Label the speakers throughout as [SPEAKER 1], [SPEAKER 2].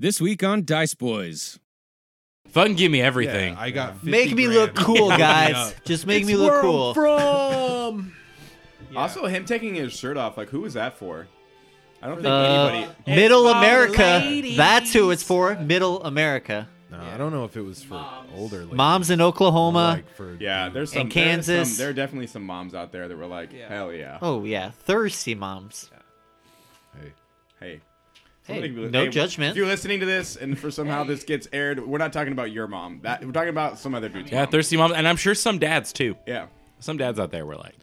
[SPEAKER 1] This week on Dice Boys.
[SPEAKER 2] Fucking give me everything.
[SPEAKER 3] Yeah, I got 50
[SPEAKER 4] Make me look
[SPEAKER 3] grand.
[SPEAKER 4] cool,
[SPEAKER 3] Yeah.
[SPEAKER 4] guys. Just make me look cool.
[SPEAKER 5] from. Also, him taking his shirt off. Like, who was that for? I don't think
[SPEAKER 4] Uh,
[SPEAKER 5] anybody.
[SPEAKER 4] Middle
[SPEAKER 2] It's for
[SPEAKER 4] America.
[SPEAKER 2] ladies.
[SPEAKER 4] That's who it's for. Middle America.
[SPEAKER 3] No, I don't know if it was for older ladies.
[SPEAKER 4] Moms in Oklahoma.
[SPEAKER 3] Like for
[SPEAKER 5] Yeah, there's some
[SPEAKER 4] And
[SPEAKER 5] there is some-
[SPEAKER 4] Kansas.
[SPEAKER 5] There, are definitely some moms out there that were like, "Hell yeah,
[SPEAKER 4] Oh yeah, thirsty moms.
[SPEAKER 3] Hey,
[SPEAKER 5] hey."
[SPEAKER 4] Hey,
[SPEAKER 5] Somebody be-
[SPEAKER 4] no
[SPEAKER 5] hey,
[SPEAKER 4] judgment.
[SPEAKER 5] If you're listening to this, and for somehow this gets aired, we're not talking about your mom. That we're talking about some other dude's
[SPEAKER 2] yeah,
[SPEAKER 5] mom.
[SPEAKER 2] thirsty mom, and I'm sure some dads too.
[SPEAKER 5] yeah.
[SPEAKER 2] Some dads out there were like,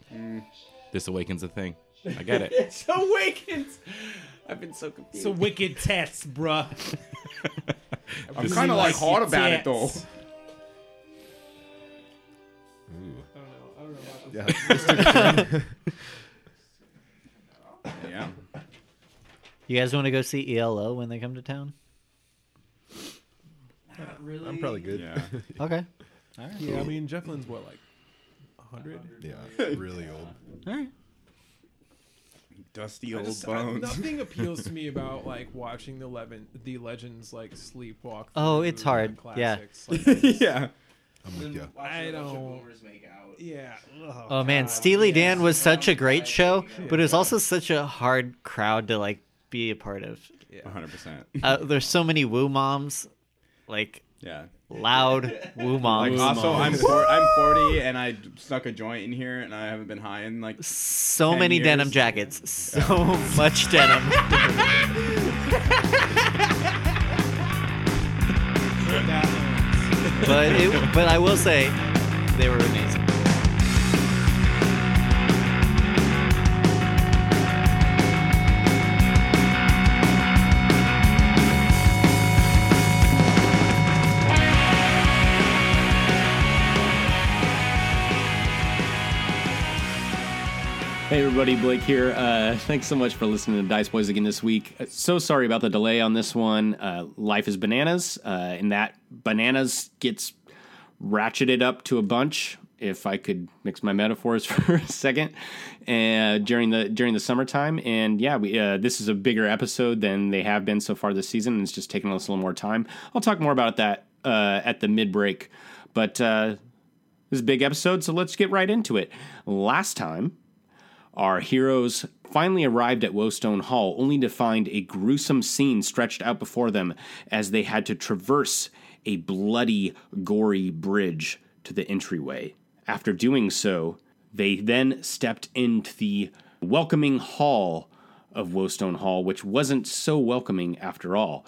[SPEAKER 2] "This awakens a thing." I get it.
[SPEAKER 6] It's awakens. I've been so confused.
[SPEAKER 7] It's a wicked test, bruh.
[SPEAKER 5] I'm kind of like hard about it though.
[SPEAKER 7] Tits.
[SPEAKER 5] Yeah.
[SPEAKER 4] You guys want to go see ELO when they come to town?
[SPEAKER 3] I'm probably good.
[SPEAKER 5] Yeah.
[SPEAKER 4] Okay.
[SPEAKER 3] Yeah, I mean, Jeff Lynne's what, like 100? Yeah, really old.
[SPEAKER 4] All right.
[SPEAKER 5] Dusty
[SPEAKER 8] I
[SPEAKER 5] old
[SPEAKER 8] just, I-
[SPEAKER 5] bones.
[SPEAKER 8] nothing appeals to me about like watching the Levin, the legends like sleepwalk.
[SPEAKER 4] Oh,
[SPEAKER 8] through
[SPEAKER 4] it's hard.
[SPEAKER 8] the
[SPEAKER 4] Yeah.
[SPEAKER 8] classics. Like,
[SPEAKER 5] yeah.
[SPEAKER 3] I'm with you.
[SPEAKER 8] I don't.
[SPEAKER 6] Make out.
[SPEAKER 8] Yeah. Ugh.
[SPEAKER 4] Oh man, Steely Dan was such a great show, but it was also such a hard crowd to like be a part of.
[SPEAKER 5] 100%.
[SPEAKER 4] Uh, there's so many woo moms, like
[SPEAKER 5] Yeah.
[SPEAKER 4] loud woo
[SPEAKER 5] Like
[SPEAKER 4] moms.
[SPEAKER 5] also, I'm for, I'm 40 and I d- stuck a joint in here and I haven't been high in like.
[SPEAKER 4] so
[SPEAKER 5] 10
[SPEAKER 4] many
[SPEAKER 5] years.
[SPEAKER 4] denim jackets, so much denim. but it, but I will say, they were amazing.
[SPEAKER 8] Yeah.
[SPEAKER 9] Hey everybody, Blake here. Uh, thanks so much for listening to Dice Boys again this week. Uh, So sorry about the delay on this one. Uh, life is bananas, uh, and that bananas gets ratcheted up to a bunch. If I could mix my metaphors for a second, uh, during the during the summertime, and yeah, we uh, this is a bigger episode than they have been so far this season, and it's just taking us a little more time. I'll talk more about that uh, at the mid break, but uh, this is a big episode, so let's get right into it. Last time our heroes finally arrived at Woestone Hall, only to find a gruesome scene stretched out before them as they had to traverse a bloody, gory bridge to the entryway. After doing so, they then stepped into the welcoming hall of Woestone Hall, which wasn't so welcoming after all.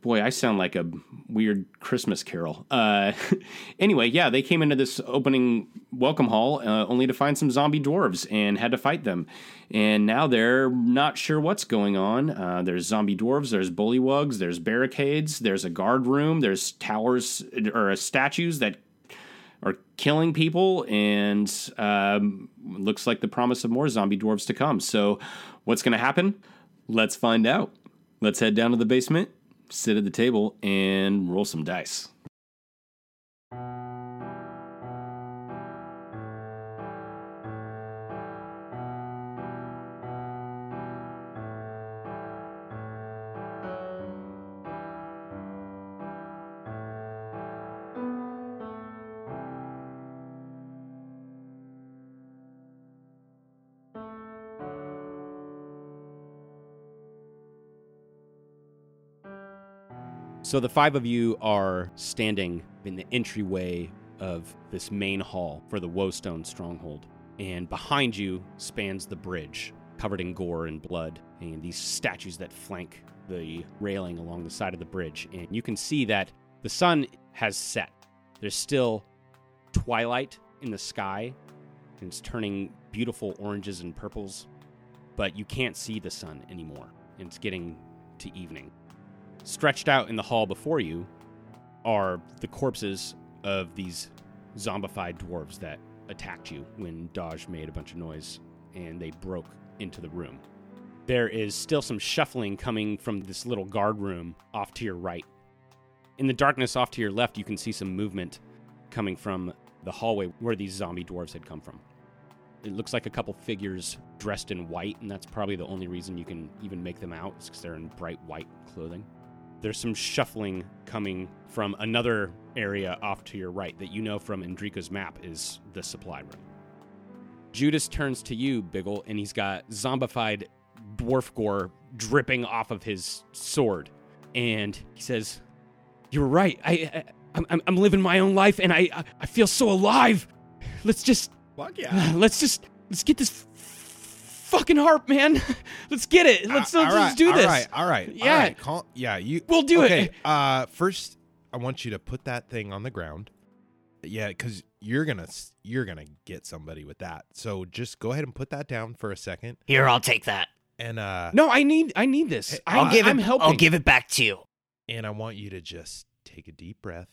[SPEAKER 9] Boy, I sound like a weird Christmas carol. Uh, anyway, yeah, they came into this opening welcome hall uh, only to find some zombie dwarves and had to fight them. And now they're not sure what's going on. Uh, there's zombie dwarves, there's bullywugs, there's barricades, there's a guard room, there's towers or statues that are killing people, and um, looks like the promise of more zombie dwarves to come. So, what's going to happen? Let's find out. Let's head down to the basement, sit at the table, and roll some dice.
[SPEAKER 10] So the five of you are standing in the entryway of this main hall for the Woestone stronghold. And behind you spans the bridge, covered in gore and blood, and these statues that flank the railing along the side of the bridge. And you can see that the sun has set. There's still twilight in the sky, and it's turning beautiful oranges and purples, but you can't see the sun anymore. And it's getting to evening. Stretched out in the hall before you are the corpses of these zombified dwarves that attacked you when Dodge made a bunch of noise and they broke into the room. There is still some shuffling coming from this little guard room off to your right. In the darkness off to your left, you can see some movement coming from the hallway where these zombie dwarves had come from. It looks like a couple figures dressed in white, and that's probably the only reason you can even make them out, is because they're in bright white clothing.
[SPEAKER 9] There's some shuffling coming from another area off to your right that you know from Endrica's map is the supply room. Judas turns to you, Biggle, and he's got zombified dwarf gore dripping off of his sword. And he says, You're right. I, I, I'm- I'm, I'm living my own life and I, I, I feel so alive. Let's just
[SPEAKER 5] Fuck yeah.
[SPEAKER 9] Let's just let's get this f- fucking harp, man. Let's get it. Let's,
[SPEAKER 3] Uh,
[SPEAKER 9] let's,
[SPEAKER 3] all right,
[SPEAKER 9] let's do this.
[SPEAKER 3] All right, all right. all
[SPEAKER 9] Yeah.
[SPEAKER 3] right, Call, yeah, you.
[SPEAKER 9] We'll do it.
[SPEAKER 3] okay, Uh, first, I want you to put that thing on the ground. Yeah, because you're gonna s- you're gonna get somebody with that. So just go ahead and put that down for a second,
[SPEAKER 4] Here, I'll take that.
[SPEAKER 3] and uh,
[SPEAKER 9] No, I need I need this. I,
[SPEAKER 4] I'll give
[SPEAKER 9] I'm
[SPEAKER 4] it.
[SPEAKER 9] helping.
[SPEAKER 4] I'll give it back to you.
[SPEAKER 3] and I want you to just take a deep breath.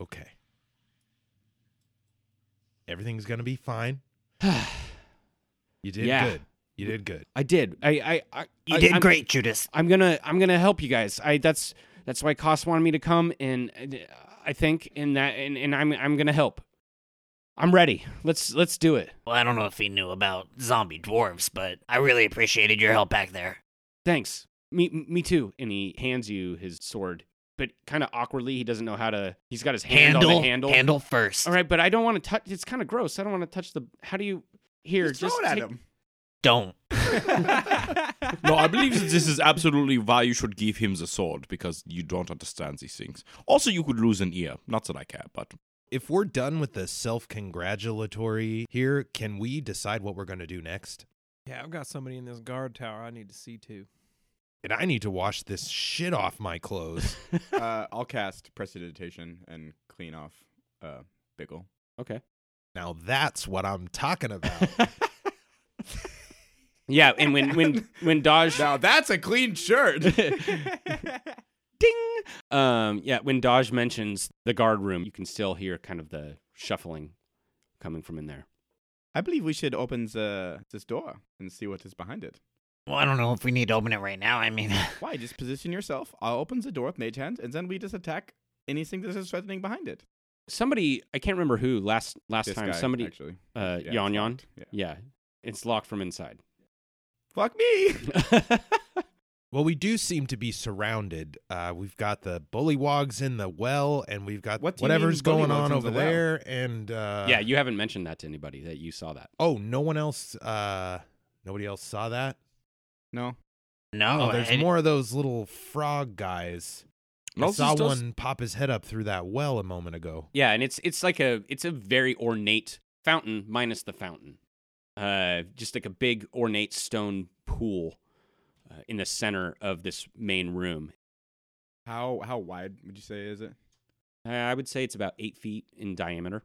[SPEAKER 3] Okay. Everything's gonna be fine. you did
[SPEAKER 9] Yeah.
[SPEAKER 3] good. You did good.
[SPEAKER 9] I did. I I, I
[SPEAKER 4] You
[SPEAKER 9] I-
[SPEAKER 4] did
[SPEAKER 9] I'm-
[SPEAKER 4] great, Judas.
[SPEAKER 9] I'm gonna I'm gonna help you guys. I that's that's why Koss wanted me to come, and and I think and that and, and I'm I'm gonna help. I'm ready. Let's let's do it.
[SPEAKER 4] Well, I don't know if he knew about zombie dwarves, but I really appreciated your help back there.
[SPEAKER 9] Thanks. Me me too. And he hands you his sword, but kind of awkwardly. He doesn't know how to. He's got his hand
[SPEAKER 4] handle,
[SPEAKER 9] on the handle.
[SPEAKER 4] first.
[SPEAKER 9] All right, but I don't want to touch. It's kind of gross. I don't want to touch the. How do you? Here,
[SPEAKER 5] Just
[SPEAKER 9] just,
[SPEAKER 5] throw it at
[SPEAKER 9] take-
[SPEAKER 5] him.
[SPEAKER 4] Don't.
[SPEAKER 2] No, I believe that this is absolutely why you should give him the sword because you don't understand these things. Also, you could lose an ear. Not that I care, but
[SPEAKER 3] if we're done with the self-congratulatory here, can we decide what we're going to do next?
[SPEAKER 8] Yeah, I've got somebody in this guard tower I need to see too.
[SPEAKER 3] And I need to wash this shit off my clothes.
[SPEAKER 5] uh, I'll cast Prestidigitation and clean off uh, Bickle.
[SPEAKER 9] Okay.
[SPEAKER 3] now that's what I'm talking about.
[SPEAKER 9] Yeah, and when when when Dodge
[SPEAKER 5] Now that's a clean shirt.
[SPEAKER 9] ding. Um, yeah, when Dodge mentions the guard room, you can still hear kind of the shuffling coming from in there.
[SPEAKER 5] I believe we should open the this door and see what is behind it.
[SPEAKER 4] Well, I don't know if we need to open it right now. I mean,
[SPEAKER 5] Why? Just position yourself. I'll open the door with mage hand, and then we just attack anything that is threatening behind it.
[SPEAKER 9] Somebody I can't remember who last last
[SPEAKER 5] This
[SPEAKER 9] time
[SPEAKER 5] guy,
[SPEAKER 9] somebody
[SPEAKER 5] actually.
[SPEAKER 9] uh
[SPEAKER 5] Yeah,
[SPEAKER 9] Yon
[SPEAKER 5] it's
[SPEAKER 9] Yon.
[SPEAKER 5] locked. Yeah.
[SPEAKER 9] Yeah. It's locked from inside.
[SPEAKER 5] Fuck me. Uh.
[SPEAKER 3] well, we do seem to be surrounded. Uh, we've got the bullywogs in the well, and we've got
[SPEAKER 5] What do you
[SPEAKER 3] whatever's
[SPEAKER 5] mean
[SPEAKER 3] going
[SPEAKER 5] bullywogs in
[SPEAKER 3] on over
[SPEAKER 5] the well?
[SPEAKER 3] there. And uh,
[SPEAKER 9] yeah, you haven't mentioned that to anybody that you saw that.
[SPEAKER 3] Oh, no one else. Uh, nobody else saw that.
[SPEAKER 5] no.
[SPEAKER 4] no.
[SPEAKER 3] Oh, there's
[SPEAKER 4] I-
[SPEAKER 3] more of those little frog guys. I
[SPEAKER 2] Also,
[SPEAKER 3] saw
[SPEAKER 2] this does-
[SPEAKER 3] one pop his head up through that well a moment ago.
[SPEAKER 9] Yeah, and it's it's like a it's a very ornate fountain minus the fountain. Uh just like a big ornate stone pool uh, in the center of this main room.
[SPEAKER 5] How how wide would you say is it?
[SPEAKER 9] Uh, I would say it's about 8 feet in diameter.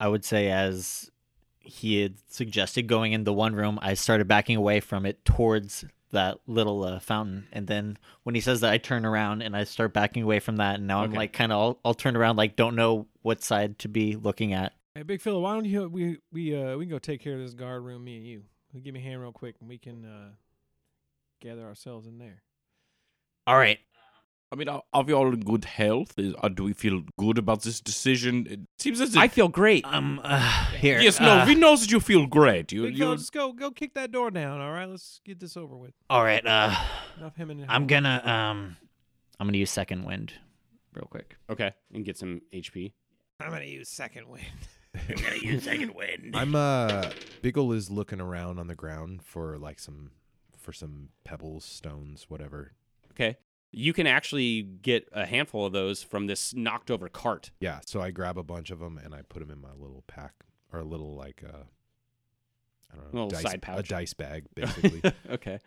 [SPEAKER 4] I would say as he had suggested going in the one room, I started backing away from it towards that little uh, fountain. And then when he says that, I turn around and I start backing away from that. And now I'm
[SPEAKER 2] Okay.
[SPEAKER 4] like kind of all, all turned around, like don't know what side to be looking at.
[SPEAKER 8] Hey, big fella, why don't you we we uh we can go take care of this guard room, me and you. You Give me a hand real quick, and we can uh gather ourselves in there.
[SPEAKER 4] All right.
[SPEAKER 2] I mean, are, are we all in good health? Is, uh do we feel good about this decision? It seems as if
[SPEAKER 9] I feel great.
[SPEAKER 4] Um. Uh, here.
[SPEAKER 2] yes. No,
[SPEAKER 4] uh,
[SPEAKER 2] we know that you feel great. You,
[SPEAKER 8] Big fella,
[SPEAKER 2] you
[SPEAKER 8] just go go kick that door down. All right, let's get this over with.
[SPEAKER 4] All right. Uh,
[SPEAKER 8] Enough him and
[SPEAKER 4] I'm gonna um, I'm gonna use second wind, real quick.
[SPEAKER 9] Okay. And get some HP.
[SPEAKER 8] I'm gonna use second wind.
[SPEAKER 3] I'm uh Biggle is looking around on the ground for like some for some pebbles, stones, whatever.
[SPEAKER 9] Okay. You can actually get a handful of those from this knocked over cart.
[SPEAKER 3] Yeah, so I grab a bunch of them and I put them in my little pack or a little like uh I don't know,
[SPEAKER 9] Little
[SPEAKER 3] dice,
[SPEAKER 9] side
[SPEAKER 3] a
[SPEAKER 9] pouch.
[SPEAKER 3] dice bag basically.
[SPEAKER 9] okay.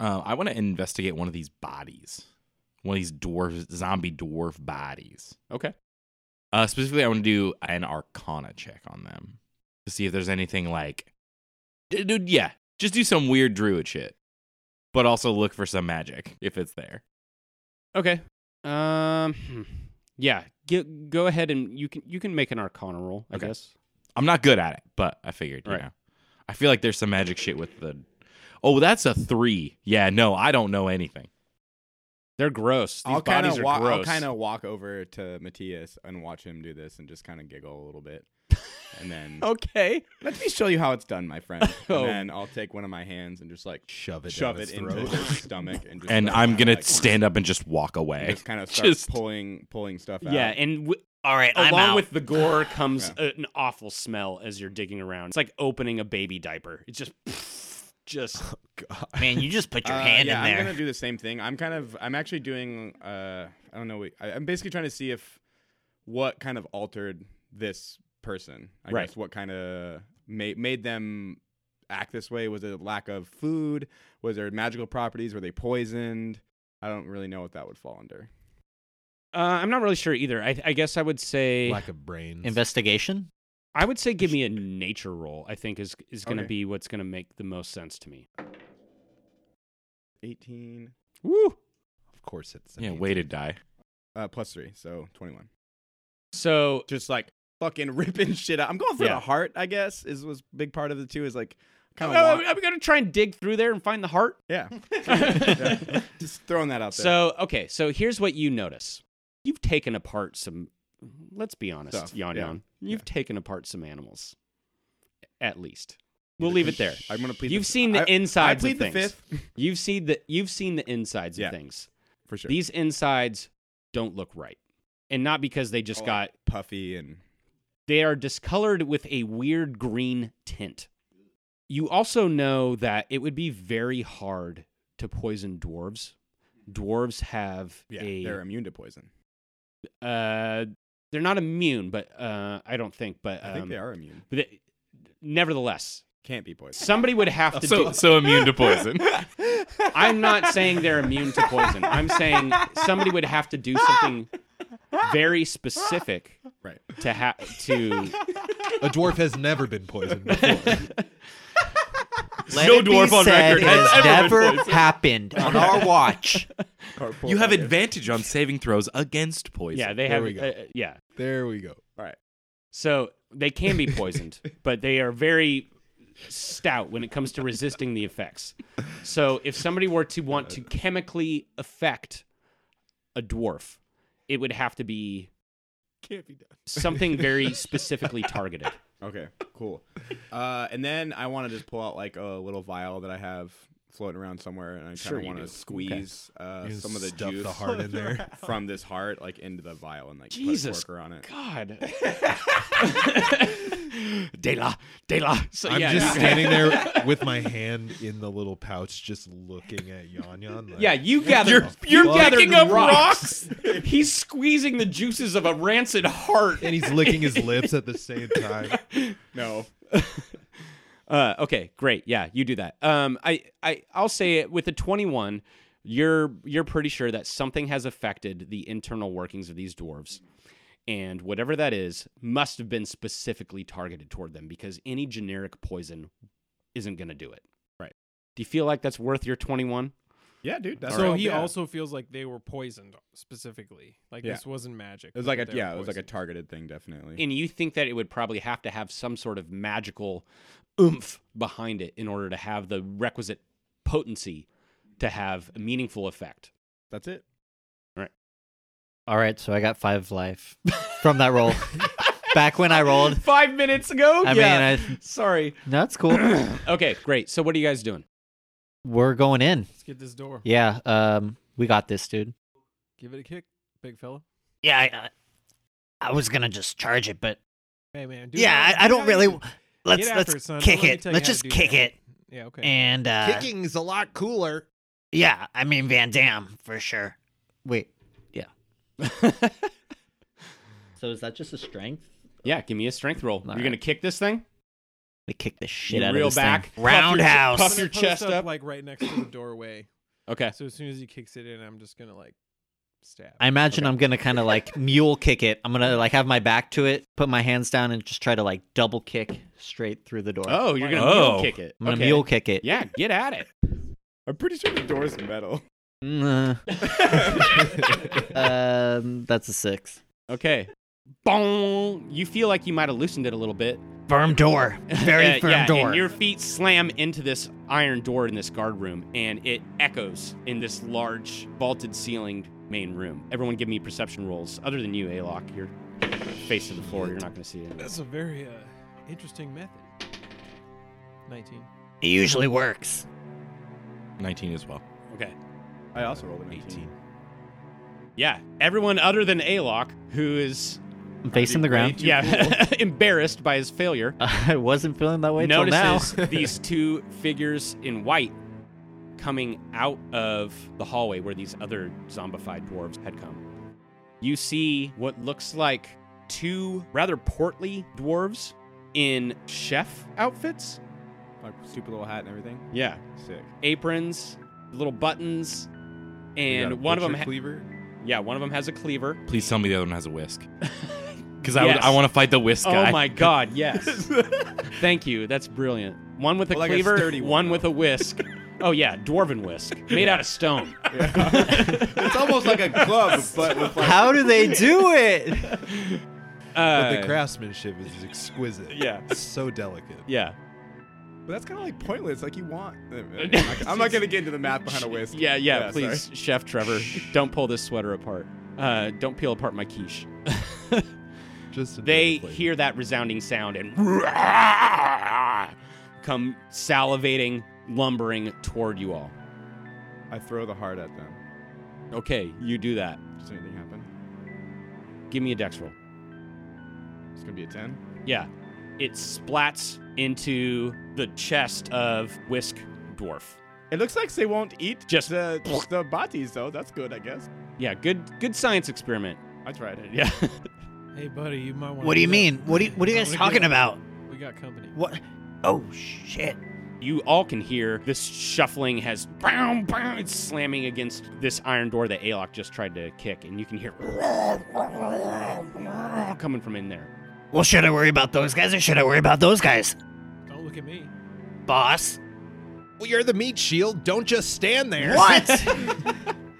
[SPEAKER 2] Uh, I want to investigate one of these bodies, one of these dwarf zombie dwarf bodies.
[SPEAKER 9] Okay.
[SPEAKER 2] Uh, specifically, I want to do an Arcana check on them to see if there's anything like, D- dude, yeah, just do some weird druid shit, but also look for some magic if it's there.
[SPEAKER 9] Okay. Um hmm. yeah, Get, go ahead and you can you can make an arcana roll, I
[SPEAKER 2] Okay.
[SPEAKER 9] guess.
[SPEAKER 2] I'm not good at it, but I figured, you
[SPEAKER 9] Right.
[SPEAKER 2] know, I feel like there's some magic shit with the. Oh, that's a three. Yeah, no, I don't know anything.
[SPEAKER 9] They're gross. These
[SPEAKER 5] I'll kind
[SPEAKER 9] bodies
[SPEAKER 5] of
[SPEAKER 9] are
[SPEAKER 5] walk. I'll
[SPEAKER 9] gross.
[SPEAKER 5] kind of walk over to Matthias and watch him do this, and just kind of giggle a little bit.
[SPEAKER 2] and then
[SPEAKER 9] Okay.
[SPEAKER 5] Let me show you how it's done, my friend.
[SPEAKER 9] Oh.
[SPEAKER 5] And then I'll take one of my hands and just like
[SPEAKER 3] Shove it
[SPEAKER 5] shove
[SPEAKER 3] down
[SPEAKER 5] it
[SPEAKER 3] his
[SPEAKER 5] into
[SPEAKER 3] throat.
[SPEAKER 5] his stomach, and just
[SPEAKER 2] and
[SPEAKER 5] let
[SPEAKER 2] I'm
[SPEAKER 5] him,
[SPEAKER 2] gonna
[SPEAKER 5] like,
[SPEAKER 2] stand up and just walk away.
[SPEAKER 5] Just kind of start
[SPEAKER 2] Just-
[SPEAKER 5] pulling pulling stuff out.
[SPEAKER 9] Yeah, and w-
[SPEAKER 4] All right, I'm
[SPEAKER 9] along
[SPEAKER 4] out.
[SPEAKER 9] with the gore comes
[SPEAKER 5] Yeah.
[SPEAKER 9] an awful smell as you're digging around. It's like opening a baby diaper. It's just, just
[SPEAKER 4] Man, you just put your
[SPEAKER 5] Uh,
[SPEAKER 4] hand
[SPEAKER 5] yeah,
[SPEAKER 4] in there.
[SPEAKER 5] I'm gonna do the same thing. I'm kind of I'm actually doing uh I don't know. we- I, I'm basically trying to see if what kind of altered this person. I
[SPEAKER 9] Right.
[SPEAKER 5] guess what kind of made made them act this way. Was it lack of food? Was there magical properties? Were they poisoned? I don't really know what that would fall under.
[SPEAKER 9] Uh, I'm not really sure either. I, I guess I would say
[SPEAKER 3] Lack of brains.
[SPEAKER 4] Investigation.
[SPEAKER 9] I would say give me a nature roll. I think is is going to
[SPEAKER 5] Okay.
[SPEAKER 9] be what's going to make the most sense to me.
[SPEAKER 5] 18
[SPEAKER 9] Woo!
[SPEAKER 3] of course, it's
[SPEAKER 2] yeah, way to die.
[SPEAKER 5] uh, plus three, so 21.
[SPEAKER 9] So
[SPEAKER 5] Just like fucking ripping shit out. I'm going for
[SPEAKER 9] Yeah.
[SPEAKER 5] the heart. I guess is was big part of the two is like kind
[SPEAKER 9] Uh,
[SPEAKER 5] of
[SPEAKER 9] I'm going to try and dig through there and find the heart.
[SPEAKER 5] yeah. Yeah. Just throwing that out there.
[SPEAKER 9] So okay, so here's what you notice. You've taken apart some. Let's be honest,
[SPEAKER 5] Stuff,
[SPEAKER 9] Yon
[SPEAKER 5] yeah,
[SPEAKER 9] Yon. You've
[SPEAKER 5] yeah.
[SPEAKER 9] taken apart some animals, at least. We'll leave it there.
[SPEAKER 5] I'm gonna plead.
[SPEAKER 9] You've
[SPEAKER 5] the,
[SPEAKER 9] seen the
[SPEAKER 5] I, I
[SPEAKER 9] insides
[SPEAKER 5] plead
[SPEAKER 9] of
[SPEAKER 5] the
[SPEAKER 9] things.
[SPEAKER 5] fifth
[SPEAKER 9] You've seen the you've seen the insides
[SPEAKER 5] Yeah,
[SPEAKER 9] of things.
[SPEAKER 5] for sure.
[SPEAKER 9] These insides don't look right, and not because they just
[SPEAKER 5] Oh,
[SPEAKER 9] got
[SPEAKER 5] puffy and
[SPEAKER 9] they are discolored with a weird green tint. You also know that it would be very hard to poison dwarves. Dwarves have
[SPEAKER 5] yeah,
[SPEAKER 9] a
[SPEAKER 5] they're immune to poison.
[SPEAKER 9] uh, they're not immune, but uh, I don't think. But um,
[SPEAKER 5] I think they are immune.
[SPEAKER 9] But they- nevertheless,
[SPEAKER 5] Can't be poisoned.
[SPEAKER 9] somebody would have to.
[SPEAKER 2] So
[SPEAKER 9] do,
[SPEAKER 2] so immune to poison.
[SPEAKER 9] I'm not saying they're immune to poison. I'm saying somebody would have to do something very specific
[SPEAKER 5] Right.
[SPEAKER 9] to have to.
[SPEAKER 3] a dwarf has never been poisoned before.
[SPEAKER 4] Let
[SPEAKER 2] No
[SPEAKER 4] it be
[SPEAKER 2] dwarf on
[SPEAKER 4] said
[SPEAKER 2] record
[SPEAKER 4] it
[SPEAKER 2] has
[SPEAKER 4] has
[SPEAKER 2] ever been
[SPEAKER 4] never happened on our watch.
[SPEAKER 5] Or pull
[SPEAKER 2] You have
[SPEAKER 5] back in.
[SPEAKER 2] advantage on saving throws against poison.
[SPEAKER 9] Yeah, they
[SPEAKER 3] There
[SPEAKER 9] have.
[SPEAKER 3] we go.
[SPEAKER 9] Uh, yeah,
[SPEAKER 3] there we go.
[SPEAKER 9] so they can be poisoned, but they are very stout when it comes to resisting the effects. So if somebody were to want to chemically affect a dwarf, it would have to be
[SPEAKER 8] Can't be done.
[SPEAKER 9] something very specifically targeted.
[SPEAKER 5] Okay, cool. Uh, and then I want to just pull out like a little vial that I have floating around somewhere, and I kind of
[SPEAKER 9] Sure you
[SPEAKER 5] want
[SPEAKER 9] do.
[SPEAKER 5] to squeeze uh,
[SPEAKER 3] You
[SPEAKER 5] some of the
[SPEAKER 3] stuff
[SPEAKER 5] juice
[SPEAKER 3] the heart in there.
[SPEAKER 5] from this heart like into the vial and like put
[SPEAKER 9] Jesus
[SPEAKER 5] a corker on it.
[SPEAKER 9] God. de la, de la. So
[SPEAKER 3] I'm
[SPEAKER 9] yeah,
[SPEAKER 3] just
[SPEAKER 9] you-
[SPEAKER 3] standing there with my hand in the little pouch, just looking at Yon Yon. Like,
[SPEAKER 9] Yeah, you gathered. You're, picking up rocks. He's squeezing the juices of a rancid heart.
[SPEAKER 3] and he's licking his lips at the same time.
[SPEAKER 5] No,
[SPEAKER 9] Uh, okay, great. Yeah, you do that. Um, I, I, I'll say it with a 21. You're, you're pretty sure that something has affected the internal workings of these dwarves, and whatever that is must have been specifically targeted toward them because any generic poison isn't going to do it.
[SPEAKER 5] Right.
[SPEAKER 9] Do you feel like that's worth your 21?
[SPEAKER 5] yeah, dude. That's
[SPEAKER 8] So
[SPEAKER 5] all-
[SPEAKER 8] he
[SPEAKER 5] yeah.
[SPEAKER 8] also feels like they were poisoned specifically. Like
[SPEAKER 5] Yeah.
[SPEAKER 8] this wasn't magic.
[SPEAKER 5] It was like a yeah, it was like a targeted thing, definitely.
[SPEAKER 9] And you think that it would probably have to have some sort of magical oomph behind it in order to have the requisite potency to have a meaningful effect.
[SPEAKER 5] That's it.
[SPEAKER 4] All right, so I got five life from that roll. Back when I rolled,
[SPEAKER 9] five minutes ago.
[SPEAKER 4] I
[SPEAKER 9] yeah.
[SPEAKER 4] mean, I,
[SPEAKER 9] Sorry.
[SPEAKER 4] that's cool.
[SPEAKER 9] Okay, great. So what are you guys doing?
[SPEAKER 4] We're going in.
[SPEAKER 8] Let's get this door.
[SPEAKER 4] Yeah, um, we got this, dude.
[SPEAKER 8] Give it a kick, big fella.
[SPEAKER 4] Yeah, I, I was gonna just charge it, but
[SPEAKER 8] Hey man. Do
[SPEAKER 4] yeah,
[SPEAKER 8] that.
[SPEAKER 4] I, I
[SPEAKER 8] Do
[SPEAKER 4] don't
[SPEAKER 8] that.
[SPEAKER 4] really.
[SPEAKER 8] Get
[SPEAKER 4] Let's
[SPEAKER 8] after
[SPEAKER 4] let's
[SPEAKER 8] it, son. Don't
[SPEAKER 4] kick
[SPEAKER 8] let me
[SPEAKER 4] it.
[SPEAKER 8] tell you
[SPEAKER 4] Let's
[SPEAKER 8] how
[SPEAKER 4] just
[SPEAKER 8] to do
[SPEAKER 4] kick
[SPEAKER 8] that.
[SPEAKER 4] it.
[SPEAKER 8] Yeah. Okay.
[SPEAKER 4] And uh,
[SPEAKER 3] Kicking's a lot cooler.
[SPEAKER 4] yeah, I mean Van Damme for sure. Wait, yeah. so is that just a strength?
[SPEAKER 9] Yeah, give me a strength roll. You're
[SPEAKER 4] right.
[SPEAKER 9] gonna kick this thing.
[SPEAKER 4] We kick the shit
[SPEAKER 9] You
[SPEAKER 4] out
[SPEAKER 9] reel
[SPEAKER 4] of this
[SPEAKER 9] back, puff
[SPEAKER 4] thing.
[SPEAKER 9] your chi-
[SPEAKER 4] Roundhouse.
[SPEAKER 9] puff
[SPEAKER 8] I'm
[SPEAKER 9] your
[SPEAKER 8] gonna
[SPEAKER 9] chest
[SPEAKER 8] post
[SPEAKER 9] up.
[SPEAKER 8] like right next to the doorway.
[SPEAKER 9] Okay.
[SPEAKER 8] So as soon as he kicks it in, I'm just gonna like stab.
[SPEAKER 4] I imagine I'm gonna kind of like mule kick it. I'm gonna like have my back to it, put my hands down, and just try to like double kick straight through the door.
[SPEAKER 9] Oh, you're gonna
[SPEAKER 2] Oh.
[SPEAKER 9] mule kick it.
[SPEAKER 4] I'm gonna
[SPEAKER 9] Okay.
[SPEAKER 4] mule kick it.
[SPEAKER 9] Yeah, get at it.
[SPEAKER 5] I'm pretty sure the door's metal.
[SPEAKER 4] Mm, uh, um, that's a six.
[SPEAKER 9] Okay. Boom. You feel like you might have loosened it a little bit.
[SPEAKER 4] Firm door. Very
[SPEAKER 9] Yeah,
[SPEAKER 4] firm
[SPEAKER 9] yeah,
[SPEAKER 4] door.
[SPEAKER 9] And your feet slam into this iron door in this guard room, and it echoes in this large vaulted ceilinged main room. Everyone, give me perception rolls. Other than you, Alok, you're face to the floor. You're not gonna see it.
[SPEAKER 8] That's a very uh, Interesting method. 19.
[SPEAKER 4] It usually works.
[SPEAKER 2] 19 as well.
[SPEAKER 9] Okay.
[SPEAKER 5] I also rolled an 18.
[SPEAKER 9] Yeah. Everyone other than Alok, who is
[SPEAKER 4] I'm facing the ground.
[SPEAKER 9] yeah embarrassed by his failure,
[SPEAKER 4] I wasn't feeling that way till now.
[SPEAKER 9] notices these two figures in white coming out of the hallway where these other zombified dwarves had come. You see what looks like two rather portly dwarves in chef outfits.
[SPEAKER 5] Like super little hat and everything.
[SPEAKER 9] Yeah.
[SPEAKER 5] Sick.
[SPEAKER 9] Aprons, little buttons,
[SPEAKER 3] You got a
[SPEAKER 9] and one of them
[SPEAKER 3] butcher
[SPEAKER 9] ha-
[SPEAKER 3] cleaver.
[SPEAKER 9] yeah, one of them has a cleaver.
[SPEAKER 2] Please tell me the other one has a whisk. Because I,
[SPEAKER 9] Yes.
[SPEAKER 2] would I want to fight the whisk guy.
[SPEAKER 9] Oh my god, yes. Thank you. That's brilliant. One with a
[SPEAKER 5] Well, like a
[SPEAKER 9] cleaver,
[SPEAKER 5] sturdy
[SPEAKER 9] one,
[SPEAKER 5] one,
[SPEAKER 9] with a whisk. Oh yeah, dwarven whisk made out of stone.
[SPEAKER 5] It's almost like a glove, but with like
[SPEAKER 4] How do they do it?
[SPEAKER 9] Uh,
[SPEAKER 3] But the craftsmanship is exquisite.
[SPEAKER 9] yeah.
[SPEAKER 3] It's so delicate.
[SPEAKER 9] yeah,
[SPEAKER 5] But that's kind of like pointless. Like you want. I'm not gonna get into the math behind a whisk.
[SPEAKER 9] yeah, yeah.
[SPEAKER 5] sorry.
[SPEAKER 9] please, Chef Trevor, don't pull this sweater apart. Uh, don't peel apart my quiche.
[SPEAKER 3] Just a
[SPEAKER 9] They
[SPEAKER 3] different flavor.
[SPEAKER 9] hear that resounding sound and come salivating, lumbering toward you all.
[SPEAKER 5] I throw the heart at them.
[SPEAKER 9] Okay, you do that.
[SPEAKER 5] Does anything happen?
[SPEAKER 9] Give me a dex roll.
[SPEAKER 5] It's gonna be a ten.
[SPEAKER 9] Yeah. It splats into the chest of Whisk Dwarf.
[SPEAKER 5] It looks like they won't eat
[SPEAKER 9] Just-
[SPEAKER 5] the the bodies though. That's good, I guess.
[SPEAKER 9] Yeah, good good science experiment.
[SPEAKER 5] I tried it.
[SPEAKER 9] Yeah.
[SPEAKER 8] Hey, buddy, you might want
[SPEAKER 4] What do you mean? What do you, what are you guys talking about?
[SPEAKER 8] We got company.
[SPEAKER 4] What? Oh shit!
[SPEAKER 9] you all can hear this shuffling has boom boom it's slamming against this iron door that Alok just tried to kick and you can hear coming from in there.
[SPEAKER 4] Well, should I worry about those guys or should I worry about those guys,
[SPEAKER 8] Don't look at me.
[SPEAKER 4] boss?
[SPEAKER 3] Well, you're the meat shield. Don't just stand there.
[SPEAKER 4] What?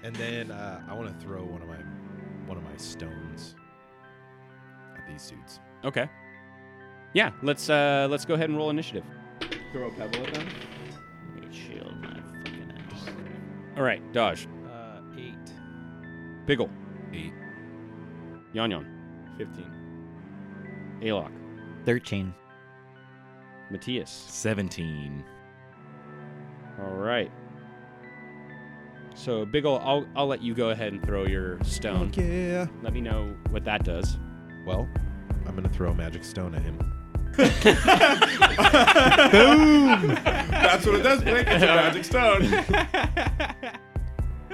[SPEAKER 3] And then uh, I want to throw one of my one of my stones at these dudes.
[SPEAKER 9] Okay. Yeah, let's uh let's go ahead and roll initiative.
[SPEAKER 5] Throw a pebble at them.
[SPEAKER 4] Shield my fucking ass.
[SPEAKER 9] All right, Dodge,
[SPEAKER 8] Uh, eight.
[SPEAKER 9] Biggle,
[SPEAKER 3] Eight.
[SPEAKER 9] Yon Yon,
[SPEAKER 5] Fifteen.
[SPEAKER 9] Alok,
[SPEAKER 4] Thirteen.
[SPEAKER 9] Matthias.
[SPEAKER 2] 17.
[SPEAKER 9] All right. So, Big ol' I'll, I'll let you go ahead and throw your stone.
[SPEAKER 3] Yeah.
[SPEAKER 9] Let me know what that does.
[SPEAKER 3] Well, I'm gonna throw a magic stone at him.
[SPEAKER 5] That's what it does, Blake. It's a magic stone.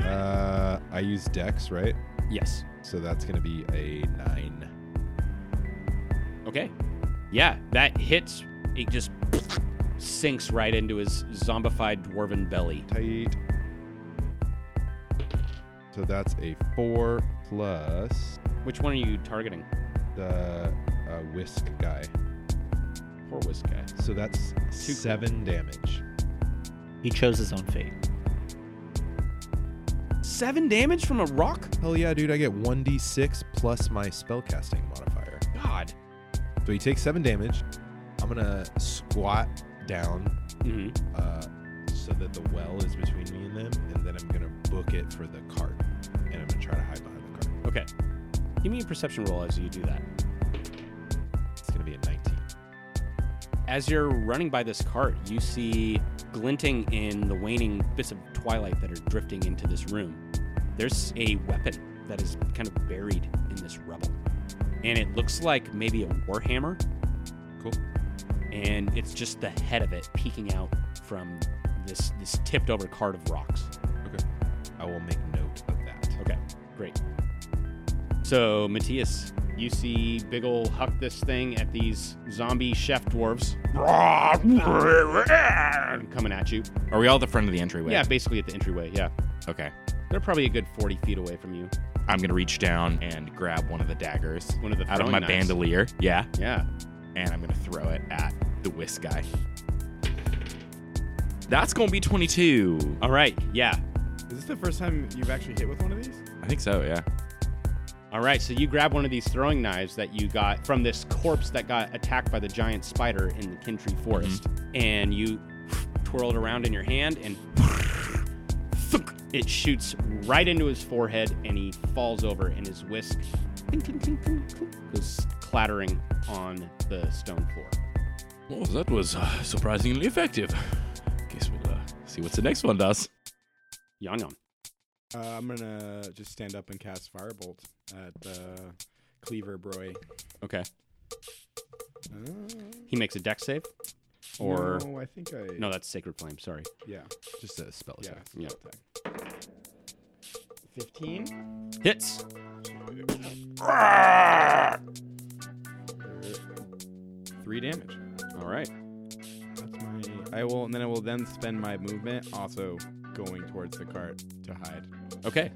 [SPEAKER 3] Uh, I use Dex, right?
[SPEAKER 9] Yes.
[SPEAKER 3] So that's gonna be a nine.
[SPEAKER 9] Okay. Yeah, that hits. It just sinks right into his zombified dwarven belly.
[SPEAKER 3] Tight. So that's a four plus
[SPEAKER 9] Which one are you targeting?
[SPEAKER 3] the uh, whisk guy.
[SPEAKER 9] Poor whisk guy.
[SPEAKER 3] So that's
[SPEAKER 9] Two.
[SPEAKER 3] seven damage.
[SPEAKER 4] He chose his own fate.
[SPEAKER 9] Seven damage from a rock?
[SPEAKER 3] Hell yeah, dude! I get one d6 plus my spellcasting modifier.
[SPEAKER 9] God.
[SPEAKER 3] So he takes seven damage. I'm gonna squat down
[SPEAKER 9] hmm
[SPEAKER 3] uh, so that the well is between me and them, and then I'm gonna book it for the cart, and I'm gonna try to hide behind the cart.
[SPEAKER 9] Okay. Give me a perception roll as you do that.
[SPEAKER 3] It's gonna be a 19.
[SPEAKER 9] As you're running by this cart, you see glinting in the waning bits of twilight that are drifting into this room. There's a weapon that is kind of buried in this rubble. And it looks like maybe a warhammer.
[SPEAKER 3] Cool.
[SPEAKER 9] And it's just the head of it peeking out from this this tipped over cart of rocks.
[SPEAKER 3] Okay. I will make note of that.
[SPEAKER 9] Okay, great. So, Matthias, you see big ol' huck this thing at these zombie chef dwarves coming at you.
[SPEAKER 2] Are we all at the front of the entryway?
[SPEAKER 9] Yeah, basically at the entryway. Yeah.
[SPEAKER 2] Okay.
[SPEAKER 9] They're probably a good 40 feet away from you.
[SPEAKER 2] I'm going to reach down and grab one of the daggers
[SPEAKER 9] One of the
[SPEAKER 2] out of
[SPEAKER 9] throwing
[SPEAKER 2] my
[SPEAKER 9] knives.
[SPEAKER 2] bandolier. Yeah.
[SPEAKER 9] Yeah.
[SPEAKER 2] And I'm going to throw it at the whisk guy. That's going to be 22.
[SPEAKER 9] All right. Yeah.
[SPEAKER 5] Is this the first time you've actually hit with one of these?
[SPEAKER 2] I think so, yeah.
[SPEAKER 9] All right. So you grab one of these throwing knives that you got from this corpse that got attacked by the giant spider in the Kintree forest, and you twirl it around in your hand, and thunk, it shoots right into his forehead, and he falls over, and his whisk goes clattering on the stone floor.
[SPEAKER 2] Well, that was uh, surprisingly effective. Guess we'll uh, see what the next one does.
[SPEAKER 9] Yon yon.
[SPEAKER 5] Uh, I'm gonna just stand up and cast Firebolt at uh, Cleaver Broy.
[SPEAKER 9] Okay.
[SPEAKER 5] Uh,
[SPEAKER 9] He makes a deck save, or
[SPEAKER 5] no, I think I
[SPEAKER 9] no, that's Sacred Flame. Sorry.
[SPEAKER 5] yeah
[SPEAKER 3] Just a spell
[SPEAKER 5] yeah
[SPEAKER 3] attack.
[SPEAKER 5] it's spell attack. Fifteen.
[SPEAKER 9] Hits.
[SPEAKER 5] Three damage.
[SPEAKER 9] All right.
[SPEAKER 5] That's my. I will, and then I will then spend my movement also going towards the cart to hide.
[SPEAKER 9] Okay.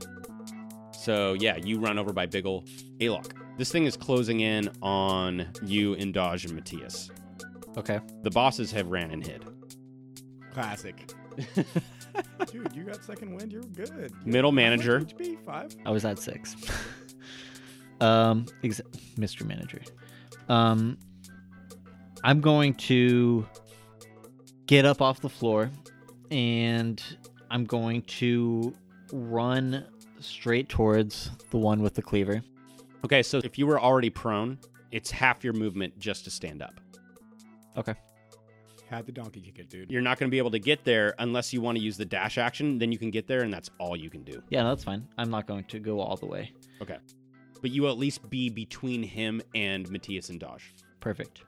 [SPEAKER 9] So yeah, you run over by Big Ol' Alok. This thing is closing in on you and Dodge and Matthias.
[SPEAKER 4] Okay.
[SPEAKER 9] The bosses have ran and hid.
[SPEAKER 5] Classic. Dude, you got second wind. You're good. You
[SPEAKER 9] Middle
[SPEAKER 5] have how much
[SPEAKER 9] manager.
[SPEAKER 5] HP five.
[SPEAKER 4] I was at six. um, ex- Mr. Manager. Um, I'm going to get up off the floor and I'm going to run straight towards the one with the cleaver.
[SPEAKER 9] Okay, so if you were already prone, it's half your movement just to stand up.
[SPEAKER 4] Okay.
[SPEAKER 5] Had the donkey kick it, dude.
[SPEAKER 9] You're not going to be able to get there unless you want to use the dash action. Then you can get there, and that's all you can do.
[SPEAKER 4] Yeah, no, that's fine. I'm not going to go all the way.
[SPEAKER 9] Okay. But you will at least be between him and Matthias and Dodge.
[SPEAKER 4] Perfect.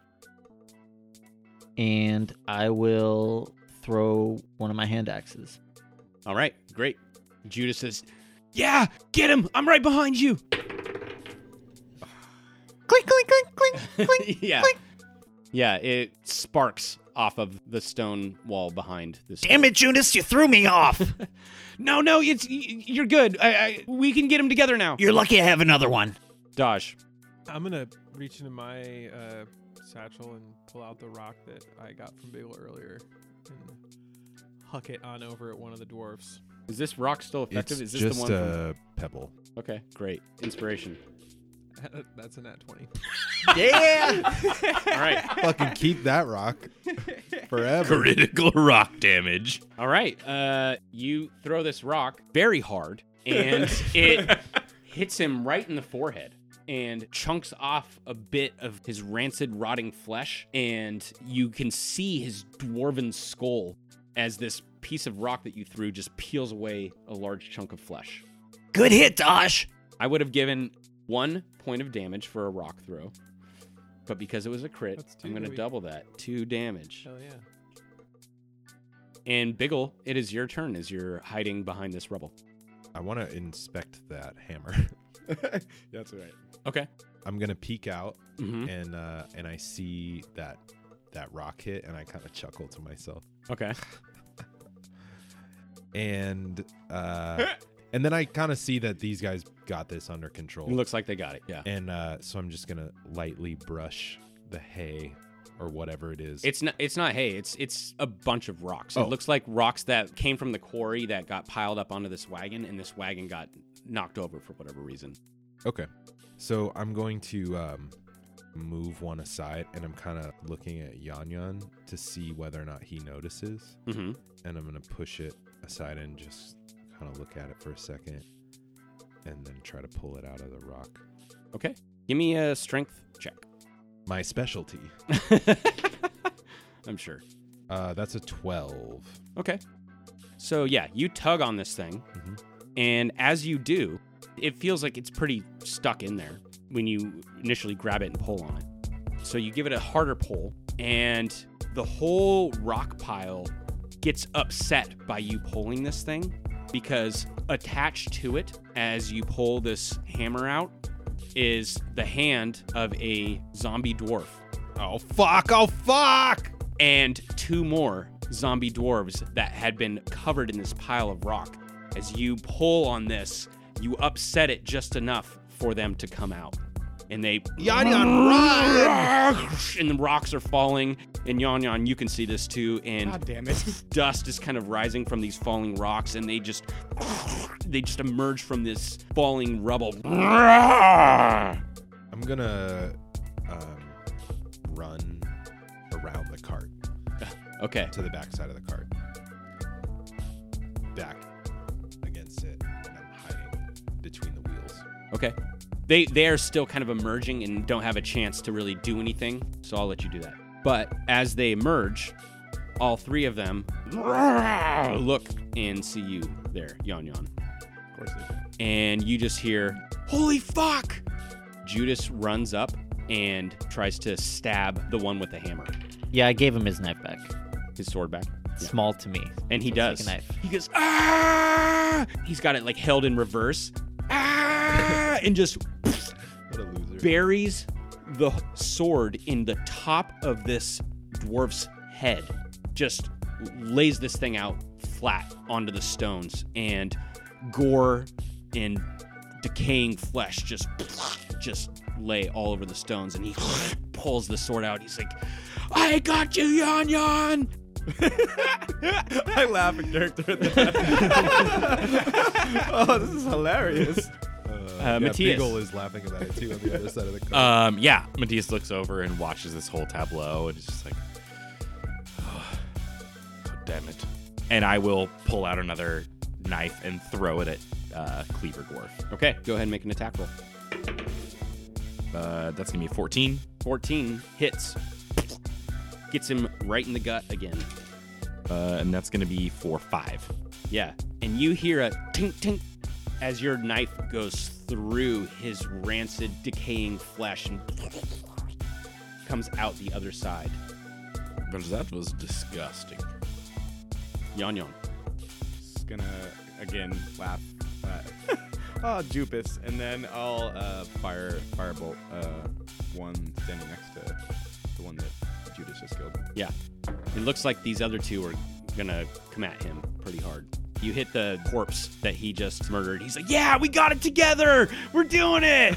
[SPEAKER 4] And I will throw one of my hand axes.
[SPEAKER 9] All right, great. Judas says, Yeah, get him. I'm right behind you.
[SPEAKER 4] Clink, clink, clink, clink.
[SPEAKER 9] yeah. Yeah, it sparks off of the stone wall behind this.
[SPEAKER 4] Damn it, Judas, you threw me off.
[SPEAKER 9] No, no, it's y- you're good. I, I, we can get him together now.
[SPEAKER 4] You're lucky I have another one.
[SPEAKER 9] Dodge.
[SPEAKER 8] I'm gonna reach into my uh, satchel and pull out the rock that I got from Bagel earlier and huck it on over at one of the dwarfs.
[SPEAKER 2] Is this rock still effective?
[SPEAKER 3] It's
[SPEAKER 2] Is this
[SPEAKER 3] just uh,
[SPEAKER 2] the one? from-
[SPEAKER 3] a pebble.
[SPEAKER 9] Okay, great. Inspiration.
[SPEAKER 8] That's a nat twenty.
[SPEAKER 9] All right.
[SPEAKER 3] Fucking keep that rock forever.
[SPEAKER 2] Critical rock damage.
[SPEAKER 9] All right. Uh, you throw this rock very hard, and it hits him right in the forehead and chunks off a bit of his rancid, rotting flesh. And you can see his dwarven skull as this piece of rock that you threw just peels away a large chunk of flesh.
[SPEAKER 4] Good hit, Dosh.
[SPEAKER 9] I would have given one point of damage for a rock throw, but because it was a crit,
[SPEAKER 8] That's two,
[SPEAKER 9] I'm going to
[SPEAKER 8] baby.
[SPEAKER 9] double that. Two damage.
[SPEAKER 8] Hell yeah.
[SPEAKER 9] And Biggle, it is your turn as you're hiding behind this rubble.
[SPEAKER 3] I want to inspect that hammer.
[SPEAKER 5] That's all right.
[SPEAKER 9] Okay.
[SPEAKER 3] I'm gonna peek out
[SPEAKER 9] Mm-hmm.
[SPEAKER 3] and uh, and I see that that rock hit, and I kind of chuckle to myself.
[SPEAKER 9] Okay.
[SPEAKER 3] And uh, and then I kind of see that these guys got this under control.
[SPEAKER 9] It looks like they got it. Yeah.
[SPEAKER 3] and uh, so I'm just gonna lightly brush the hay or whatever it is.
[SPEAKER 9] It's not. It's not hay. It's it's a bunch of rocks.
[SPEAKER 3] Oh.
[SPEAKER 9] It looks like rocks that came from the quarry that got piled up onto this wagon, and this wagon got knocked over for whatever reason.
[SPEAKER 3] okay. So I'm going to um, move one aside, and I'm kind of looking at Yan Yan to see whether or not he notices.
[SPEAKER 9] Mm-hmm.
[SPEAKER 3] and I'm gonna push it aside and just kind of look at it for a second, and then try to pull it out of the rock.
[SPEAKER 9] Okay. Give me a strength check.
[SPEAKER 3] My specialty.
[SPEAKER 9] I'm sure.
[SPEAKER 3] Uh, that's a twelve.
[SPEAKER 9] Okay. So yeah, you tug on this thing,
[SPEAKER 3] Mhm.
[SPEAKER 9] and as you do, it feels like it's pretty stuck in there when you initially grab it and pull on it. So you give it a harder pull, and the whole rock pile gets upset by you pulling this thing because attached to it as you pull this hammer out is the hand of a zombie dwarf
[SPEAKER 3] Oh fuck! Oh fuck!
[SPEAKER 9] and two more zombie dwarves that had been covered in this pile of rock. As you pull on this, you upset it just enough for them to come out. And they Yon Yon run! And the rocks are falling. And Yon Yon, you can see this too. And
[SPEAKER 5] God damn it.
[SPEAKER 9] dust is kind of rising from these falling rocks, and they just they just emerge from this falling rubble.
[SPEAKER 3] I'm gonna um, run around the cart
[SPEAKER 9] Okay.
[SPEAKER 3] to the back side of the cart, back against it, and I'm hiding between the wheels.
[SPEAKER 9] Okay. They they are still kind of emerging and don't have a chance to really do anything, so I'll let you do that. But as they emerge, all three of them look and see you there, Yon Yon.
[SPEAKER 5] Of course they do.
[SPEAKER 9] And you just hear, Holy fuck! Judas runs up and tries to stab the one with the hammer,
[SPEAKER 4] Yeah, I gave him his knife back.
[SPEAKER 9] his sword back. Yeah.
[SPEAKER 4] Small to me.
[SPEAKER 9] And he
[SPEAKER 4] So it's
[SPEAKER 9] does.
[SPEAKER 4] Like a knife.
[SPEAKER 9] He goes, ah! He's got it like held in reverse, ah! And just
[SPEAKER 3] What a loser.
[SPEAKER 9] buries the sword in the top of this dwarf's head. Just lays this thing out flat onto the stones, and gore and decaying flesh just just lay all over the stones. And he pulls the sword out. He's like, "I got you, Yon Yon."
[SPEAKER 5] I laugh at character at that. oh, this is hilarious.
[SPEAKER 3] Uh, yeah,
[SPEAKER 9] Matthias.
[SPEAKER 3] Beagle is laughing about it too on the other side of the car.
[SPEAKER 2] Um, yeah, Matthias looks over and watches this whole tableau and is just like, oh, damn it. And I will pull out another knife and throw it at uh, Cleaver Dwarf.
[SPEAKER 9] Okay, go ahead and make an attack roll.
[SPEAKER 2] Uh, that's going to be 14.
[SPEAKER 9] 14 hits. Gets him right in the gut again.
[SPEAKER 2] Uh, and that's going to be 4 5.
[SPEAKER 9] Yeah. And you hear a tink tink as your knife goes through his rancid, decaying flesh and comes out the other side.
[SPEAKER 2] But that was disgusting.
[SPEAKER 9] Yon yon.
[SPEAKER 5] Just gonna again laugh. At, oh, Jupus, and then I'll uh, fire firebolt uh, one standing next to the one that Judas just killed.
[SPEAKER 9] Yeah. It looks like these other two are gonna come at him pretty hard. You hit the corpse that he just murdered. He's like, Yeah, we got it together! We're doing it!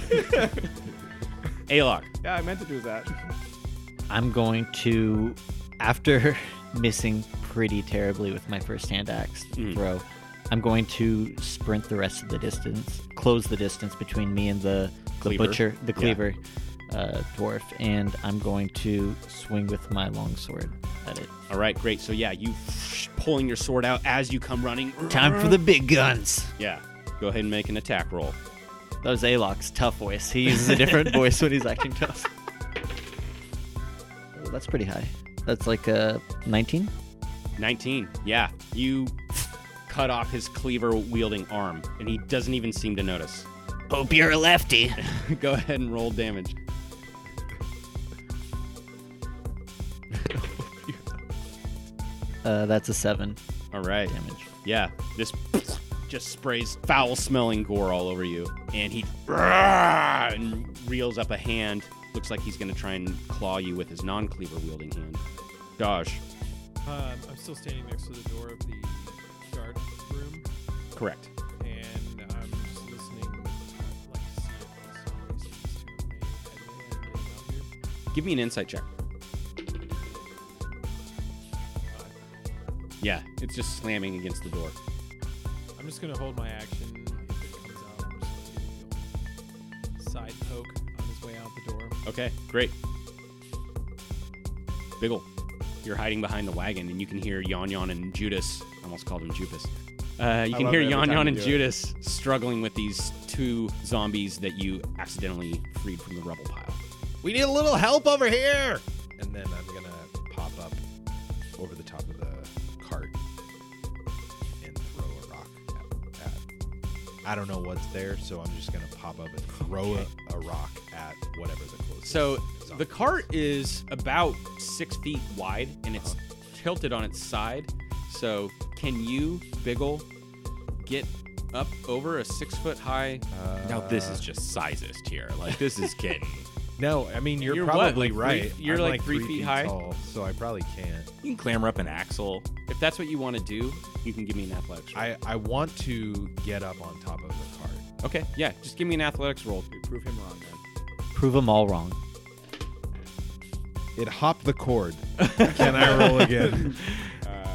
[SPEAKER 9] Alok.
[SPEAKER 5] Yeah, I meant to do that.
[SPEAKER 4] I'm going to, after missing pretty terribly with my first hand axe
[SPEAKER 9] Hmm.
[SPEAKER 4] throw, I'm going to sprint the rest of the distance, close the distance between me and the, the
[SPEAKER 9] Cleaver.
[SPEAKER 4] butcher, the
[SPEAKER 9] Yeah.
[SPEAKER 4] cleaver uh, dwarf, and I'm going to swing with my longsword at it.
[SPEAKER 9] All right, great. So yeah, you pulling your sword out as you come running.
[SPEAKER 4] Time for the big guns.
[SPEAKER 9] Yeah. Go ahead and make an attack roll.
[SPEAKER 4] That was Alok's tough voice. He uses a different voice when he's acting tough. Oh, that's pretty high. That's like a 19.
[SPEAKER 9] 19. Yeah. You cut off his cleaver wielding arm and he doesn't even seem to notice.
[SPEAKER 4] Hope you're a lefty.
[SPEAKER 9] Go ahead and roll damage.
[SPEAKER 4] Uh, that's a seven
[SPEAKER 9] All right.
[SPEAKER 4] damage.
[SPEAKER 9] Yeah. This just sprays foul smelling gore all over you and he and reels up a hand. Looks like he's going to try and claw you with his non cleaver wielding hand. Dodge.
[SPEAKER 8] Um, I'm still standing next to the door of the guard room,
[SPEAKER 9] Correct.
[SPEAKER 8] and I'm just listening. I'd like to see if somebody seems to have made headway in getting out here.
[SPEAKER 9] Give me an insight check. Yeah, it's just slamming against the door.
[SPEAKER 8] I'm just gonna hold my action. If it comes out, I'm just gonna give him a side poke on his way out the door.
[SPEAKER 9] Okay, great. Biggle, you're hiding behind the wagon, and you can hear Yon Yon and Judas. I almost called him Jupas. Uh, you can
[SPEAKER 5] love
[SPEAKER 9] hear
[SPEAKER 5] it every
[SPEAKER 9] Yon
[SPEAKER 5] time
[SPEAKER 9] Yon
[SPEAKER 5] you
[SPEAKER 9] and
[SPEAKER 5] do it.
[SPEAKER 9] Judas struggling with these two zombies that you accidentally freed from the rubble pile.
[SPEAKER 3] We need a little help over here. And then I'm gonna pop up over the top of the cart and throw a rock at. at I don't know what's there, so I'm just gonna pop up and throw a, a rock at whatever the closest.
[SPEAKER 9] So
[SPEAKER 3] zombie
[SPEAKER 9] the
[SPEAKER 3] is.
[SPEAKER 9] cart is about six feet wide and it's tilted on its side. So can you, Biggle, get up over a six foot high?
[SPEAKER 3] Uh,
[SPEAKER 2] now, this
[SPEAKER 5] Uh.
[SPEAKER 2] is just sizest here. Like, this is getting.
[SPEAKER 3] No, I mean you're,
[SPEAKER 9] You're what,
[SPEAKER 3] probably
[SPEAKER 9] like three-
[SPEAKER 3] right.
[SPEAKER 9] you're
[SPEAKER 3] I'm
[SPEAKER 9] like three feet high?
[SPEAKER 3] tall, so I probably can't.
[SPEAKER 2] You can clamber up an axle.
[SPEAKER 9] If that's what you want to do, you can give me an athletics roll.
[SPEAKER 3] I I want to get up on top of the cart.
[SPEAKER 9] okay, yeah, just give me an athletics roll.
[SPEAKER 5] We prove him wrong, man.
[SPEAKER 4] Prove them all wrong.
[SPEAKER 3] It hopped the cord. Can I roll again?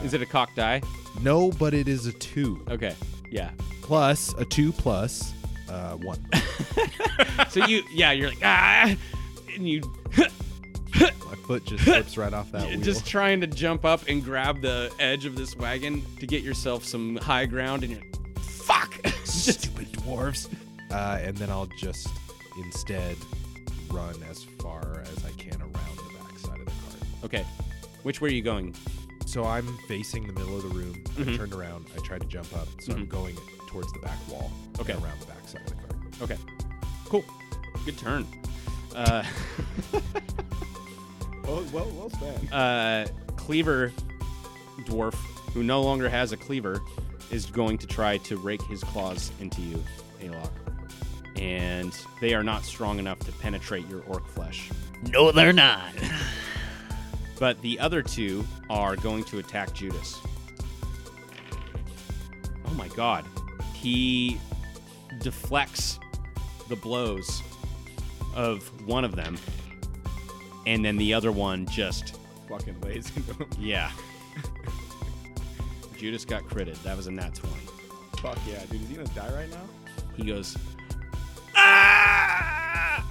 [SPEAKER 9] Is it a cocked die?
[SPEAKER 3] No, but it is a two
[SPEAKER 9] Okay, yeah.
[SPEAKER 3] plus a two plus uh, one.
[SPEAKER 9] So you, yeah, you're like, ah, and you
[SPEAKER 3] My foot just slips right off that wheel.
[SPEAKER 9] just trying to jump up and grab the edge of this wagon to get yourself some high ground, and you're like, fuck. just
[SPEAKER 3] stupid dwarves. Uh, and then I'll just instead run as far as I can around the backside of the cart.
[SPEAKER 9] Okay. Which way are you going?
[SPEAKER 3] So I'm facing the middle of the room. I
[SPEAKER 9] Mhm.
[SPEAKER 3] turned around. I tried to jump up, so I'm
[SPEAKER 9] Mhm.
[SPEAKER 3] going towards the back wall. and
[SPEAKER 9] Okay.
[SPEAKER 3] Around the back side of the cart.
[SPEAKER 9] Okay. Cool. Good turn. Uh,
[SPEAKER 5] Well, well, well spent.
[SPEAKER 9] uh, Cleaver Dwarf, who no longer has a cleaver, is going to try to rake his claws into you, Alok. And they are not strong enough to penetrate your orc flesh.
[SPEAKER 4] No, they're not.
[SPEAKER 9] But the other two are going to attack Judas. Oh my god. He deflects the blows of one of them, and then the other one just,
[SPEAKER 5] Fucking lazy.
[SPEAKER 9] yeah. Judas got critted. That was a nat 20.
[SPEAKER 5] Fuck yeah, dude. Is he gonna die right now?
[SPEAKER 9] He goes, ah!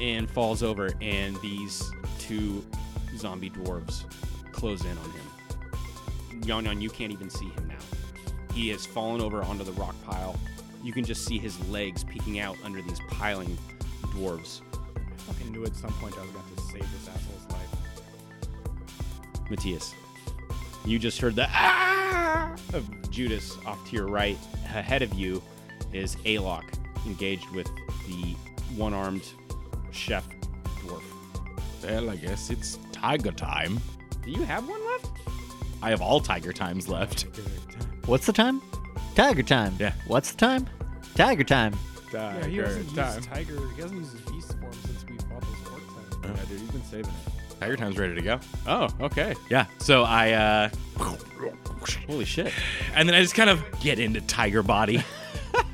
[SPEAKER 9] and falls over, and these two zombie dwarves close in on him. Yon Yon, you can't even see him now. He has fallen over onto the rock pile. You can just see his legs peeking out under these piling dwarves.
[SPEAKER 5] I fucking knew at some point I was gonna have to save this asshole's life.
[SPEAKER 9] Matthias, you just heard the ah of Judas off to your right. Ahead of you is Alok engaged with the one armed chef dwarf.
[SPEAKER 2] Well, I guess it's tiger time.
[SPEAKER 9] Do you have one left?
[SPEAKER 2] I have all tiger times left.
[SPEAKER 4] What's the time? Tiger time.
[SPEAKER 2] Yeah.
[SPEAKER 4] What's the time? Tiger time.
[SPEAKER 5] Die.
[SPEAKER 8] Yeah, he hasn't used
[SPEAKER 5] time.
[SPEAKER 8] his tiger. He hasn't used his beast form since we bought this orc time.
[SPEAKER 5] Yeah, dude, you've been saving it.
[SPEAKER 2] Tiger time's ready to go. Oh, okay. Yeah. So I, uh,
[SPEAKER 9] Holy shit.
[SPEAKER 2] and then I just kind of get into tiger body,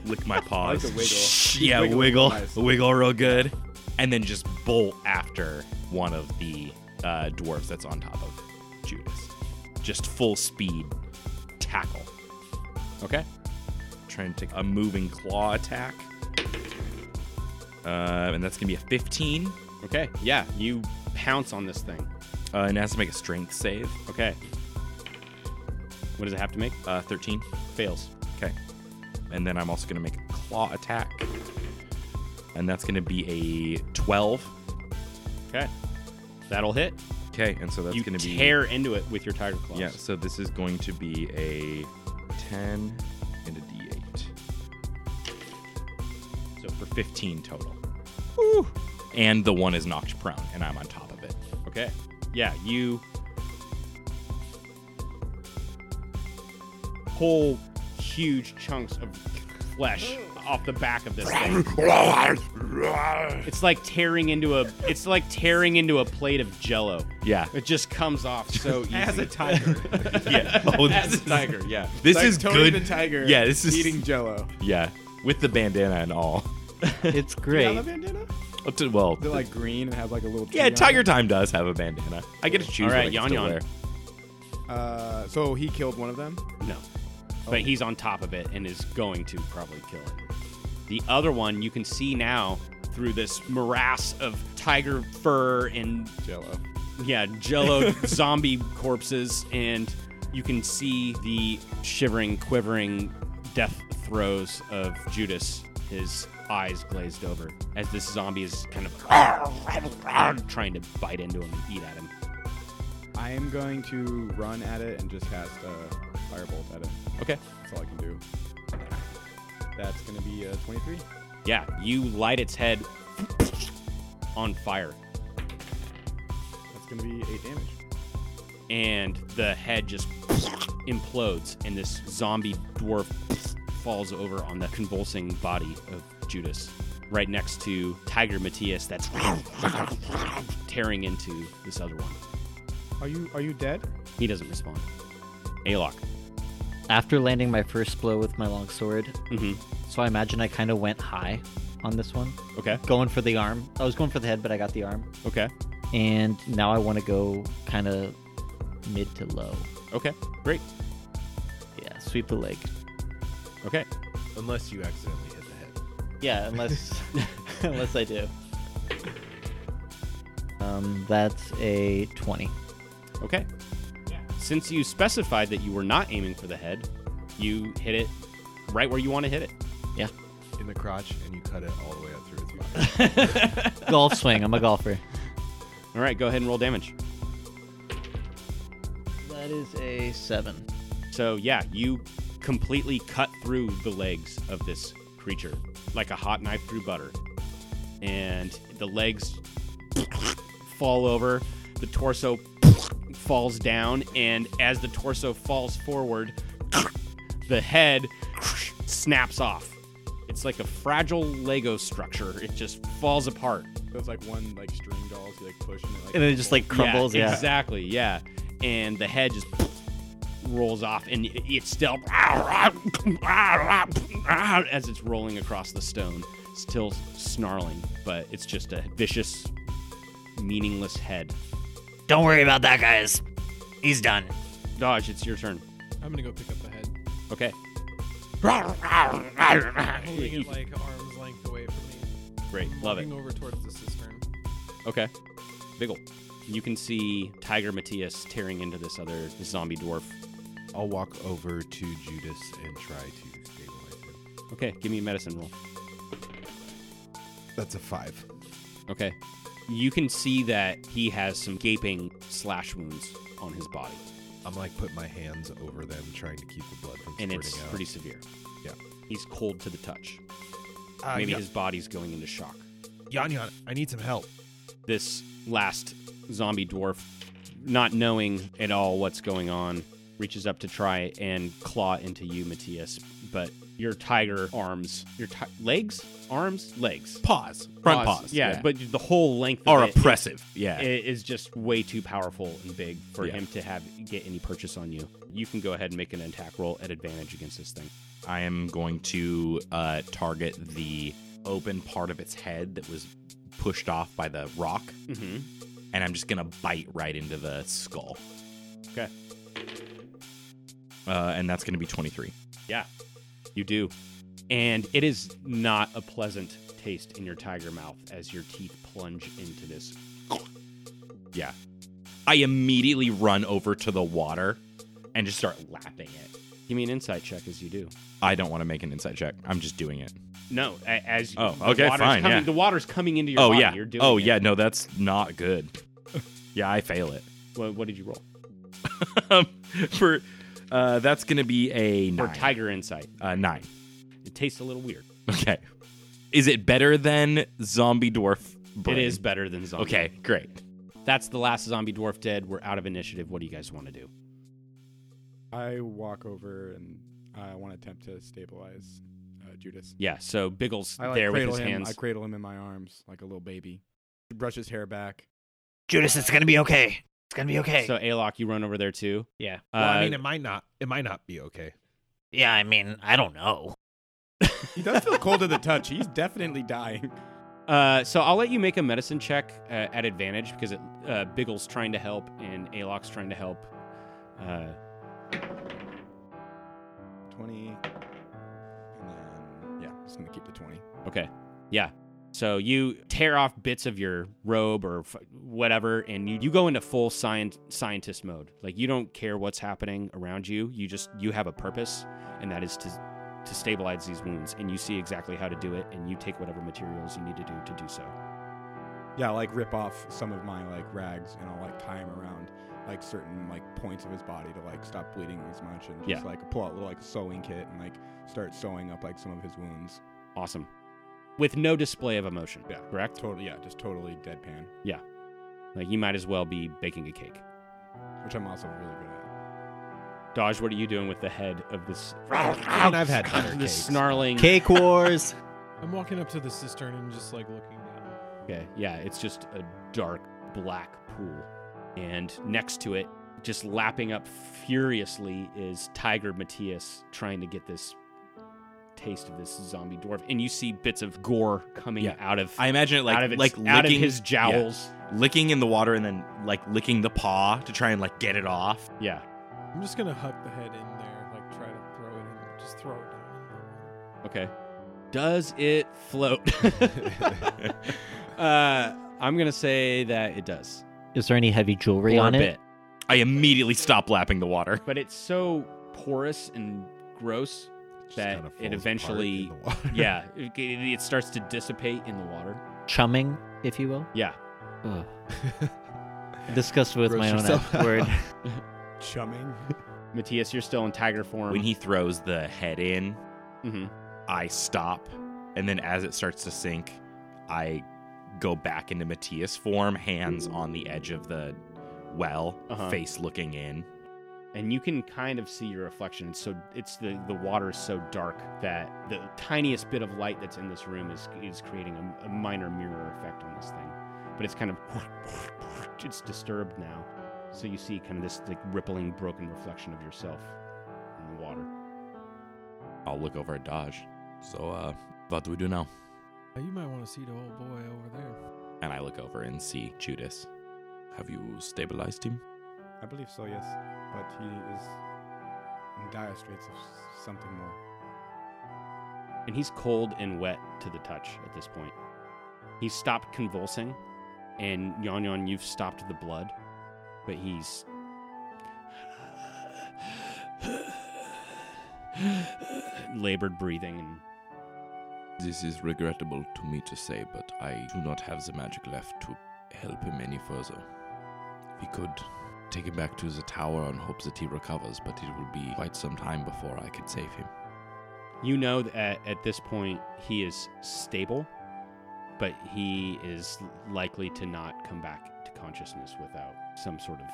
[SPEAKER 2] lick my paws.
[SPEAKER 5] the wiggle.
[SPEAKER 2] yeah,
[SPEAKER 5] Wiggle
[SPEAKER 2] wiggle,
[SPEAKER 5] nice.
[SPEAKER 2] wiggle, real good, and then just bolt after one of the uh, dwarves that's on top of Judas. Just full speed tackle. Okay. Trying to take a moving claw attack. Uh, and that's gonna be a 15,
[SPEAKER 9] Okay, yeah, you pounce on this thing.
[SPEAKER 2] uh, and it has to make a strength save.
[SPEAKER 9] Okay. What does it have to make?
[SPEAKER 2] Uh, 13.
[SPEAKER 9] Fails.
[SPEAKER 2] Okay. And then I'm also going to make a claw attack. And that's going to be a 12.
[SPEAKER 9] Okay. That'll hit.
[SPEAKER 2] Okay. And so that's
[SPEAKER 9] you
[SPEAKER 2] going to be.
[SPEAKER 9] tear into it with your tiger claws.
[SPEAKER 2] Yeah. So this is going to be a 10 and a d8. So for 15 total. And the one is knocked prone, and I'm on top of it.
[SPEAKER 9] Okay. Yeah, you pull huge chunks of flesh off the back of this thing. It's like tearing into a it's like tearing into a plate of jello.
[SPEAKER 2] Yeah.
[SPEAKER 9] It just comes off so easy.
[SPEAKER 5] As a tiger.
[SPEAKER 2] Yeah. Oh, this is tiger. Yeah. This
[SPEAKER 5] Like
[SPEAKER 2] is
[SPEAKER 5] Tony
[SPEAKER 2] good.
[SPEAKER 5] the tiger.
[SPEAKER 2] Yeah. This is
[SPEAKER 5] eating Jello.
[SPEAKER 2] Yeah. With the bandana and all.
[SPEAKER 4] It's
[SPEAKER 5] Yeah, the
[SPEAKER 4] great.
[SPEAKER 5] bandana.
[SPEAKER 2] Up to- well,
[SPEAKER 5] They're like green and have like a little. tree
[SPEAKER 2] Yeah,
[SPEAKER 5] on it.
[SPEAKER 2] Tiger Time does have a bandana. I get to choose.
[SPEAKER 9] All right,
[SPEAKER 2] what I can
[SPEAKER 9] Yon
[SPEAKER 2] still
[SPEAKER 9] Yon.
[SPEAKER 2] wear.
[SPEAKER 5] Uh, so he killed one of them.
[SPEAKER 9] No. But he's on top of it and is going to probably kill it. The other one you can see now through this morass of tiger fur and
[SPEAKER 5] Jello.
[SPEAKER 9] yeah, jello zombie corpses and you can see the shivering, quivering death throes of Judas, his eyes glazed over as this zombie is kind of trying to bite into him and eat at him.
[SPEAKER 5] I am going to run at it and just cast a firebolt at it.
[SPEAKER 9] Okay.
[SPEAKER 5] That's all I can do. That's gonna be uh, a 23.
[SPEAKER 9] Yeah, you light its head on fire.
[SPEAKER 5] That's gonna be eight damage.
[SPEAKER 9] and the head just implodes, and this zombie dwarf falls over on the convulsing body of Judas, right next to Tiger Matthias that's tearing into this other one.
[SPEAKER 5] Are you are you dead?
[SPEAKER 9] He doesn't respond. Alok.
[SPEAKER 4] After landing my first blow with my longsword,
[SPEAKER 9] Mm-hmm.
[SPEAKER 4] so I imagine I kind of went high on this one,
[SPEAKER 9] Okay.
[SPEAKER 4] going for the arm. I was going for the head, but I got the arm,
[SPEAKER 9] Okay.
[SPEAKER 4] and now I want to go kind of mid to low.
[SPEAKER 9] Okay. Great.
[SPEAKER 4] Yeah, sweep the leg.
[SPEAKER 9] Okay.
[SPEAKER 3] Unless you accidentally hit the head.
[SPEAKER 4] Yeah, unless unless I do. Um, that's a twenty.
[SPEAKER 9] Okay. Since you specified that you were not aiming for the head, you hit it right where you want to hit it.
[SPEAKER 4] Yeah,
[SPEAKER 3] In the crotch, and you cut it all the way up through its body.
[SPEAKER 4] golf swing. I'm a golfer.
[SPEAKER 9] All right. Go ahead and roll damage.
[SPEAKER 4] That is a seven.
[SPEAKER 9] So yeah, you completely cut through the legs of this creature like a hot knife through butter. And the legs fall over, the torso falls down, and as the torso falls forward, the head snaps off. It's like a fragile Lego structure. It just falls apart.
[SPEAKER 5] It's like one like string dolls you like push and it like
[SPEAKER 4] And it just like crumbles. Yeah.
[SPEAKER 9] Exactly, yeah. And the head just rolls off and it- it's still as it's rolling across the stone, still snarling, but it's just a vicious, meaningless head.
[SPEAKER 4] Don't worry about that, guys. He's done.
[SPEAKER 9] Dodge, it's your turn.
[SPEAKER 8] I'm gonna go pick up the head.
[SPEAKER 9] Okay.
[SPEAKER 8] Holding it like arm's length away from me.
[SPEAKER 9] Great.
[SPEAKER 8] I'm
[SPEAKER 9] Love it.
[SPEAKER 8] walking over towards the cistern.
[SPEAKER 9] Okay. Big ol'. You can see Tiger Matthias tearing into this other zombie dwarf.
[SPEAKER 3] I'll walk over to Judas and try to stabilize him.
[SPEAKER 9] Okay, give me a medicine roll.
[SPEAKER 3] That's a five.
[SPEAKER 9] Okay. You can see that he has some gaping slash wounds on his body,
[SPEAKER 3] I'm like putting my hands over them, trying to keep the blood from
[SPEAKER 9] and
[SPEAKER 3] spurting
[SPEAKER 9] it's
[SPEAKER 3] out.
[SPEAKER 9] pretty severe.
[SPEAKER 3] Yeah.
[SPEAKER 9] He's cold to the touch.
[SPEAKER 3] Uh,
[SPEAKER 9] Maybe
[SPEAKER 3] Maybe
[SPEAKER 9] his Uh, body's going into shock.
[SPEAKER 3] Yan Yan, I need some help.
[SPEAKER 9] This last zombie dwarf, not knowing at all what's going on, reaches up to try and claw into you, Matthias, but your tiger arms, your ti- legs, arms, legs,
[SPEAKER 2] Pause. Front pause.
[SPEAKER 9] yeah, but the whole length of
[SPEAKER 2] are
[SPEAKER 9] it- it-
[SPEAKER 2] oppressive. yeah.
[SPEAKER 9] it is just way too powerful and big for
[SPEAKER 2] Yeah.
[SPEAKER 9] him to have get any purchase on you. You can go ahead and make an attack roll at advantage against this thing.
[SPEAKER 2] I am going to uh, target the open part of its head that was pushed off by the rock,
[SPEAKER 9] Mm-hmm.
[SPEAKER 2] and I'm just gonna bite right into the skull.
[SPEAKER 9] Okay.
[SPEAKER 2] Uh, and that's gonna be 23.
[SPEAKER 9] Yeah, you do, and it is not a pleasant taste in your tiger mouth as your teeth plunge into this.
[SPEAKER 2] Yeah. I immediately run over to the water and just start lapping it.
[SPEAKER 9] Give me an insight check as you do.
[SPEAKER 2] I don't want to make an insight check. I'm just doing it.
[SPEAKER 9] No, a- as
[SPEAKER 2] Oh,
[SPEAKER 9] the
[SPEAKER 2] okay,
[SPEAKER 9] water's
[SPEAKER 2] fine,
[SPEAKER 9] Coming,
[SPEAKER 2] yeah.
[SPEAKER 9] The water's coming into your
[SPEAKER 2] Oh
[SPEAKER 9] body.
[SPEAKER 2] yeah.
[SPEAKER 9] You're doing
[SPEAKER 2] oh
[SPEAKER 9] it.
[SPEAKER 2] yeah. No, that's not good. yeah, I fail it. Um,
[SPEAKER 9] What, what did you roll?
[SPEAKER 2] For uh, that's gonna be a
[SPEAKER 9] For
[SPEAKER 2] nine.
[SPEAKER 9] tiger insight,
[SPEAKER 2] uh, nine.
[SPEAKER 9] it tastes a little weird.
[SPEAKER 2] Okay. Is it better than zombie dwarf? Brain?
[SPEAKER 9] It is better than zombie.
[SPEAKER 2] Okay, great.
[SPEAKER 9] That's the last zombie dwarf dead. We're out of initiative. What do you guys want to do?
[SPEAKER 5] I walk over and I want to attempt to stabilize uh, Judas.
[SPEAKER 9] Yeah, so Biggles
[SPEAKER 5] I like
[SPEAKER 9] there with
[SPEAKER 5] cradle
[SPEAKER 9] his
[SPEAKER 5] him.
[SPEAKER 9] hands.
[SPEAKER 5] I cradle him in my arms like a little baby. Brush his hair back.
[SPEAKER 4] Judas, it's gonna be okay. It's gonna be okay.
[SPEAKER 9] So Alok, you run over there too.
[SPEAKER 4] yeah.
[SPEAKER 9] Uh,
[SPEAKER 3] Well, I mean, it might not. It might not be okay.
[SPEAKER 4] Yeah. I mean, I don't know.
[SPEAKER 5] He does feel cold to the touch. He's definitely dying.
[SPEAKER 9] uh, so I'll let you make a medicine check uh, at advantage because it, uh, Biggles trying to help and Alok's trying to help. Uh,
[SPEAKER 5] Twenty, and then yeah, just gonna keep the twenty.
[SPEAKER 9] okay, yeah. So you tear off bits of your robe or f- whatever, and you, you go into full scien- scientist mode. Like you don't care what's happening around you. You just you have a purpose, and that is to to stabilize these wounds. And you see exactly how to do it, and you take whatever materials you need to do to do so.
[SPEAKER 5] Yeah, I'll, like rip off some of my like rags and I'll like tie him around like certain like points of his body to like stop bleeding as much and just
[SPEAKER 9] Yeah.
[SPEAKER 5] like pull out a little like sewing kit and like start sewing up like some of his wounds.
[SPEAKER 9] Awesome. With no display of emotion.
[SPEAKER 5] Yeah.
[SPEAKER 9] Correct?
[SPEAKER 5] Totally, yeah, just totally deadpan,
[SPEAKER 9] Like you might as well be baking a cake.
[SPEAKER 5] which I'm also really good at.
[SPEAKER 9] Dodge, what are you doing with the head of this
[SPEAKER 3] And I've had better cakes.
[SPEAKER 9] this snarling
[SPEAKER 4] Cake wars.
[SPEAKER 8] I'm walking up to the cistern and just like looking down.
[SPEAKER 9] Okay, yeah, it's just a dark black pool. And next to it, just lapping up furiously, is Tiger Matthias trying to get this taste of this zombie dwarf. And you see bits of gore coming
[SPEAKER 2] Yeah.
[SPEAKER 9] out of
[SPEAKER 2] I imagine it like
[SPEAKER 9] out of its-
[SPEAKER 2] like
[SPEAKER 9] out of
[SPEAKER 2] licking
[SPEAKER 9] his jowls.
[SPEAKER 2] yeah, licking in the water and then like licking the paw to try and like get it off.
[SPEAKER 9] yeah.
[SPEAKER 8] I'm just gonna huck the head in there, like try to throw it in, just throw it down.
[SPEAKER 9] Okay. Does it float? uh, I'm gonna say that it does.
[SPEAKER 4] Is there any heavy jewelry
[SPEAKER 9] Or a
[SPEAKER 4] on it?
[SPEAKER 9] bit.
[SPEAKER 2] I immediately stop lapping the water.
[SPEAKER 9] But it's so porous and gross
[SPEAKER 3] Just
[SPEAKER 9] that
[SPEAKER 3] kinda falls
[SPEAKER 9] it
[SPEAKER 3] apart
[SPEAKER 9] eventually,
[SPEAKER 3] in the water.
[SPEAKER 9] yeah, it, it- it starts to dissipate in the water.
[SPEAKER 4] Chumming, if you will.
[SPEAKER 9] Yeah.
[SPEAKER 4] Ugh. Discussed with
[SPEAKER 3] Gross
[SPEAKER 4] my own
[SPEAKER 3] yourself
[SPEAKER 4] word.
[SPEAKER 5] chumming.
[SPEAKER 9] Matthias, you're still in tiger form.
[SPEAKER 2] When he throws the head in,
[SPEAKER 9] Mhm.
[SPEAKER 2] I stop, and then as it starts to sink, I go back into Matthias form, hands on the edge of the well,
[SPEAKER 9] Uh-huh.
[SPEAKER 2] face looking in.
[SPEAKER 9] and you can kind of see your reflection. It's so it's the the water is so dark that the tiniest bit of light that's in this room is is creating a, a minor mirror effect on this thing. But it's kind of it's disturbed now, so you see kind of this like rippling, broken reflection of yourself in the water.
[SPEAKER 2] I'll look over at Dodge. So, uh, what do we do now?
[SPEAKER 8] Uh, You might want to see the old boy over there.
[SPEAKER 2] And I look over and see Judas. Have you stabilized him?
[SPEAKER 5] I believe so, yes. But he is in dire straits of s- something more.
[SPEAKER 9] and he's cold and wet to the touch at this point. He's stopped convulsing, and Yon Yon, you've stopped the blood, but he's. labored breathing and
[SPEAKER 1] This is regrettable to me to say, but I do not have the magic left to help him any further. We could take him back to the tower and hope that he recovers, but it will be quite some time before I can save him.
[SPEAKER 9] You know that at this point he is stable, but he is likely to not come back to consciousness without some sort of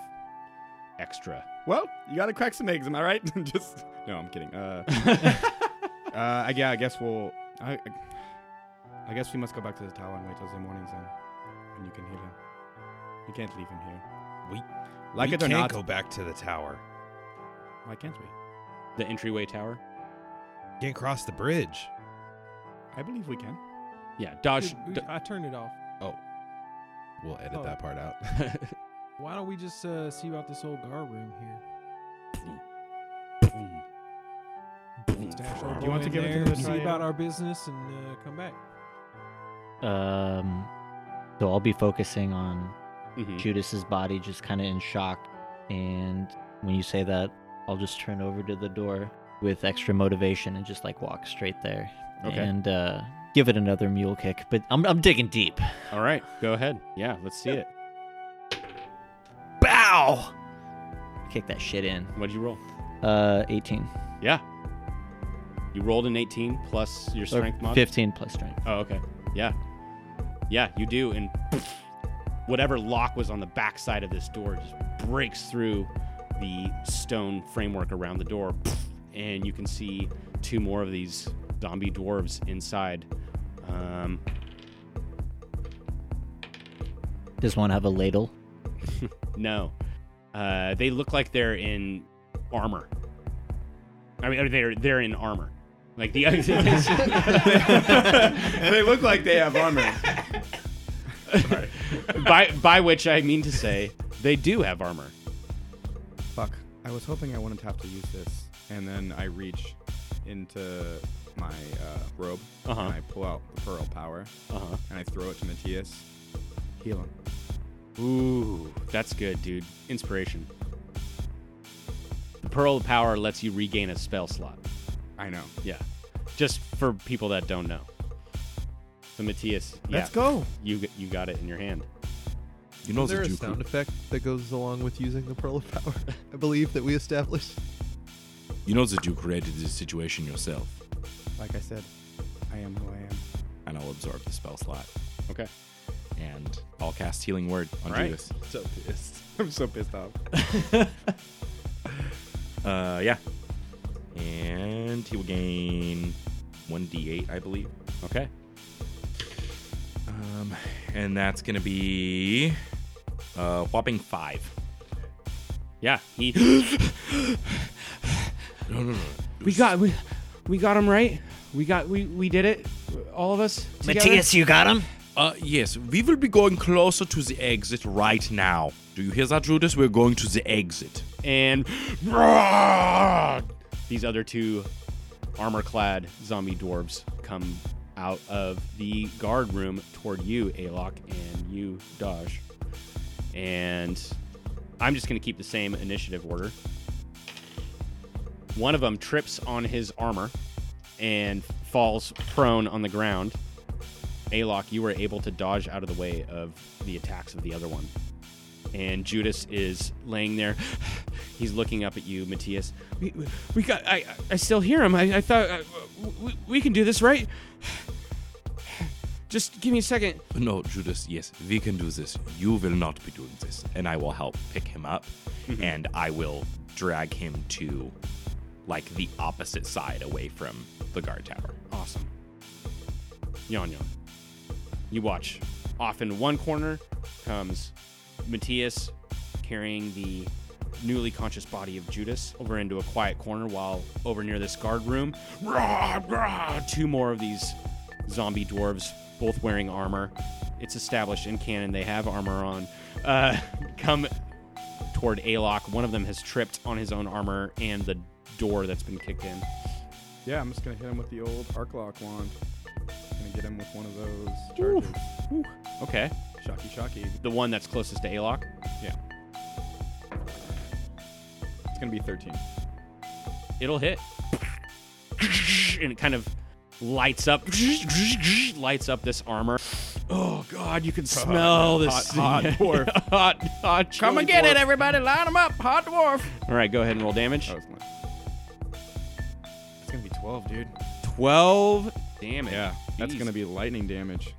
[SPEAKER 9] extra.
[SPEAKER 5] Well, you gotta crack some eggs, am I right? Just no, I'm kidding. Uh, uh, I- yeah, I guess we'll. I, I guess we must go back to the tower and wait till the morning then, and you can heal him. You can't leave him here.
[SPEAKER 3] We-
[SPEAKER 5] like
[SPEAKER 3] we
[SPEAKER 5] it or
[SPEAKER 3] can't
[SPEAKER 5] not,
[SPEAKER 3] go back to the tower.
[SPEAKER 5] Why can't we?
[SPEAKER 9] The entryway tower?
[SPEAKER 3] Can't cross the bridge.
[SPEAKER 5] I believe we can.
[SPEAKER 9] Yeah, Dodge.
[SPEAKER 8] Dude, we- I turned it off.
[SPEAKER 3] We'll edit
[SPEAKER 8] Oh.
[SPEAKER 3] that part out.
[SPEAKER 8] Why don't we just uh, see about this old guard room here? Stash
[SPEAKER 5] Do
[SPEAKER 8] our
[SPEAKER 5] you
[SPEAKER 8] boy
[SPEAKER 5] want to
[SPEAKER 8] in
[SPEAKER 5] give it
[SPEAKER 8] there,
[SPEAKER 5] another try,
[SPEAKER 8] see about
[SPEAKER 5] Adam?
[SPEAKER 8] our business, and uh, come back.
[SPEAKER 4] Um, so I'll be focusing on
[SPEAKER 9] Mhm.
[SPEAKER 4] Judas's body, just kind of in shock. And when you say that, I'll just turn over to the door with extra motivation and just like walk straight there
[SPEAKER 9] Okay.
[SPEAKER 4] and uh, give it another mule kick. But I'm I'm digging deep.
[SPEAKER 9] All right, go ahead. Yeah, let's see it.
[SPEAKER 4] Bow. Kick that shit in.
[SPEAKER 9] What'd you roll?
[SPEAKER 4] Uh, 18.
[SPEAKER 9] Yeah. You rolled an 18 plus your
[SPEAKER 4] Or
[SPEAKER 9] strength mod.
[SPEAKER 4] 15 plus strength.
[SPEAKER 9] Oh, okay. Yeah. Yeah, you do. And whatever lock was on the backside of this door just breaks through the stone framework around the door. And you can see two more of these zombie dwarves inside. Um,
[SPEAKER 4] Does one have a ladle?
[SPEAKER 9] no. Uh, they look like they're in armor. I mean, they're they're in armor. Like the
[SPEAKER 5] they look like they have armor.
[SPEAKER 9] by by which I mean to say they do have armor.
[SPEAKER 5] Fuck. I was hoping I wouldn't have to use this. And then I reach into my uh, robe
[SPEAKER 9] Uh-huh.
[SPEAKER 5] and I pull out the pearl power
[SPEAKER 9] Uh-huh.
[SPEAKER 5] and I throw it to Matthias. Heal him.
[SPEAKER 9] Ooh, that's good, dude. Inspiration. The Pearl of Power lets you regain a spell slot.
[SPEAKER 5] I know.
[SPEAKER 9] Yeah. Just for people that don't know. So Matthias, yeah,
[SPEAKER 3] Let's go.
[SPEAKER 9] You g- you got it in your hand.
[SPEAKER 1] You know
[SPEAKER 11] Is there
[SPEAKER 1] that
[SPEAKER 11] a
[SPEAKER 1] you
[SPEAKER 11] sound
[SPEAKER 1] could,
[SPEAKER 11] effect that goes along with using the pearl of power? I believe that we established.
[SPEAKER 1] you know that you created this situation yourself,
[SPEAKER 5] Like I said, I am who I am.
[SPEAKER 2] And I'll absorb the spell slot.
[SPEAKER 9] Okay.
[SPEAKER 2] And I'll cast Healing Word on
[SPEAKER 9] All right.
[SPEAKER 2] Judas.
[SPEAKER 5] So pissed. I'm so pissed off.
[SPEAKER 2] Uh, yeah. And he will gain 1d8, I believe.
[SPEAKER 9] Okay.
[SPEAKER 2] Um, and that's going to be a whopping five.
[SPEAKER 9] Yeah, he
[SPEAKER 1] No, no, no.
[SPEAKER 9] We got we, we got him right. We got we we did it. All of us.
[SPEAKER 4] you got him?
[SPEAKER 1] Uh, yes,
[SPEAKER 2] We will be going closer to the exit right now. Do you hear that, Judas? We're going to the exit.
[SPEAKER 9] and Ah! these other two armor-clad zombie dwarves come out of the guard room toward you, Alok, and you, Dodge. And I'm just going to keep the same initiative order. One of them trips on his armor and falls prone on the ground. Alok, you were able to dodge out of the way of the attacks of the other one and Judas is laying there. He's looking up at you, Matthias. We, we- we got. I, I- I still hear him. I, I thought I, we, we can do this, right? Just give me a second.
[SPEAKER 1] No, Judas, yes, we can do this. You will not be doing this.
[SPEAKER 2] and I will help pick him up
[SPEAKER 1] Mhm.
[SPEAKER 2] and I will drag him to like the opposite side away from the guard tower.
[SPEAKER 9] Awesome. Yon Yon. You watch. Off in one corner comes Matthias carrying the newly conscious body of Judas over into a quiet corner, while over near this guard room, rah, rah, two more of these zombie dwarves, both wearing armor. It's established in canon they have armor on. Uh, come toward Alok. One of them has tripped on his own armor and the door that's been kicked in.
[SPEAKER 5] Yeah, I'm just gonna hit him with the old arc lock wand. Gonna get him with one of those charges.
[SPEAKER 9] Okay.
[SPEAKER 5] Shocky, shocky.
[SPEAKER 9] The one that's closest to Alok?
[SPEAKER 5] Yeah. It's gonna be 13.
[SPEAKER 9] It'll hit. And it kind of lights up, lights up this armor. Oh, God, you can smell this.
[SPEAKER 2] hot dwarf.
[SPEAKER 9] hot, hot
[SPEAKER 2] Come
[SPEAKER 9] chili
[SPEAKER 2] and get it,
[SPEAKER 9] dwarf.
[SPEAKER 2] everybody! Line them up, hot dwarf. Oh,
[SPEAKER 9] All right, go ahead and roll damage.
[SPEAKER 5] It's gonna be 12, dude.
[SPEAKER 9] 12 damage.
[SPEAKER 5] Yeah, that's
[SPEAKER 9] Jeez.
[SPEAKER 5] gonna be lightning damage.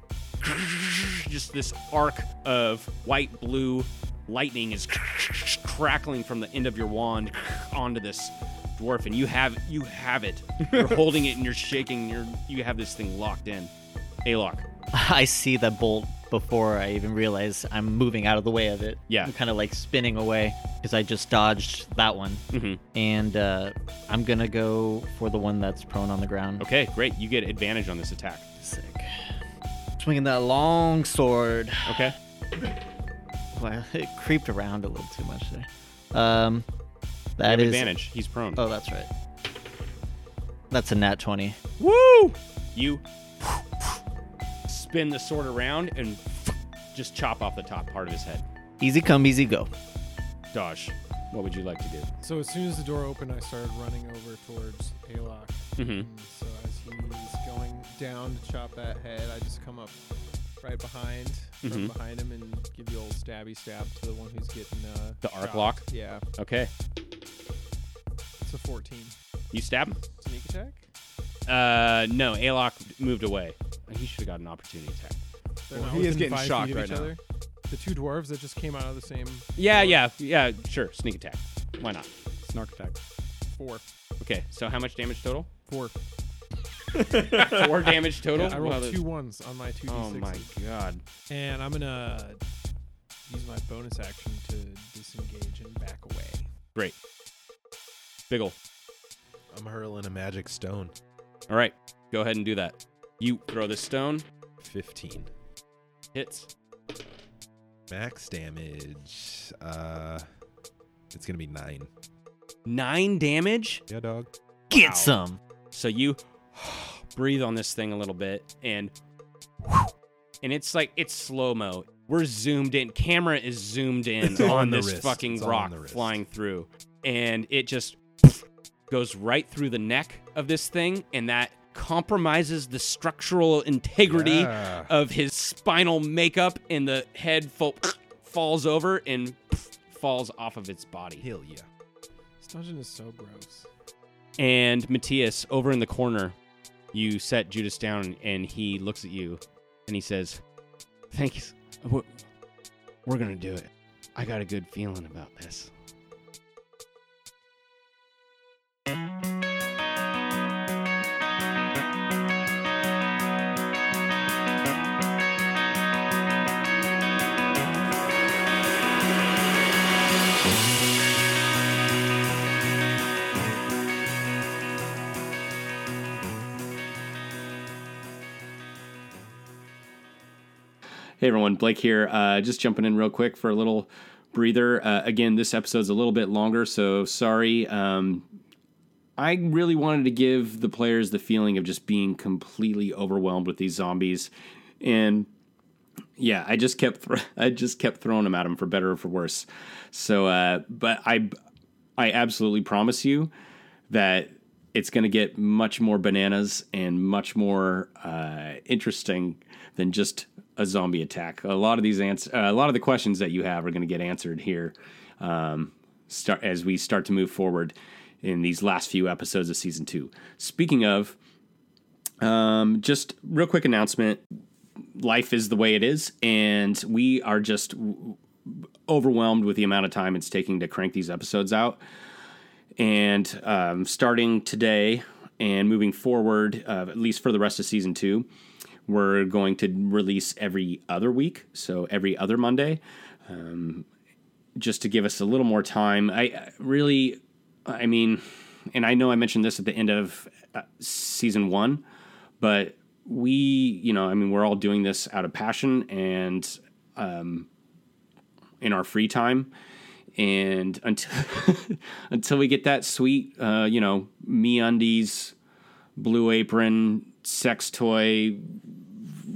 [SPEAKER 9] just this arc of white blue lightning is crackling from the end of your wand onto this dwarf and you have you have it you're holding it and you're shaking you're you have this thing locked in Alok.
[SPEAKER 4] I see the bolt before I even realize I'm moving out of the way of it.
[SPEAKER 9] Yeah.
[SPEAKER 4] I'm kind of like spinning away because I just dodged that one.
[SPEAKER 9] Mhm.
[SPEAKER 4] And uh, I'm going to go for the one that's prone on the ground.
[SPEAKER 9] okay great you get advantage on this attack
[SPEAKER 4] sick Swinging that long sword.
[SPEAKER 9] Okay.
[SPEAKER 4] Well, it creeped around a little too much there. Um,
[SPEAKER 9] you
[SPEAKER 4] that
[SPEAKER 9] have
[SPEAKER 4] is
[SPEAKER 9] advantage he's prone
[SPEAKER 4] Oh, that's right. That's a nat 20.
[SPEAKER 9] Woo! You spin the sword around and just chop off the top part of his head
[SPEAKER 4] Easy come, easy go.
[SPEAKER 9] Dosh what would you like to do
[SPEAKER 8] So as soon as the door opened, I started running over towards Alok.
[SPEAKER 5] Mm-hmm.
[SPEAKER 9] Mhm.
[SPEAKER 8] And So as he's going down to chop that head, I just come up right behind, from
[SPEAKER 5] Mm-hmm.
[SPEAKER 9] Mhm.
[SPEAKER 8] behind him, and give the old stabby stab to the one who's getting uh,
[SPEAKER 9] the arc
[SPEAKER 8] chopped.
[SPEAKER 9] lock
[SPEAKER 8] Yeah,
[SPEAKER 9] okay
[SPEAKER 8] it's a 14
[SPEAKER 9] you stab him
[SPEAKER 8] sneak attack.
[SPEAKER 9] Uh, no, Alok moved away. He should have got an opportunity attack.
[SPEAKER 8] They're
[SPEAKER 5] Well,
[SPEAKER 8] not
[SPEAKER 5] he is
[SPEAKER 8] within
[SPEAKER 5] getting
[SPEAKER 8] five feet
[SPEAKER 5] shocked
[SPEAKER 8] of
[SPEAKER 5] right
[SPEAKER 8] each
[SPEAKER 5] now.
[SPEAKER 8] Other. The two dwarves that just came out of the same
[SPEAKER 9] Yeah, yeah, yeah. Sure, sneak attack. Why not?
[SPEAKER 5] Snark attack.
[SPEAKER 8] four.
[SPEAKER 9] Okay, so how much damage total?
[SPEAKER 8] Four.
[SPEAKER 9] Four damage total.
[SPEAKER 8] Yeah, I
[SPEAKER 9] Wow,
[SPEAKER 8] rolled
[SPEAKER 9] that-
[SPEAKER 8] two ones on my two d6.
[SPEAKER 9] Oh my god.
[SPEAKER 8] And I'm gonna use my bonus action to disengage and back away.
[SPEAKER 9] Great. Biggle.
[SPEAKER 3] I'm hurling a magic stone.
[SPEAKER 9] All right, go ahead and do that. You throw the stone.
[SPEAKER 3] 15.
[SPEAKER 9] Hits.
[SPEAKER 3] Max damage. Uh, it's gonna be nine.
[SPEAKER 9] Nine damage.
[SPEAKER 3] Yeah, dog.
[SPEAKER 4] Get
[SPEAKER 9] Ow.
[SPEAKER 4] some.
[SPEAKER 9] So you breathe on this thing a little bit and whew, and it's like it's slow-mo. We're zoomed in. Camera is zoomed in
[SPEAKER 3] It's
[SPEAKER 9] on,
[SPEAKER 3] on the
[SPEAKER 9] this
[SPEAKER 3] wrist.
[SPEAKER 9] fucking
[SPEAKER 3] It's on
[SPEAKER 9] rock
[SPEAKER 3] the wrist.
[SPEAKER 9] flying through. And it just goes right through the neck of this thing and that compromises the structural integrity Uh,
[SPEAKER 5] Yeah.
[SPEAKER 9] of his spinal makeup and the head fo- falls over and falls off of its body.
[SPEAKER 3] Hell yeah.
[SPEAKER 8] This dungeon is so gross.
[SPEAKER 9] And Matthias, over in the corner, you set Judas down and he looks at you and he says, Thank you. We're, we're going to do it. I got a good feeling about this.
[SPEAKER 12] Hey everyone, Blake here. Uh, just jumping in real quick for a little breather. Uh, again, this episode's a little bit longer, so sorry. Um, I really wanted to give the players the feeling of just being completely overwhelmed with these zombies, and yeah, I just kept thr I just kept throwing them at them for better or for worse. So, uh, but I I absolutely promise you that it's going to get much more bananas and much more uh, interesting than just a zombie attack. A lot of these ans- uh, a lot of the questions that you have are going to get answered here. Um, start as we start to move forward in these last few episodes of season two. Speaking of, um, just real quick announcement: life is the way it is, and we are just w- overwhelmed with the amount of time it's taking to crank these episodes out. And um, starting today and moving forward, uh, at least for the rest of season two, we're going to release every other week, so every other Monday, um, just to give us a little more time. I I really, I mean, and I know I mentioned this at the end of uh, season one, but we, you know, I mean, we're all doing this out of passion and um, in our free time. And until until we get that sweet, uh, you know, me undies, blue apron, sex toy,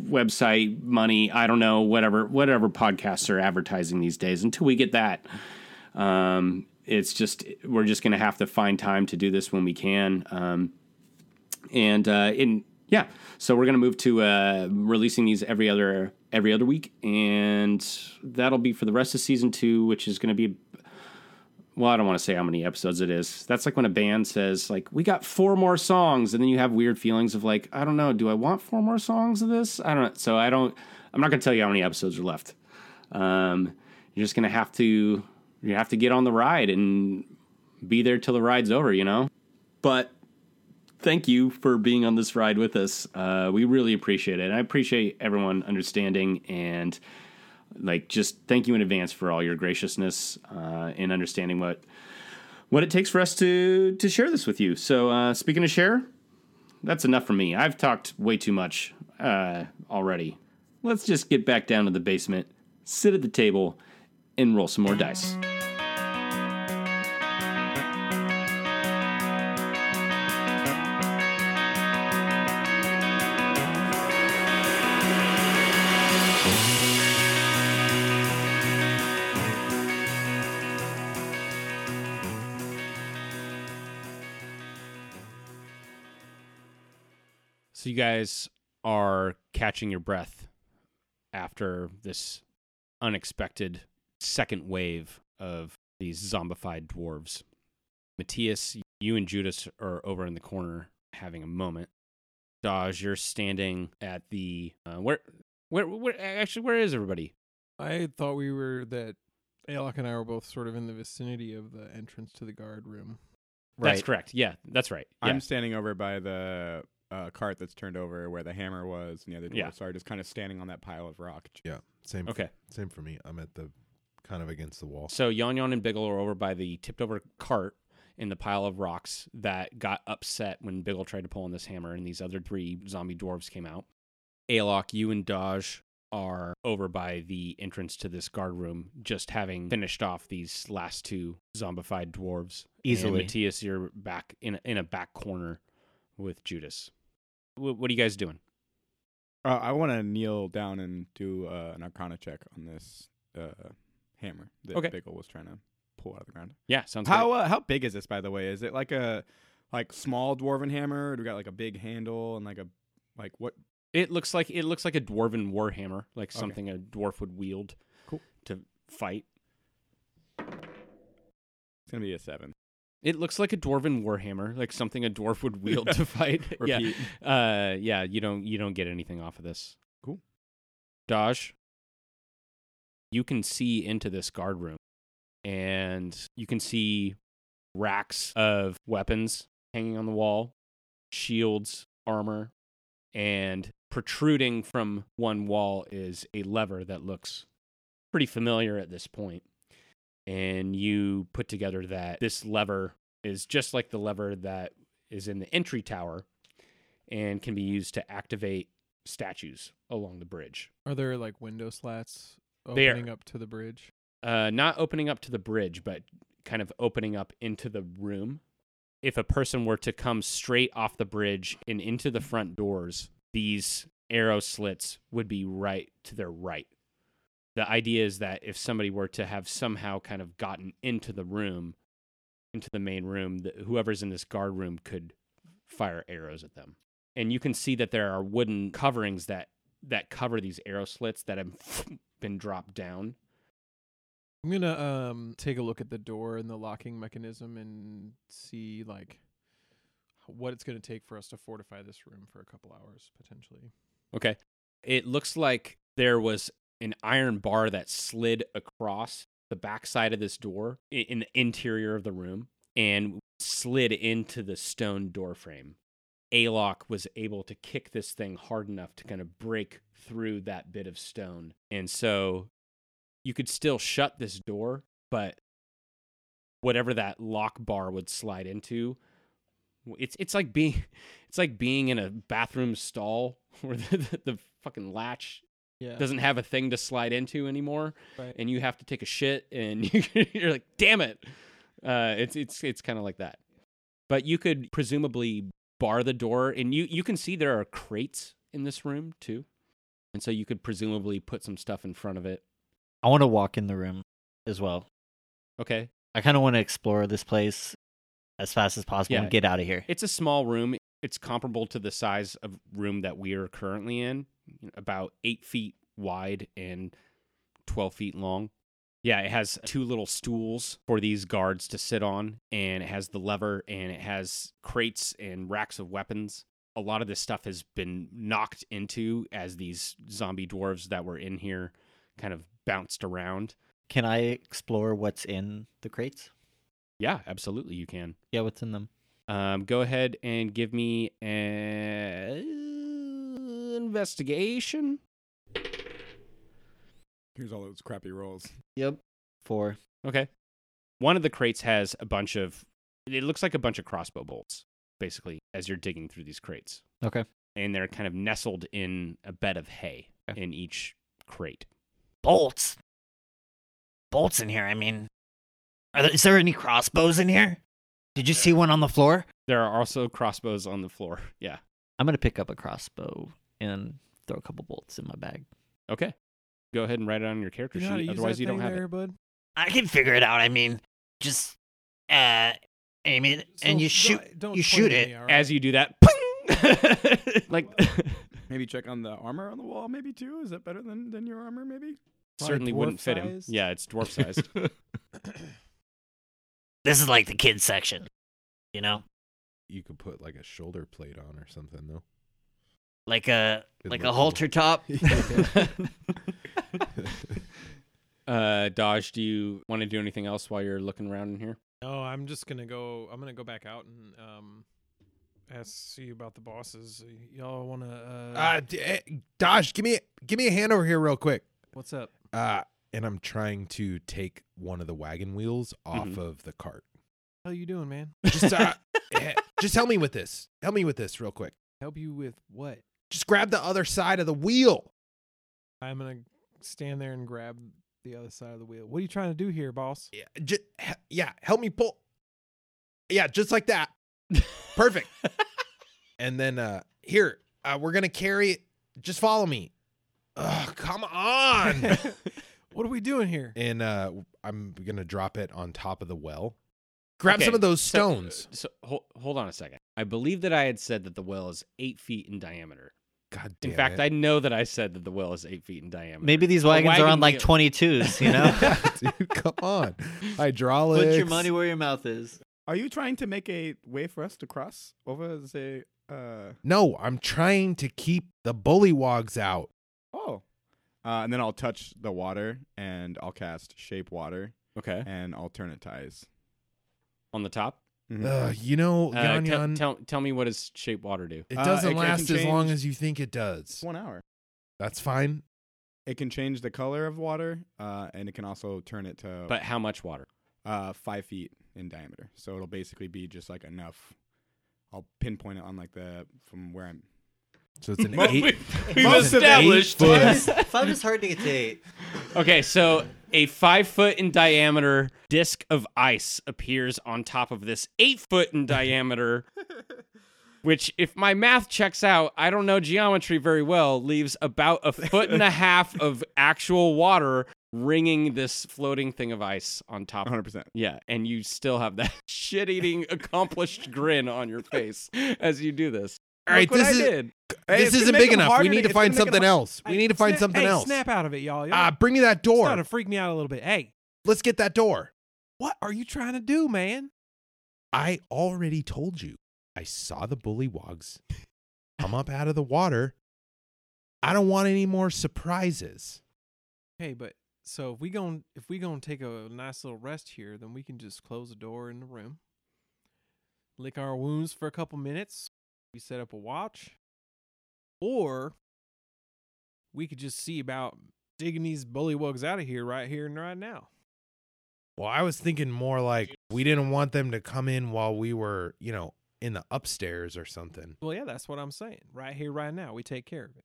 [SPEAKER 12] website money i don't know whatever whatever podcasts are advertising these days until we get that um, it's just we're just going to have to find time to do this when we can um, and uh, in yeah so we're going to move to uh, releasing these every other every other week and that'll be for the rest of season two which is going to be well, I don't want to say how many episodes it is. That's like when a band says, like, we got four more songs, and then you have weird feelings of like, I don't know, do I want four more songs of this? I don't know. So I don't I'm not gonna tell you how many episodes are left. Um, you're just gonna have to you have to get on the ride and be there till the ride's over, you know? But thank you for being on this ride with us. Uh, we really appreciate it. And I appreciate everyone understanding and like just thank you in advance for all your graciousness uh, in understanding what what it takes for us to to share this with you. So uh, speaking of share, that's enough for me. I've talked way too much uh, already. Let's just get back down to the basement, sit at the table, and roll some more dice.
[SPEAKER 9] So you guys are catching your breath after this unexpected second wave of these zombified dwarves. Matthias, you and Judas are over in the corner having a moment. Dodge, you're standing at the uh, where, where, where? Actually, where is everybody?
[SPEAKER 8] I thought we were that Alok and I were both sort of in the vicinity of the entrance to the guard room.
[SPEAKER 9] That's correct. Yeah, that's right. Yeah.
[SPEAKER 5] I'm standing over by the uh, cart that's turned over where the hammer was, and the other
[SPEAKER 9] Yeah.
[SPEAKER 5] dwarfs are just kind of standing on that pile of rock.
[SPEAKER 11] Yeah, same. f-
[SPEAKER 9] Okay.
[SPEAKER 11] same for me. I'm at the kind of against the wall.
[SPEAKER 9] So Yon Yon and Biggle are over by the tipped over cart in the pile of rocks that got upset when Biggle tried to pull on this hammer and these other three zombie dwarves came out. Alok, you and Dodge are over by the entrance to this guard room, just having finished off these last two zombified dwarves.
[SPEAKER 4] Easily.
[SPEAKER 9] And Matthias, you're back in, in a back corner with Judas. Wh- what are you guys doing?
[SPEAKER 5] Uh, I want to kneel down and do uh, an arcana check on this uh, hammer that
[SPEAKER 9] Okay.
[SPEAKER 5] Biggle was trying to pull out of the ground.
[SPEAKER 9] Yeah, sounds
[SPEAKER 5] how uh, how big is this by the way? Is it like a like small dwarven hammer? Or do we got like a big handle and like a like what?
[SPEAKER 9] It looks like it looks like a dwarven warhammer, like
[SPEAKER 5] Okay.
[SPEAKER 9] something a dwarf would wield
[SPEAKER 5] Cool.
[SPEAKER 9] to fight.
[SPEAKER 5] It's gonna be a seven.
[SPEAKER 9] It looks like a dwarven warhammer, like something a dwarf would wield to fight.
[SPEAKER 5] Repeat.
[SPEAKER 9] Yeah, uh, yeah. You don't you don't get anything off of this.
[SPEAKER 5] Cool.
[SPEAKER 9] Dodge. You can see into this guard room, and you can see racks of weapons hanging on the wall, shields, armor, and protruding from one wall is a lever that looks pretty familiar at this point and you put together that this lever is just like the lever that is in the entry tower and can be used to activate statues along the bridge.
[SPEAKER 8] Are there like window slats
[SPEAKER 9] They are-
[SPEAKER 8] opening up to the bridge?
[SPEAKER 9] Uh, not opening up to the bridge, but kind of opening up into the room. If a person were to come straight off the bridge and into the front doors, these arrow slits would be right to their right. The idea is that if somebody were to have somehow kind of gotten into the room, into the main room, th- whoever's in this guard room could fire arrows at them. And you can see that there are wooden coverings that that cover these arrow slits that have been dropped down
[SPEAKER 8] I'm gonna um take a look at the door and the locking mechanism and see like what it's gonna take for us to fortify this room for a couple hours potentially.
[SPEAKER 9] Okay. It looks like there was an iron bar that slid across the backside of this door i- in the interior of the room and slid into the stone door frame. Alok was able to kick this thing hard enough to kind of break through that bit of stone. And so you could still shut this door, but whatever that lock bar would slide into it's it's like being it's like being in a bathroom stall where the, the, the fucking latch
[SPEAKER 8] Yeah.
[SPEAKER 9] doesn't have a thing to slide into anymore
[SPEAKER 8] Right.
[SPEAKER 9] and you have to take a shit and you, you're like damn it uh, it's it's it's kind of like that but you could presumably bar the door and you you can see there are crates in this room too and so you could presumably put some stuff in front of it
[SPEAKER 4] I want to walk in the room as well.
[SPEAKER 9] okay
[SPEAKER 4] I kind of want to explore this place as fast as possible
[SPEAKER 9] Yeah.
[SPEAKER 4] and get out of here.
[SPEAKER 9] It's a small room. It's comparable to the size of room that we are currently in, about eight feet wide and 12 feet long. Yeah, it has two little stools for these guards to sit on, and it has the lever, and it has crates and racks of weapons. A lot of this stuff has been knocked into as these zombie dwarves that were in here kind of bounced around.
[SPEAKER 4] Can I explore what's in the crates?
[SPEAKER 9] Yeah, absolutely, you can.
[SPEAKER 4] Yeah, what's in them?
[SPEAKER 9] Um, go ahead and give me an investigation.
[SPEAKER 5] Here's all those crappy rolls.
[SPEAKER 4] Yep. Four.
[SPEAKER 9] Okay. One of the crates has a bunch of. It looks like a bunch of crossbow bolts, basically, as you're digging through these crates.
[SPEAKER 4] Okay.
[SPEAKER 9] And they're kind of nestled in a bed of hay in each crate.
[SPEAKER 4] Bolts. Bolts in here. I mean, are there, is there any crossbows in here? Did you see one on the floor?
[SPEAKER 9] There are also crossbows on the floor. Yeah.
[SPEAKER 4] I'm gonna pick up a crossbow and throw a couple bolts in my bag.
[SPEAKER 9] Okay. Go ahead and write it on your character
[SPEAKER 8] You know how to
[SPEAKER 9] sheet.
[SPEAKER 8] use
[SPEAKER 9] Otherwise,
[SPEAKER 8] that
[SPEAKER 9] you don't
[SPEAKER 8] thing
[SPEAKER 9] have
[SPEAKER 8] there,
[SPEAKER 9] it.
[SPEAKER 8] bud?
[SPEAKER 4] I can figure it out. I mean, just uh, aim it and
[SPEAKER 8] So
[SPEAKER 4] you
[SPEAKER 8] don't-
[SPEAKER 4] shoot.
[SPEAKER 8] don't
[SPEAKER 4] you
[SPEAKER 8] point
[SPEAKER 4] shoot
[SPEAKER 8] at
[SPEAKER 4] it.
[SPEAKER 8] me, all
[SPEAKER 9] As you do that, like
[SPEAKER 5] Maybe check on the armor on the wall, maybe too. Is that better than, than your armor, maybe?
[SPEAKER 9] certainly wouldn't fit him.
[SPEAKER 5] Dwarf-sized?
[SPEAKER 9] Yeah, it's dwarf sized.
[SPEAKER 4] This is like the kids section, you know,
[SPEAKER 3] You could put like a shoulder plate on or something, though.
[SPEAKER 4] like a
[SPEAKER 3] Good
[SPEAKER 4] like a
[SPEAKER 3] looking.
[SPEAKER 4] halter top.
[SPEAKER 9] Uh, Dodge, do you want to do anything else while you're looking around in here?
[SPEAKER 8] No, I'm just gonna go. I'm gonna go back out and um ask see about the bosses. Y'all wanna? Uh,
[SPEAKER 3] Uh, d- eh, Dodge, give me give me a hand over here real quick.
[SPEAKER 8] what's up?
[SPEAKER 3] Uh, and I'm trying to take one of the wagon wheels off
[SPEAKER 4] Mm-hmm.
[SPEAKER 9] Mhm.
[SPEAKER 3] of the cart.
[SPEAKER 8] How you doing, man?
[SPEAKER 3] Just uh, eh, just help me with this. Help me with this real quick.
[SPEAKER 8] Help you with what?
[SPEAKER 3] Just grab the other side of the wheel.
[SPEAKER 8] I'm gonna stand there and grab the other side of the wheel. What are you trying to do here, boss?
[SPEAKER 3] Yeah, just, yeah, help me pull. Yeah, just like that. Perfect. and then uh here, uh, we're gonna carry it. Just follow me. Ugh, come on.
[SPEAKER 8] What are we doing here?
[SPEAKER 3] and uh I'm gonna drop it on top of the well. Grab
[SPEAKER 9] Okay,
[SPEAKER 3] some of those
[SPEAKER 9] so- uh,
[SPEAKER 3] stones.
[SPEAKER 9] So, hold, hold on a second. I believe that I had said that the well is eight feet in diameter.
[SPEAKER 3] God
[SPEAKER 9] In
[SPEAKER 3] damn
[SPEAKER 9] fact,
[SPEAKER 3] it.
[SPEAKER 9] I know that I said that the well is eight feet in diameter.
[SPEAKER 4] Maybe these
[SPEAKER 9] A
[SPEAKER 4] wagons are
[SPEAKER 9] wagon
[SPEAKER 4] on like
[SPEAKER 9] wheel.
[SPEAKER 4] 22s, you know?
[SPEAKER 3] Dude, come on. Hydraulics.
[SPEAKER 4] Put your money where your mouth is.
[SPEAKER 5] Are you trying to make a way for us to cross over the? Uh,
[SPEAKER 3] No, I'm trying to keep the bullywogs out.
[SPEAKER 5] oh,
[SPEAKER 11] Uh, and then I'll touch the water and I'll cast shape water
[SPEAKER 9] Okay,
[SPEAKER 11] and alternate ties.
[SPEAKER 9] on the top.
[SPEAKER 5] Mm-hmm.
[SPEAKER 3] Ugh, you know,
[SPEAKER 9] Uh,
[SPEAKER 3] Yon
[SPEAKER 9] te-
[SPEAKER 3] Yon,
[SPEAKER 9] tell, tell me what does shape water do?
[SPEAKER 3] it
[SPEAKER 11] uh,
[SPEAKER 3] doesn't
[SPEAKER 11] it- it can
[SPEAKER 3] last as long
[SPEAKER 11] change-
[SPEAKER 3] as you think it does.
[SPEAKER 11] It's one hour.
[SPEAKER 3] That's fine.
[SPEAKER 11] It can change the color of water, uh, and it can also turn it to
[SPEAKER 9] But how much water?
[SPEAKER 11] uh, five feet in diameter. So it'll basically be just like enough. I'll pinpoint it on like the from where I'm.
[SPEAKER 3] So it's an
[SPEAKER 9] Mo-
[SPEAKER 3] eight.
[SPEAKER 9] We've
[SPEAKER 3] Most of
[SPEAKER 9] established.
[SPEAKER 3] eight
[SPEAKER 4] Five is hard to get to eight.
[SPEAKER 9] Okay, so a five foot in diameter disc of ice appears on top of this eight foot in diameter, which, if my math checks out, I don't know geometry very well, leaves about a foot and a half of actual water ringing this floating thing of ice on top.
[SPEAKER 11] 100%.
[SPEAKER 9] Yeah, and you still have that shit eating accomplished grin on your face as you do this.
[SPEAKER 3] All right,
[SPEAKER 9] Look
[SPEAKER 3] this
[SPEAKER 9] what I
[SPEAKER 3] is-
[SPEAKER 9] did.
[SPEAKER 11] Hey,
[SPEAKER 3] this
[SPEAKER 11] it's
[SPEAKER 3] isn't
[SPEAKER 11] gonna make
[SPEAKER 3] big
[SPEAKER 11] them
[SPEAKER 3] enough.
[SPEAKER 11] harder
[SPEAKER 3] We need to
[SPEAKER 11] it's gonna
[SPEAKER 3] find
[SPEAKER 11] make
[SPEAKER 3] something
[SPEAKER 11] them-
[SPEAKER 3] else. We
[SPEAKER 8] Hey,
[SPEAKER 3] need to find
[SPEAKER 8] sna-
[SPEAKER 3] something
[SPEAKER 8] hey,
[SPEAKER 3] else.
[SPEAKER 8] Snap out of it, y'all. Y'all-
[SPEAKER 3] Ah, bring me that
[SPEAKER 8] it's not
[SPEAKER 3] door.
[SPEAKER 8] to freak me out a little bit. Hey,
[SPEAKER 3] Let's get that door.
[SPEAKER 8] What are you trying to do, man?
[SPEAKER 3] I already told you. I saw the bullywogs come up out of the water. I don't want any more surprises.
[SPEAKER 8] Hey, but so if we gon' if we gonna take a nice little rest here, then we can just close the door in the room, lick our wounds for a couple minutes. We set up a watch, or we could just see about digging these bullywugs out of here right here and right now.
[SPEAKER 3] Well, I was thinking more like we didn't want them to come in while we were, you know, in the upstairs or something.
[SPEAKER 8] Well, yeah, that's what I'm saying. Right here, right now, we take care of it.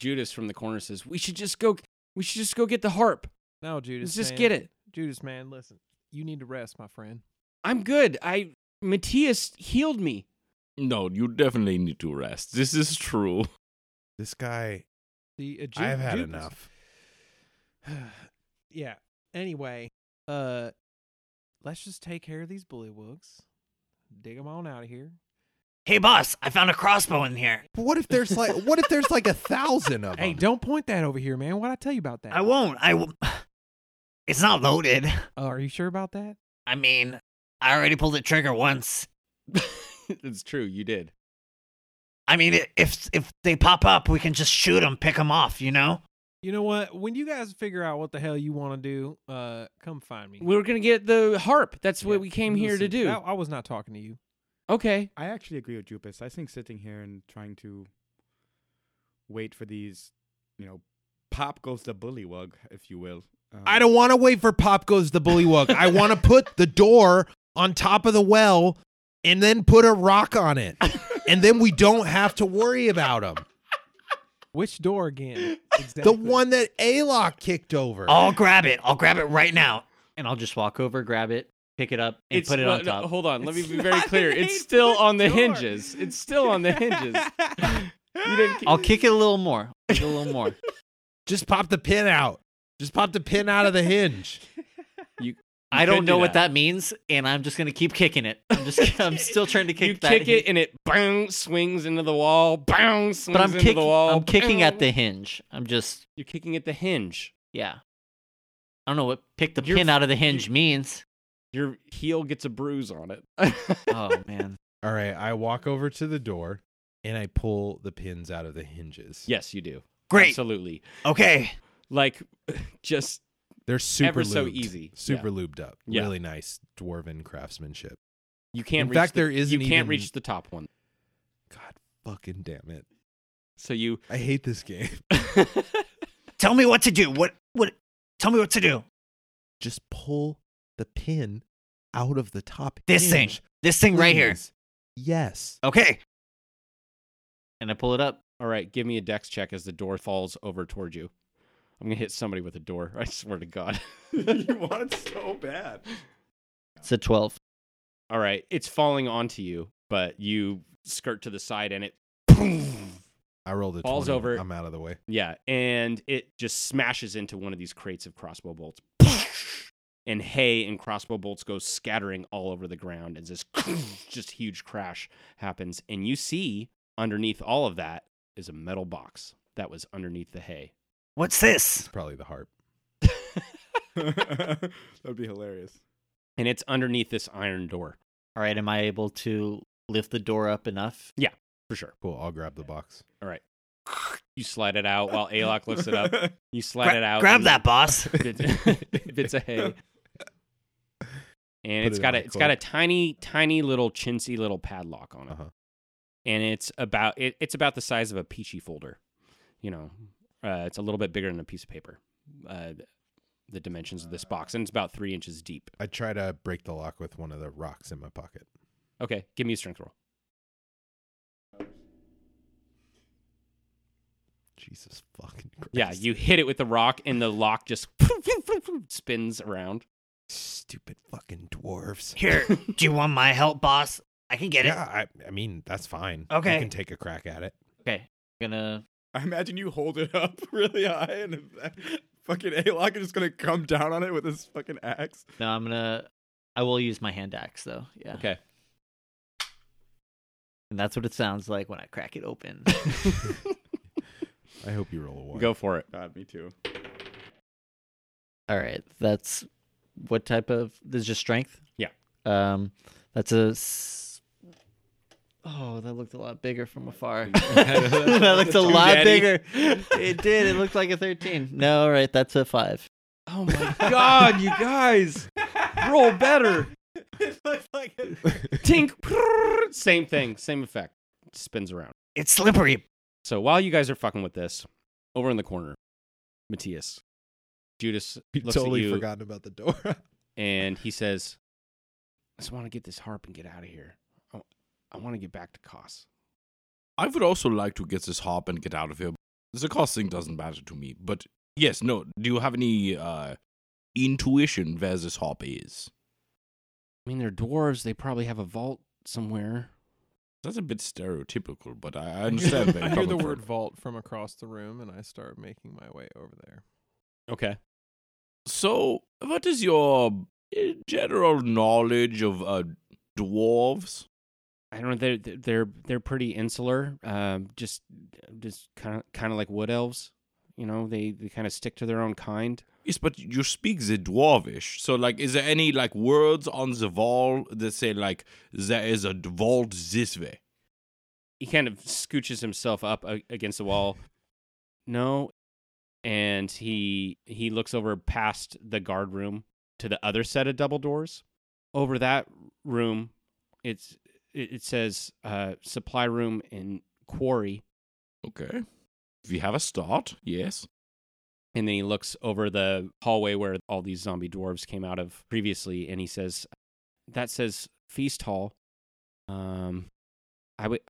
[SPEAKER 9] Judas from the corner says, "We should just go. We should just go get the harp."
[SPEAKER 8] No, Judas,
[SPEAKER 9] Let's just
[SPEAKER 8] man.
[SPEAKER 9] get it.
[SPEAKER 8] Judas, man, listen, you need to rest, my friend.
[SPEAKER 9] I'm good. I Matthias healed me.
[SPEAKER 1] No, you definitely need to rest. This is true.
[SPEAKER 3] This guy,
[SPEAKER 8] The uh, Ju-
[SPEAKER 3] I've had
[SPEAKER 8] Judas-
[SPEAKER 3] enough.
[SPEAKER 8] yeah. Anyway, uh, let's just take care of these bullywugs, dig them on out of here.
[SPEAKER 4] Hey, boss, I found a crossbow in here.
[SPEAKER 3] But what if there's like what if there's like a thousand of them?
[SPEAKER 8] Hey, don't point that over here, man. What I tell you about that?
[SPEAKER 4] I won't. I. W- it's not loaded.
[SPEAKER 8] Oh, are you sure about that?
[SPEAKER 4] I mean, I already pulled the trigger once.
[SPEAKER 9] it's true. You did.
[SPEAKER 4] I mean, i- if if they pop up, we can just shoot them, pick them off. You know.
[SPEAKER 8] You know what? When you guys figure out what the hell you want to do, uh, come find me.
[SPEAKER 9] We were gonna get the harp. That's
[SPEAKER 8] Yeah,
[SPEAKER 9] what we came here to
[SPEAKER 8] listen,
[SPEAKER 9] do.
[SPEAKER 8] I, I was not talking to you.
[SPEAKER 9] Okay.
[SPEAKER 11] I actually agree with Jupis. I think sitting here and trying to wait for these, you know, pop goes the bullywug, if you will. Um,
[SPEAKER 3] I don't want to wait for Pop Goes the Bullywug. I want to put the door on top of the well and then put a rock on it. And then we don't have to worry about them.
[SPEAKER 8] Which door again?
[SPEAKER 3] The
[SPEAKER 8] Exactly.
[SPEAKER 3] one that Alok kicked over.
[SPEAKER 9] Oh.
[SPEAKER 4] I'll grab it. I'll grab it right now. And I'll just walk over, grab it, pick it up, and
[SPEAKER 9] It's-
[SPEAKER 4] put it
[SPEAKER 9] well,
[SPEAKER 4] on
[SPEAKER 9] no,
[SPEAKER 4] top.
[SPEAKER 9] hold on. Let me
[SPEAKER 8] It's
[SPEAKER 9] be very
[SPEAKER 8] not
[SPEAKER 9] clear.
[SPEAKER 8] an
[SPEAKER 9] It's still on the
[SPEAKER 8] eight-foot door.
[SPEAKER 9] hinges. It's still on the hinges. You didn't.
[SPEAKER 4] I'll kick it a little more. Kick it a little more.
[SPEAKER 3] Just pop the pin out. Just pop the pin out of the hinge.
[SPEAKER 4] I
[SPEAKER 9] could
[SPEAKER 4] don't
[SPEAKER 9] do
[SPEAKER 4] know what
[SPEAKER 9] that.
[SPEAKER 4] that means, and I'm just gonna keep kicking it. I'm just I'm still trying to kick
[SPEAKER 9] you
[SPEAKER 4] that.
[SPEAKER 9] kick
[SPEAKER 4] hin-
[SPEAKER 9] it and it bang swings into the wall. Bang swings
[SPEAKER 4] but I'm
[SPEAKER 9] into
[SPEAKER 4] kicking.
[SPEAKER 9] the wall.
[SPEAKER 4] I'm kicking at
[SPEAKER 9] bang.
[SPEAKER 4] the hinge. I'm just
[SPEAKER 9] You're kicking at the hinge.
[SPEAKER 4] yeah. I don't know what pick the
[SPEAKER 9] You're-
[SPEAKER 4] pin out of the hinge means.
[SPEAKER 9] Your heel gets a bruise on it.
[SPEAKER 4] Oh man.
[SPEAKER 3] All right, I walk over to the door and I pull the pins out of the hinges.
[SPEAKER 9] yes, you do.
[SPEAKER 4] Great.
[SPEAKER 9] Absolutely.
[SPEAKER 4] Okay.
[SPEAKER 9] Like, just
[SPEAKER 3] They're super
[SPEAKER 9] Ever so
[SPEAKER 3] lubed.
[SPEAKER 9] easy.
[SPEAKER 3] Super lubed up.
[SPEAKER 9] Yeah.
[SPEAKER 3] Really nice dwarven craftsmanship.
[SPEAKER 9] you can't.
[SPEAKER 3] In
[SPEAKER 9] reach
[SPEAKER 3] fact,
[SPEAKER 9] the,
[SPEAKER 3] there isn't
[SPEAKER 9] You can't
[SPEAKER 3] even-
[SPEAKER 9] reach the top one.
[SPEAKER 3] God fucking damn it.
[SPEAKER 9] So you.
[SPEAKER 3] I hate this game.
[SPEAKER 4] Tell me what to do. What what? Tell me what to do.
[SPEAKER 3] Just pull the pin out of the top
[SPEAKER 4] This thing.
[SPEAKER 3] hinge,
[SPEAKER 4] This thing right here.
[SPEAKER 3] please. Yes.
[SPEAKER 4] Okay. And I pull it up.
[SPEAKER 9] All right, give me a dex check as the door falls over toward you. I'm gonna hit somebody with a door. I swear to God.
[SPEAKER 11] you want it so bad.
[SPEAKER 4] It's a twelve.
[SPEAKER 9] All right, it's falling onto you, but you skirt to the side and it.
[SPEAKER 3] I rolled a
[SPEAKER 9] Falls
[SPEAKER 3] 20.
[SPEAKER 9] over.
[SPEAKER 3] I'm out of the way.
[SPEAKER 9] Yeah, and it just smashes into one of these crates of crossbow bolts. And hay and crossbow bolts go scattering all over the ground as this just huge crash happens. And you see underneath all of that is a metal box that was underneath the hay.
[SPEAKER 4] What's this?
[SPEAKER 3] It's probably the harp.
[SPEAKER 11] that would be hilarious.
[SPEAKER 9] And it's underneath this iron door
[SPEAKER 4] All right. Am I able to lift the door up enough?
[SPEAKER 9] for sure.
[SPEAKER 3] Cool. I'll grab the box.
[SPEAKER 9] You slide it out while Alok lifts it up. You slide
[SPEAKER 4] Gra-
[SPEAKER 9] it out.
[SPEAKER 4] Grab
[SPEAKER 9] and-
[SPEAKER 4] that, boss.
[SPEAKER 9] bits, bits of hay. And it's
[SPEAKER 3] it
[SPEAKER 9] got
[SPEAKER 3] on
[SPEAKER 9] a
[SPEAKER 3] the
[SPEAKER 9] it's got a
[SPEAKER 3] cloak.
[SPEAKER 9] tiny tiny little chintzy little padlock on it,
[SPEAKER 3] Uh-huh.
[SPEAKER 9] and it's about it, it's about the size of a peachy folder. You know, uh, it's a little bit bigger than a piece of paper. Uh, th- the dimensions of this box, and it's about three inches deep.
[SPEAKER 3] I try to break the lock with one of the rocks in my pocket.
[SPEAKER 9] Okay, give me a strength roll.
[SPEAKER 3] Jesus fucking Christ.
[SPEAKER 9] Yeah, you hit it with the rock, and the lock just spins around.
[SPEAKER 3] stupid fucking dwarves.
[SPEAKER 4] Here. do you want my help, boss? I can get
[SPEAKER 3] yeah, I, I mean that's fine.
[SPEAKER 4] Okay.
[SPEAKER 3] you can take a crack at it.
[SPEAKER 4] it. Okay. I'm gonna.
[SPEAKER 11] I imagine you hold it up really high and fucking Alok is just going to come down on it with his fucking axe.
[SPEAKER 4] No, I'm gonna. I will use my hand axe though. Yeah.
[SPEAKER 9] Okay,
[SPEAKER 4] And that's what it sounds like when I crack it open.
[SPEAKER 3] I hope you roll a one.
[SPEAKER 9] go for it.
[SPEAKER 11] God, me too.
[SPEAKER 4] All right, that's what type of this is just strength?
[SPEAKER 9] Yeah.
[SPEAKER 4] Um that's a s- Oh, that looked a lot bigger from afar. that looked a
[SPEAKER 6] Too
[SPEAKER 4] lot
[SPEAKER 6] daddy.
[SPEAKER 4] bigger. It did. It looked like a 13. No, all right, that's a 5.
[SPEAKER 6] Oh my
[SPEAKER 4] God,
[SPEAKER 6] you
[SPEAKER 9] guys, roll better.
[SPEAKER 6] it looks like a
[SPEAKER 9] Tink. Prrr. Same thing, same effect. Spins around.
[SPEAKER 4] It's slippery.
[SPEAKER 9] So while you guys are fucking with this, over in the corner, Matthias, Judas looks
[SPEAKER 3] totally
[SPEAKER 9] at you
[SPEAKER 3] forgotten about the door.
[SPEAKER 9] and he says, "I just want to get this harp and get out of here. I, want to get back to Kos."
[SPEAKER 1] I would also like to get this harp and get out of here. The cost thing doesn't matter to me, but yes, no. Do you have any uh, intuition where this harp is?
[SPEAKER 9] I mean, they're dwarves. They probably have a vault somewhere.
[SPEAKER 1] That's a bit stereotypical, but I, I understand. where you're
[SPEAKER 8] I hear the
[SPEAKER 1] coming from.
[SPEAKER 8] word vault from across the room, and I start making my way over there.
[SPEAKER 9] Okay.
[SPEAKER 1] So, what is your uh, general knowledge of uh, dwarves?
[SPEAKER 9] I don't know. They're they're- they're they're pretty insular. Um, just just kind of kind of like wood elves. You know, they they kind of stick to their own kind.
[SPEAKER 1] Yes, but you speak the dwarvish. So, like, is there any like words on the wall that say like there is a d- vault this way?
[SPEAKER 9] he kind of scooches himself up a- against the wall. No, and he he looks over past the guard room to the other set of double doors. Over that room, it's it, it says uh, supply room and quarry.
[SPEAKER 1] Okay, we have a start. Yes.
[SPEAKER 9] And then he looks over the hallway where all these zombie dwarves came out of previously, and he says, "That says feast hall." Um, I would,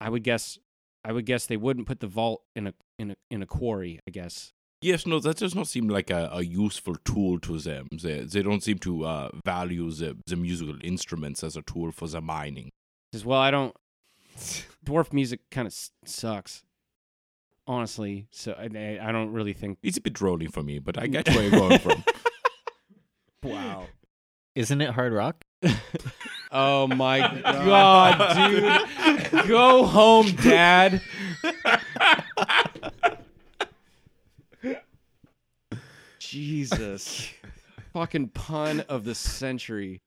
[SPEAKER 9] I would guess, I would guess they wouldn't put the vault in a in a in a quarry. I guess.
[SPEAKER 1] Yes, no, that does not seem like a, a useful tool to them. They, they don't seem to uh, value the, the musical instruments as a tool for the mining.
[SPEAKER 9] He says, "Well, I don't. Dwarf music kind of sucks, honestly. So I, I I don't really think
[SPEAKER 1] it's a bit rolling for me, but I get where you're going from.
[SPEAKER 9] Wow.
[SPEAKER 4] Isn't it hard rock?
[SPEAKER 9] Oh my god, dude. Go home, dad. Jesus. Fucking pun of the century.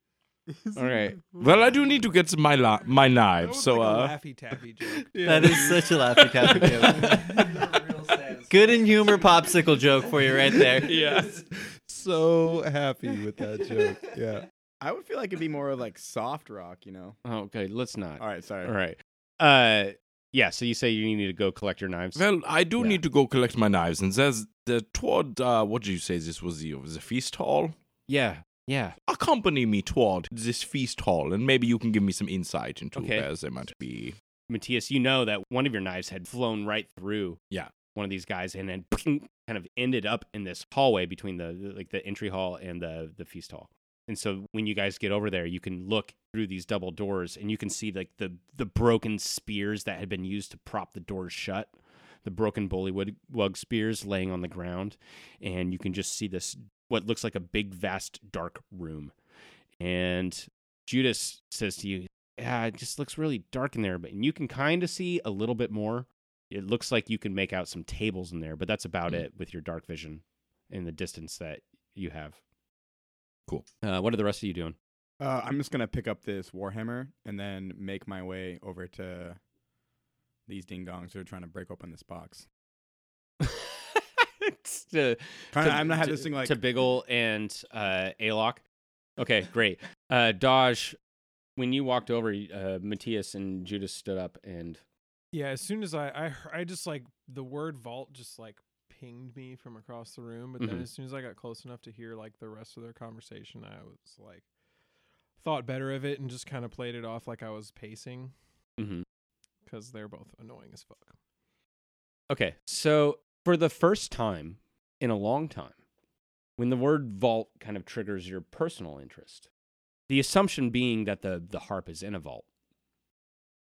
[SPEAKER 9] All right.
[SPEAKER 1] Well, I do need to get my la- my knife, so uh,
[SPEAKER 8] Laffy taffy joke.
[SPEAKER 4] That is such a laffy taffy joke. Good in humor popsicle joke for you right there.
[SPEAKER 9] Yes.
[SPEAKER 3] so happy with that joke. Yeah.
[SPEAKER 11] I would feel like it'd be more of like soft rock, you know.
[SPEAKER 9] Oh, Okay, let's not.
[SPEAKER 11] All right, sorry.
[SPEAKER 9] All right. Uh yeah, so you say you need to go collect your knives.
[SPEAKER 1] well, I do need to go collect my knives, and there's the toward uh, what did you say this was the the feast hall?
[SPEAKER 9] Yeah, yeah.
[SPEAKER 1] Accompany me toward this feast hall, and maybe you can give me some insight into
[SPEAKER 9] Okay.
[SPEAKER 1] where they might be.
[SPEAKER 9] Matthias, you know that one of your knives had flown right through
[SPEAKER 1] Yeah.
[SPEAKER 9] one of these guys and then kind of ended up in this hallway between the the- like the entry hall and the the feast hall. And so when you guys get over there, you can look through these double doors and you can see like the the broken spears that had been used to prop the doors shut, the broken bullywug wug spears laying on the ground, and you can just see this what looks like a big vast dark room. And Judas says to you, yeah, uh, it just looks really dark in there, but and you can kind of see a little bit more. It looks like you can make out some tables in there, but that's about it with your dark vision and the distance that you have.
[SPEAKER 1] Cool.
[SPEAKER 9] Uh, what are the rest of you doing?
[SPEAKER 11] Uh, I'm just gonna pick up this warhammer and then make my way over to these ding dongs who are trying to break open this box.
[SPEAKER 9] uh, to,
[SPEAKER 11] Kinda- I'm gonna have this thing like-
[SPEAKER 9] to Biggle and uh, Alok. Okay, great. Uh, Dodge, when you walked over, uh, Matthias and Judas stood up and
[SPEAKER 8] Yeah, as soon as I, I, hear- I just like the word vault just like pinged me from across the room. But then
[SPEAKER 9] Mhm.
[SPEAKER 8] as soon as I got close enough to hear like the rest of their conversation, I was like, thought better of it and just kind of played it off like I was pacing
[SPEAKER 9] Mhm.
[SPEAKER 8] because they're both annoying as fuck.
[SPEAKER 9] Okay, so for the first time in a long time, when the word vault kind of triggers your personal interest, the assumption being that the, the harp is in a vault,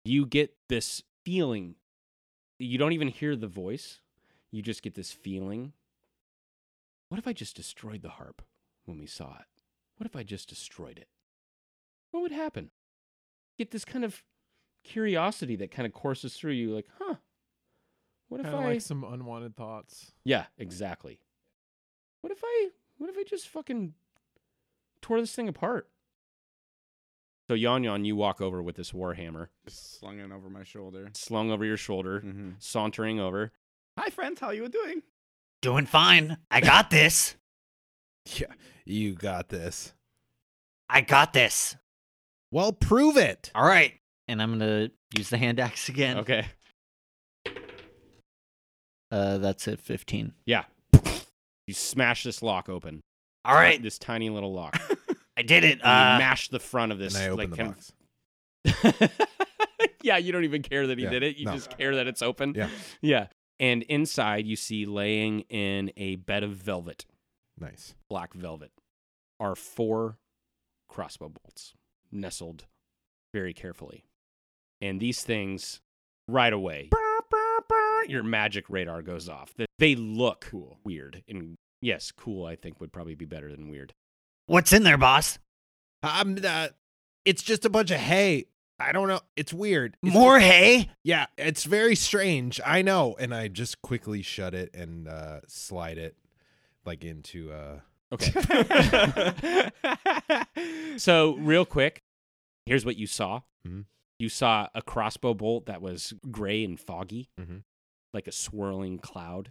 [SPEAKER 9] you get this feeling. You don't even hear the voice, you just get this feeling. What if I just destroyed the harp when we saw it? What if I just destroyed it? What would happen? Get this kind of curiosity that kind of courses through you, like, huh, what if
[SPEAKER 8] Kinda
[SPEAKER 9] I
[SPEAKER 8] like some unwanted thoughts?
[SPEAKER 9] yeah, exactly. What if I what if I just fucking tore this thing apart. So Yon Yon, you walk over with this warhammer,
[SPEAKER 11] Just slung it over my shoulder. Mm-hmm.
[SPEAKER 9] slung over your shoulder,
[SPEAKER 3] Hmm.
[SPEAKER 9] sauntering over.
[SPEAKER 11] Hi, friends. How you doing?
[SPEAKER 4] Doing fine. I got this.
[SPEAKER 3] Yeah, you got this.
[SPEAKER 4] I got this.
[SPEAKER 3] Well, prove it.
[SPEAKER 4] All right. And I'm going to use the hand axe
[SPEAKER 3] Hmm.
[SPEAKER 4] again.
[SPEAKER 9] Okay.
[SPEAKER 4] Uh, that's it, 15.
[SPEAKER 9] Yeah. You smash this lock open.
[SPEAKER 4] All right.
[SPEAKER 9] This tiny little lock.
[SPEAKER 4] I did it.
[SPEAKER 9] You
[SPEAKER 4] Uh,
[SPEAKER 9] mash the front of this.
[SPEAKER 3] and I open
[SPEAKER 9] like,
[SPEAKER 3] the
[SPEAKER 9] kind of-
[SPEAKER 3] box.
[SPEAKER 9] yeah, you don't even care that he
[SPEAKER 3] Yeah,
[SPEAKER 9] did it. You
[SPEAKER 3] no.
[SPEAKER 9] just care that it's open.
[SPEAKER 3] Yeah.
[SPEAKER 9] Yeah. And inside, you see laying in a bed of velvet,
[SPEAKER 3] Nice.
[SPEAKER 9] black velvet, are four crossbow bolts nestled very carefully. And these things, right away, your magic radar goes off. They- They look cool. weird. And yes, cool, I think, would probably be better than weird.
[SPEAKER 4] What's in there, boss?
[SPEAKER 3] I'm uh, it's just a bunch of hay. I don't know. It's weird. It's
[SPEAKER 4] More
[SPEAKER 3] just-
[SPEAKER 4] hay?
[SPEAKER 3] Yeah, it's very strange. I know. And I just quickly shut it and uh slide it like into uh
[SPEAKER 9] Okay. so, real quick, here's what you saw.
[SPEAKER 3] Mhm.
[SPEAKER 9] You saw a crossbow bolt that was gray and foggy,
[SPEAKER 3] Mhm.
[SPEAKER 9] like a swirling cloud.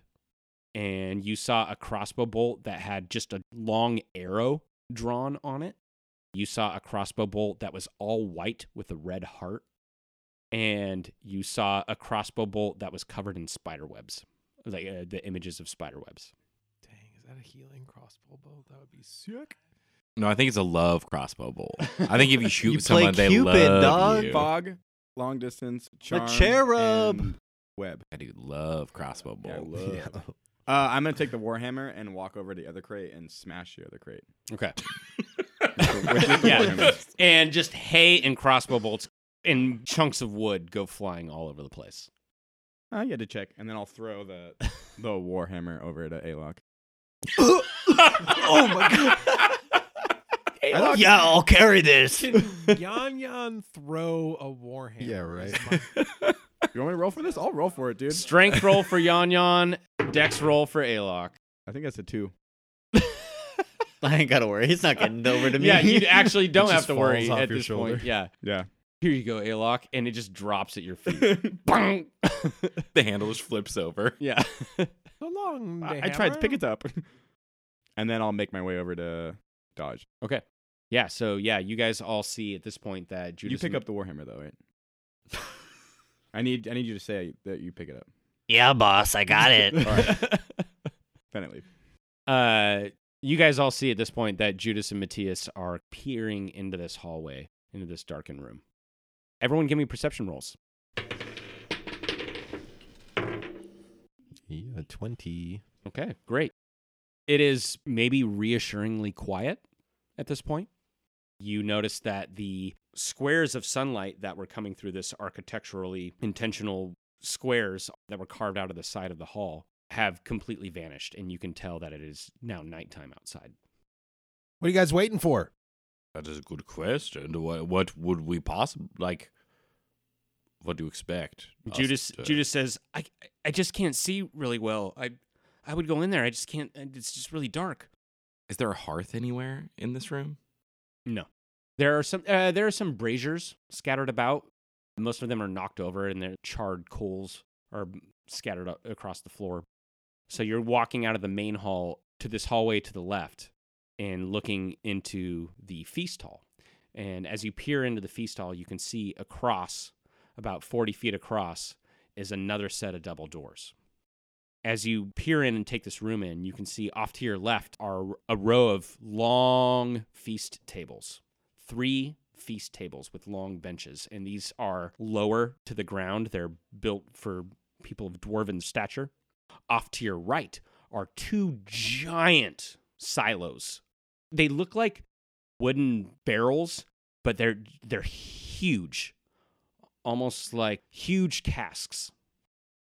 [SPEAKER 9] And you saw a crossbow bolt that had just a long arrow drawn on it. You saw a crossbow bolt that was all white with a red heart. And you saw a crossbow bolt that was covered in spider webs, like uh, the images of spider webs.
[SPEAKER 8] Dang, is that a healing crossbow bow? That would be sick.
[SPEAKER 2] No, I think it's a love crossbow bolt. I think if you shoot
[SPEAKER 4] You play
[SPEAKER 2] someone, they
[SPEAKER 4] Cupid,
[SPEAKER 2] love
[SPEAKER 4] dog.
[SPEAKER 2] you.
[SPEAKER 11] Fog, long distance, charm,
[SPEAKER 4] cherub.
[SPEAKER 11] and web.
[SPEAKER 2] I do love crossbow bolt.
[SPEAKER 11] Yeah, love.
[SPEAKER 3] yeah.
[SPEAKER 11] Uh, I'm gonna take the warhammer and walk over to the other crate and smash the other crate.
[SPEAKER 9] Okay.
[SPEAKER 11] With the
[SPEAKER 9] yeah.
[SPEAKER 11] warhammer.
[SPEAKER 9] and just hay and crossbow bolts and chunks of wood go flying all over the place.
[SPEAKER 11] Uh, you had to check, and then I'll throw the the warhammer over to Alok.
[SPEAKER 4] oh my god. yeah, I'll carry this.
[SPEAKER 8] Yan Yan throw a warhammer.
[SPEAKER 3] Yeah, right.
[SPEAKER 11] You want me to roll for this? I'll roll for it, dude.
[SPEAKER 9] Strength roll for Yon Yon, dex roll for Alok.
[SPEAKER 11] I think that's a two.
[SPEAKER 4] I ain't got to worry. He's not getting over to me.
[SPEAKER 9] Yeah, you actually don't
[SPEAKER 3] It
[SPEAKER 9] have
[SPEAKER 3] just
[SPEAKER 9] to worry
[SPEAKER 3] falls off
[SPEAKER 9] at
[SPEAKER 3] your
[SPEAKER 9] this point.
[SPEAKER 3] shoulder.
[SPEAKER 9] Yeah.
[SPEAKER 11] Yeah.
[SPEAKER 9] Here you go, Alok, and it just drops at your feet. Bang!
[SPEAKER 2] The handle just flips over.
[SPEAKER 9] yeah.
[SPEAKER 8] So long.
[SPEAKER 11] I, I tried to pick it up, and then I'll make my way over to dodge.
[SPEAKER 9] Okay. Yeah, so yeah, you guys all see at this point that Judas
[SPEAKER 11] you pick up the warhammer though, right? I need I need you to say that you pick it up.
[SPEAKER 4] Yeah, boss, I got it.
[SPEAKER 11] Then I leave.
[SPEAKER 9] uh, you guys all see at this point that Judas and Matthias are peering into this hallway, into this darkened room. Everyone, give me perception rolls.
[SPEAKER 3] Yeah, 20.
[SPEAKER 9] Okay, great. It is maybe reassuringly quiet at this point. You notice that the squares of sunlight that were coming through this architecturally intentional squares that were carved out of the side of the hall have completely vanished, and you can tell that it is now nighttime outside.
[SPEAKER 3] What are you guys waiting for?
[SPEAKER 1] That is a good question. What, what would we possibly like? What do you expect? us
[SPEAKER 9] Judas
[SPEAKER 1] to-
[SPEAKER 9] Judas says, I, "I just can't see really well. I I would go in there. I just can't. It's just really dark."
[SPEAKER 2] Is there a hearth anywhere in this room?
[SPEAKER 9] No, there are some uh, there are some braziers scattered about. Most of them are knocked over, and their charred coals are scattered a- across the floor. So you're walking out of the main hall to this hallway to the left, and looking into the feast hall. And as you peer into the feast hall, you can see across, about 40 feet across, is another set of double doors. As you peer in and take this room in, you can see off to your left are a row of long feast tables, three feast tables with long benches. And these are lower to the ground, they're built for people of dwarven stature. Off to your right are two giant silos. They look like wooden barrels, but they're they're huge, almost like huge casks.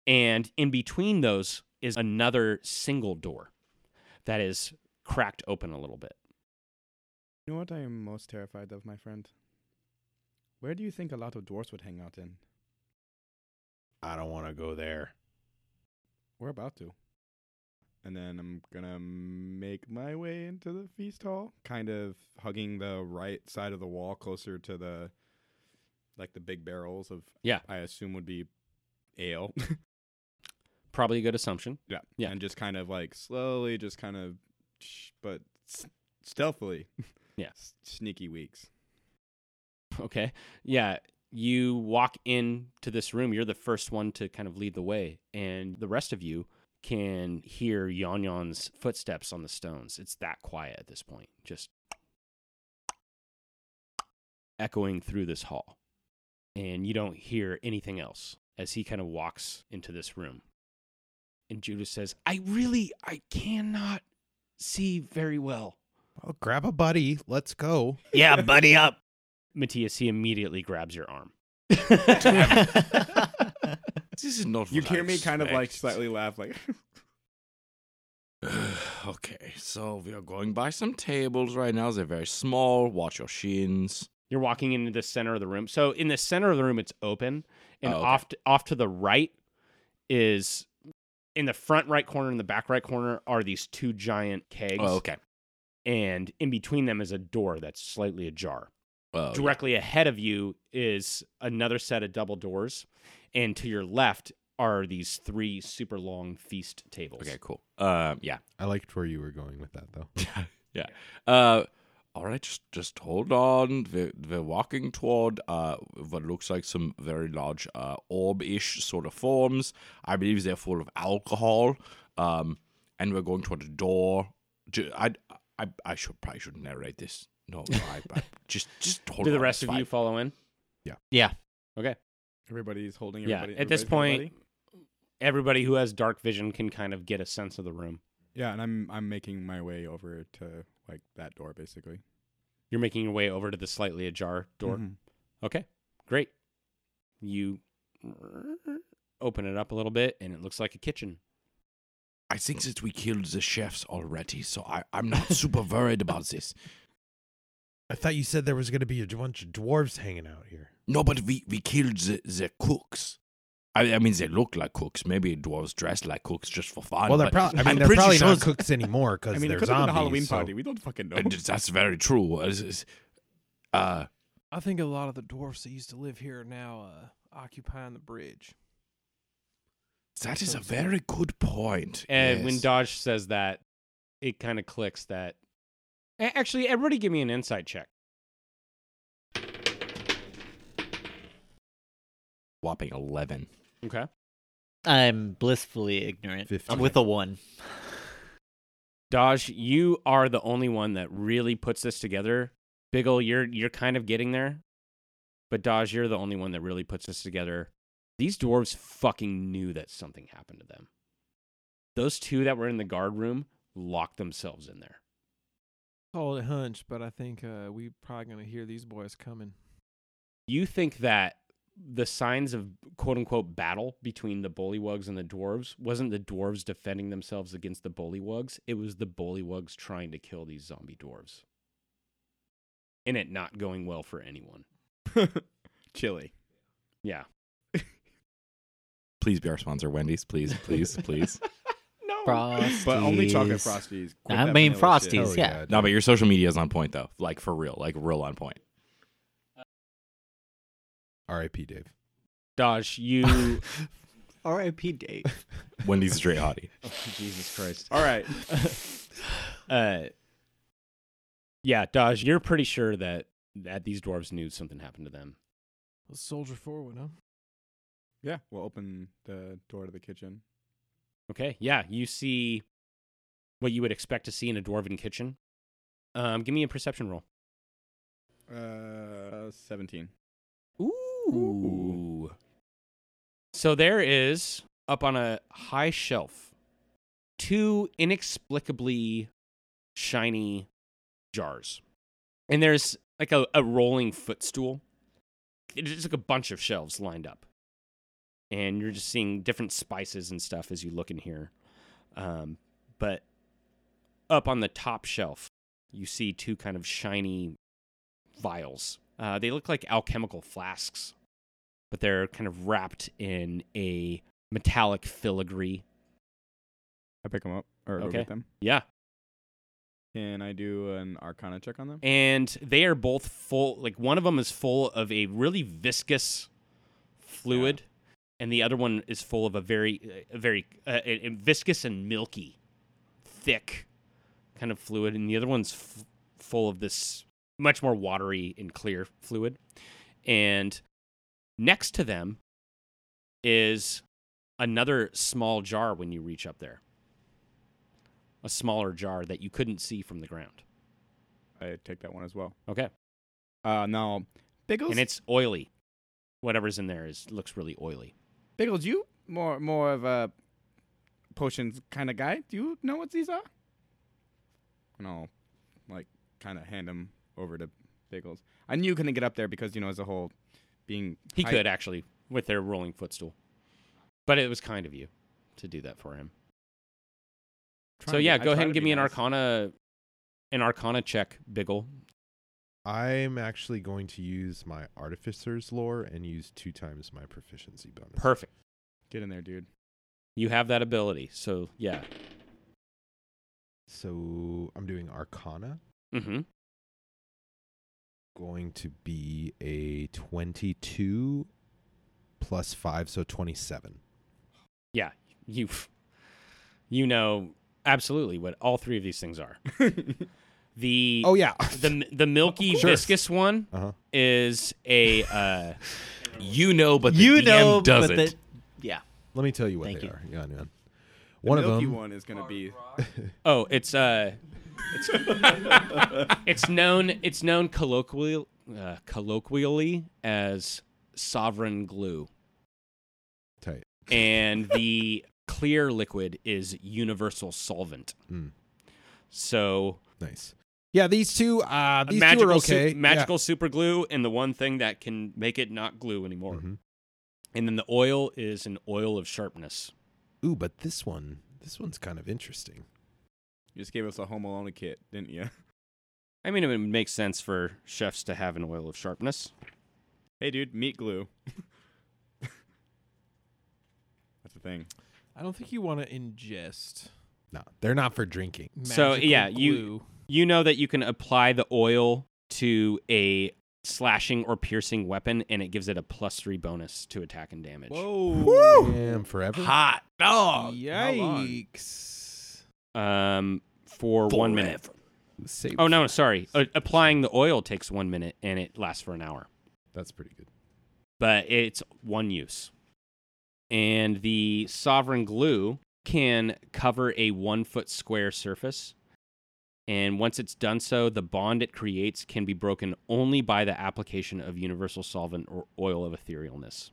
[SPEAKER 9] And in between those is another single door that is cracked open a little bit.
[SPEAKER 11] You know what I am most terrified of, my friend? Where do you think a lot of dwarfs would hang out in?
[SPEAKER 3] I don't want to go there.
[SPEAKER 11] We're about to.
[SPEAKER 5] and then I'm gonna make my way into the feast hall, kind of hugging the right side of the wall closer to the like the big barrels of
[SPEAKER 9] Yeah.
[SPEAKER 5] I assume would be ale.
[SPEAKER 9] Probably a good assumption.
[SPEAKER 5] Yeah. Yeah. And just kind of like slowly, just kind of, sh- but s- stealthily.
[SPEAKER 9] Yeah.
[SPEAKER 5] Sneaky weeks.
[SPEAKER 9] Okay. Yeah. You walk into this room. You're the first one to kind of lead the way, and the rest of you can hear Yon Yon's footsteps on the stones. It's that quiet at this point, just echoing through this hall. And you don't hear anything else as he kind of walks into this room. And Judas says, I really, I cannot see very well.
[SPEAKER 3] Oh, grab a buddy. Let's go.
[SPEAKER 9] Yeah, buddy up. Matthias, he immediately grabs your arm.
[SPEAKER 2] This is not
[SPEAKER 5] You
[SPEAKER 2] what I
[SPEAKER 5] hear me kind of like
[SPEAKER 2] expect.
[SPEAKER 5] slightly laugh, like,
[SPEAKER 2] Okay, so we are going by some tables right now. They're very small. Watch your shins.
[SPEAKER 9] You're walking into the center of the room. So in the center of the room, it's open, and
[SPEAKER 2] Oh, okay.
[SPEAKER 9] off to, off to the right is in the front right corner and the back right corner are these two giant kegs.
[SPEAKER 2] Oh, okay.
[SPEAKER 9] And in between them is a door that's slightly ajar.
[SPEAKER 2] Oh,
[SPEAKER 9] Directly ahead of you is another set of double doors, and to your left are these three super long feast tables.
[SPEAKER 2] Okay, cool. Um, yeah,
[SPEAKER 3] I liked where you were going with that though.
[SPEAKER 2] yeah. Uh, all right, just just hold on. We're, we're walking toward uh what looks like some very large uh orb-ish sort of forms. I believe they're full of alcohol. Um, and we're going toward a door. Ju- I I I should probably should narrate this. No, I, I just just hold
[SPEAKER 9] Do
[SPEAKER 2] on.
[SPEAKER 9] the
[SPEAKER 2] it's
[SPEAKER 9] rest of
[SPEAKER 2] fine.
[SPEAKER 9] you follow in?
[SPEAKER 3] Yeah.
[SPEAKER 9] Yeah. Okay.
[SPEAKER 5] everybody's holding
[SPEAKER 9] yeah.
[SPEAKER 5] everybody.
[SPEAKER 9] At this
[SPEAKER 5] everybody's
[SPEAKER 9] point,
[SPEAKER 5] everybody.
[SPEAKER 9] everybody who has dark vision can kind of get a sense of the room.
[SPEAKER 5] Yeah. And I'm, I'm making my way over to like that door basically.
[SPEAKER 9] You're making your way over to the slightly ajar door.
[SPEAKER 5] Mhm.
[SPEAKER 9] Okay, great. You open it up a little bit, and it looks like a kitchen.
[SPEAKER 2] I think that we killed the chefs already, so I, I'm not super worried about this.
[SPEAKER 3] I thought you said there was going to be a bunch of dwarves hanging out here.
[SPEAKER 2] No, but we, we killed the, the cooks. I, I mean, they look like cooks. Maybe dwarves dress like cooks just for fun.
[SPEAKER 3] well, they're
[SPEAKER 2] but
[SPEAKER 3] probably. I
[SPEAKER 2] I'm
[SPEAKER 3] mean, they're
[SPEAKER 2] pretty
[SPEAKER 3] probably
[SPEAKER 2] sure
[SPEAKER 3] not cooks anymore because
[SPEAKER 5] I mean, it
[SPEAKER 3] they're
[SPEAKER 5] could have
[SPEAKER 3] zombies.
[SPEAKER 5] been a Halloween
[SPEAKER 3] so-
[SPEAKER 5] party. We don't fucking know.
[SPEAKER 2] And that's very true. It's- it's- Uh,
[SPEAKER 8] I think a lot of the dwarfs that used to live here are now uh, occupying the bridge.
[SPEAKER 2] that is a very good point.
[SPEAKER 3] Eh,
[SPEAKER 9] And when
[SPEAKER 2] yes.
[SPEAKER 9] Dodge says that, it kind of clicks that. A- Actually, everybody give me an insight check.
[SPEAKER 2] Whopping 11.
[SPEAKER 9] Okay.
[SPEAKER 4] I'm blissfully ignorant with a one.
[SPEAKER 9] Dodge, you are the only one that really puts this together. Biggle, you're you're kind of getting there. But Dodge, you're the only one that really puts this together. These dwarves fucking knew that something happened to them. Those two that were in the guard room locked themselves in there.
[SPEAKER 8] Call it a hunch, but I think uh, we probably gonna hear these boys coming.
[SPEAKER 9] You think that the signs of quote unquote battle between the bullywugs and the dwarves wasn't the dwarves defending themselves against the bullywugs, it was the bullywugs trying to kill these zombie dwarves. And it not going well for anyone.
[SPEAKER 5] Chili.
[SPEAKER 9] Yeah.
[SPEAKER 2] Please be our sponsor, Wendy's. Please, please, please.
[SPEAKER 4] Frosties.
[SPEAKER 5] But only chocolate Frosties. Quit
[SPEAKER 4] I
[SPEAKER 5] that
[SPEAKER 4] mean
[SPEAKER 5] vanilla
[SPEAKER 4] Frosties,
[SPEAKER 5] shit.
[SPEAKER 3] Oh,
[SPEAKER 4] yeah.
[SPEAKER 2] no, but your social media is on point, though. Like, for real. Like, real on point.
[SPEAKER 3] R.I.P. Dave.
[SPEAKER 9] Dodge, you
[SPEAKER 4] R.I.P. Dave.
[SPEAKER 2] Wendy's a straight hottie.
[SPEAKER 13] Jesus Christ.
[SPEAKER 5] All right.
[SPEAKER 9] uh yeah, Dodge, you're pretty sure that that these dwarves knew something happened to them.
[SPEAKER 8] Let's soldier forward, huh?
[SPEAKER 5] Yeah, we'll open the door to the kitchen.
[SPEAKER 9] Okay. Yeah, you see what you would expect to see in a dwarven kitchen. Um give me a perception roll.
[SPEAKER 5] Uh, seventeen.
[SPEAKER 9] Ooh. So there is up on a high shelf two inexplicably shiny jars. And there's like a, a rolling footstool. It's just like a bunch of shelves lined up. And you're just seeing different spices and stuff as you look in here. Um, but up on the top shelf, you see two kind of shiny vials. Uh, they look like alchemical flasks, but they're kind of wrapped in a metallic filigree.
[SPEAKER 5] I pick them up or go
[SPEAKER 9] Okay.
[SPEAKER 5] get them.
[SPEAKER 9] Yeah.
[SPEAKER 5] Can I do an Arcana check on them?
[SPEAKER 9] and they are both full like one of them is full of a really viscous fluid and the other one is full of a very a very uh, a- a viscous and milky thick kind of fluid and the other one's f- full of this much more watery and clear fluid and next to them is another small jar when you reach up there a smaller jar that you couldn't see from the ground Eh.
[SPEAKER 5] I take that one as well.
[SPEAKER 9] Okay.
[SPEAKER 5] Uh, now, Biggles.
[SPEAKER 9] And it's oily. Whatever's in there is looks really oily.
[SPEAKER 5] Biggles, you more more of a potions kind of guy. Do you know what these are? And I'll like kind of hand him over to Biggles. I knew you couldn't get up there because you know as a whole, being
[SPEAKER 9] He
[SPEAKER 5] high-
[SPEAKER 9] could actually with their rolling footstool, but it was kind of you to do that for him.
[SPEAKER 2] Trying
[SPEAKER 9] so
[SPEAKER 2] to-
[SPEAKER 9] yeah,
[SPEAKER 2] I
[SPEAKER 9] go
[SPEAKER 2] try
[SPEAKER 9] ahead
[SPEAKER 2] to
[SPEAKER 9] and give
[SPEAKER 2] be
[SPEAKER 9] me an
[SPEAKER 2] nice.
[SPEAKER 9] Arcana, an Arcana check, Biggle.
[SPEAKER 3] I'm actually going to use my artificer's lore and use two times my proficiency bonus.
[SPEAKER 9] Perfect.
[SPEAKER 5] Get in there, dude.
[SPEAKER 9] You have that ability, so yeah.
[SPEAKER 3] So I'm doing Arcana.
[SPEAKER 9] Mm-hmm.
[SPEAKER 3] Going to be a 22 plus 5, so 27.
[SPEAKER 9] Yeah, you you know absolutely what all three of these things are. the
[SPEAKER 3] Oh, yeah.
[SPEAKER 9] the the milky
[SPEAKER 3] Sure.
[SPEAKER 9] viscous one
[SPEAKER 3] Uh-huh.
[SPEAKER 9] is a uh,
[SPEAKER 1] you know, but
[SPEAKER 9] the you
[SPEAKER 3] DM know, but
[SPEAKER 9] does
[SPEAKER 3] doesn't.
[SPEAKER 9] it.
[SPEAKER 3] the-
[SPEAKER 4] yeah.
[SPEAKER 3] Let me tell you what
[SPEAKER 4] Thank
[SPEAKER 3] they
[SPEAKER 4] you.
[SPEAKER 3] are. Yeah, man.
[SPEAKER 5] The
[SPEAKER 3] One of
[SPEAKER 5] Milky
[SPEAKER 3] them.
[SPEAKER 5] one is gonna be
[SPEAKER 9] Oh, it's uh, it's, it's known it's known colloquially uh, colloquially as sovereign glue,
[SPEAKER 3] Tight.
[SPEAKER 9] and the clear liquid is universal solvent.
[SPEAKER 3] Mm.
[SPEAKER 9] So
[SPEAKER 3] nice. Yeah, these two. Uh, these two
[SPEAKER 9] magical
[SPEAKER 3] are
[SPEAKER 9] su-
[SPEAKER 3] okay. Yeah.
[SPEAKER 9] magical super glue, and the one thing that can make it not glue anymore.
[SPEAKER 3] Mm-hmm.
[SPEAKER 9] And then the oil is an oil of sharpness.
[SPEAKER 3] Ooh, but this one, this one's kind of interesting.
[SPEAKER 5] You just gave us a Home Alone kit, didn't you?
[SPEAKER 9] I mean, it would make sense for chefs to have an oil of sharpness.
[SPEAKER 5] Hey, dude, meat glue. That's the thing.
[SPEAKER 8] I don't think you want to ingest.
[SPEAKER 3] No, they're not for drinking.
[SPEAKER 9] so
[SPEAKER 8] magical
[SPEAKER 9] yeah, you
[SPEAKER 8] glue.
[SPEAKER 9] you know that you can apply the oil to a slashing or piercing weapon, and it gives it a plus three bonus to attack and damage.
[SPEAKER 8] Whoa!
[SPEAKER 3] Damn, forever.
[SPEAKER 9] Hot dog.
[SPEAKER 8] Yikes!
[SPEAKER 9] Um, for one minute.
[SPEAKER 3] Save
[SPEAKER 9] Oh no, sorry. Uh, applying the oil takes one minute, and it lasts for an hour.
[SPEAKER 3] That's pretty good.
[SPEAKER 9] but it's one use. And the sovereign glue can cover a one foot square surface. And once it's done so, the bond it creates can be broken only by the application of universal solvent or oil of etherealness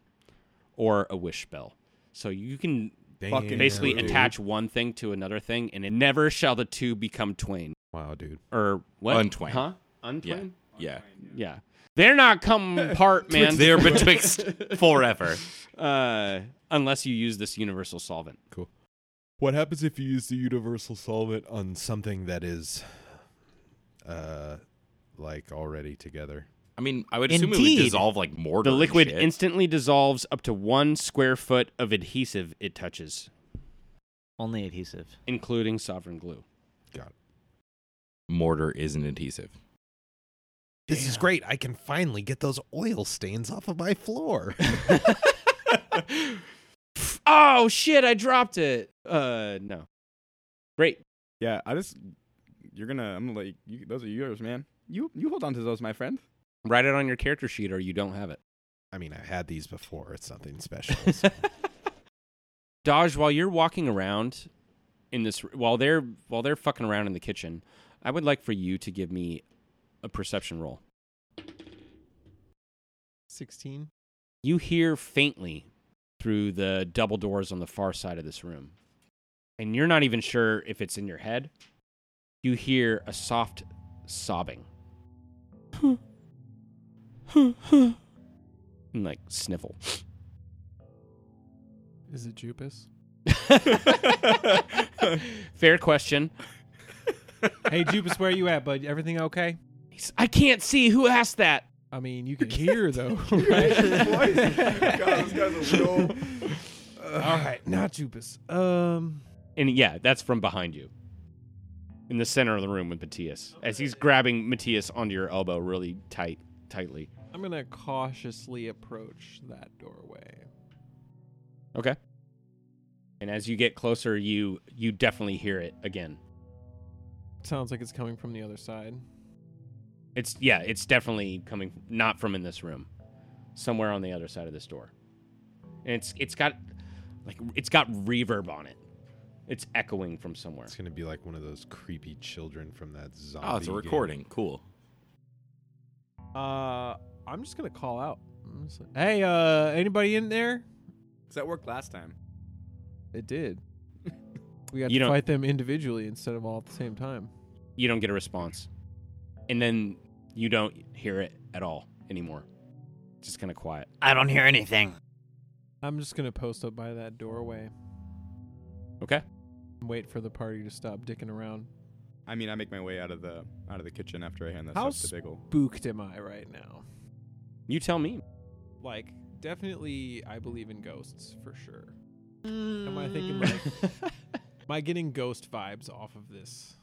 [SPEAKER 9] or a wish spell. So you can
[SPEAKER 3] Damn,
[SPEAKER 9] basically
[SPEAKER 3] dude.
[SPEAKER 9] attach one thing to another thing, and it never shall the two become twain.
[SPEAKER 3] Wow, dude.
[SPEAKER 9] Or what?
[SPEAKER 1] Untwain.
[SPEAKER 9] Huh? Untwain?
[SPEAKER 1] Yeah.
[SPEAKER 9] Yeah. They're not coming apart, man.
[SPEAKER 1] They're betwixt forever.
[SPEAKER 9] Uh, unless you use this universal solvent.
[SPEAKER 3] Cool. What happens if you use the universal solvent on something that is, uh, like already together?
[SPEAKER 1] I mean, I would assume it would dissolve like mortar.
[SPEAKER 9] The
[SPEAKER 1] and
[SPEAKER 9] liquid
[SPEAKER 1] shit.
[SPEAKER 9] instantly dissolves up to one square foot of adhesive it touches,
[SPEAKER 4] Only adhesive.
[SPEAKER 9] including sovereign glue.
[SPEAKER 1] mortar is an adhesive.
[SPEAKER 3] This is great. I can finally get those oil stains off of my floor.
[SPEAKER 9] Oh shit! I dropped it. Uh, no. Great.
[SPEAKER 5] Yeah, I just you're gonna. I'm gonna let you, you. Those are yours, man. You you hold on to those, my friend.
[SPEAKER 9] Write it on your character sheet, or you don't have it.
[SPEAKER 3] I mean, I've had these before. It's nothing special. so-
[SPEAKER 9] Dodge, while you're walking around in this, while they're while they're fucking around in the kitchen, I would like for you to give me a perception roll.
[SPEAKER 8] Sixteen.
[SPEAKER 9] You hear faintly through the double doors on the far side of this room, and you're not even sure if it's in your head. You hear a soft sobbing and like sniffle.
[SPEAKER 8] Is it Jupus?
[SPEAKER 9] Fair question.
[SPEAKER 8] hey, Jupus, where you at, bud? Everything okay?
[SPEAKER 9] I can't see. Who asked that?
[SPEAKER 8] I mean, you can hear though. right?
[SPEAKER 5] God, this guy's a real.
[SPEAKER 8] All right, not Jupus. Um,
[SPEAKER 9] And yeah, that's from behind you. In the center of the room with Matthias. As he's grabbing Matthias onto your elbow really tight tightly.
[SPEAKER 8] I'm gonna cautiously approach that doorway.
[SPEAKER 9] Okay. And as you get closer, you you definitely hear it again.
[SPEAKER 8] Sounds like it's coming from the other side.
[SPEAKER 9] It's yeah, it's definitely coming not from in this room. Somewhere on the other side of this door. And it's it's got like it's got reverb on it. It's echoing from somewhere.
[SPEAKER 3] It's gonna be like one of those creepy children from that zombie.
[SPEAKER 1] Oh, it's a
[SPEAKER 3] game.
[SPEAKER 1] recording. Cool.
[SPEAKER 8] Uh, I'm just gonna call out. I'm just like, hey, uh, anybody in there?
[SPEAKER 5] Because that worked last time.
[SPEAKER 8] It did. We got
[SPEAKER 9] You
[SPEAKER 8] to
[SPEAKER 9] don't-
[SPEAKER 8] fight them individually instead of all at the same time.
[SPEAKER 9] You don't get a response. And then you don't hear it at all anymore. It's Just kind of quiet.
[SPEAKER 4] I don't hear anything.
[SPEAKER 8] I'm just gonna post up by that doorway
[SPEAKER 9] Okay.
[SPEAKER 8] and wait for the party to stop dicking around.
[SPEAKER 5] I mean, I make my way out of the out of the kitchen after I hand that
[SPEAKER 8] How
[SPEAKER 5] stuff to Biggle.
[SPEAKER 8] spooked am I right now?
[SPEAKER 9] You tell me.
[SPEAKER 8] Like, definitely, I believe in ghosts for sure.
[SPEAKER 5] Mm.
[SPEAKER 8] Am I thinking like, am I getting ghost vibes off of this?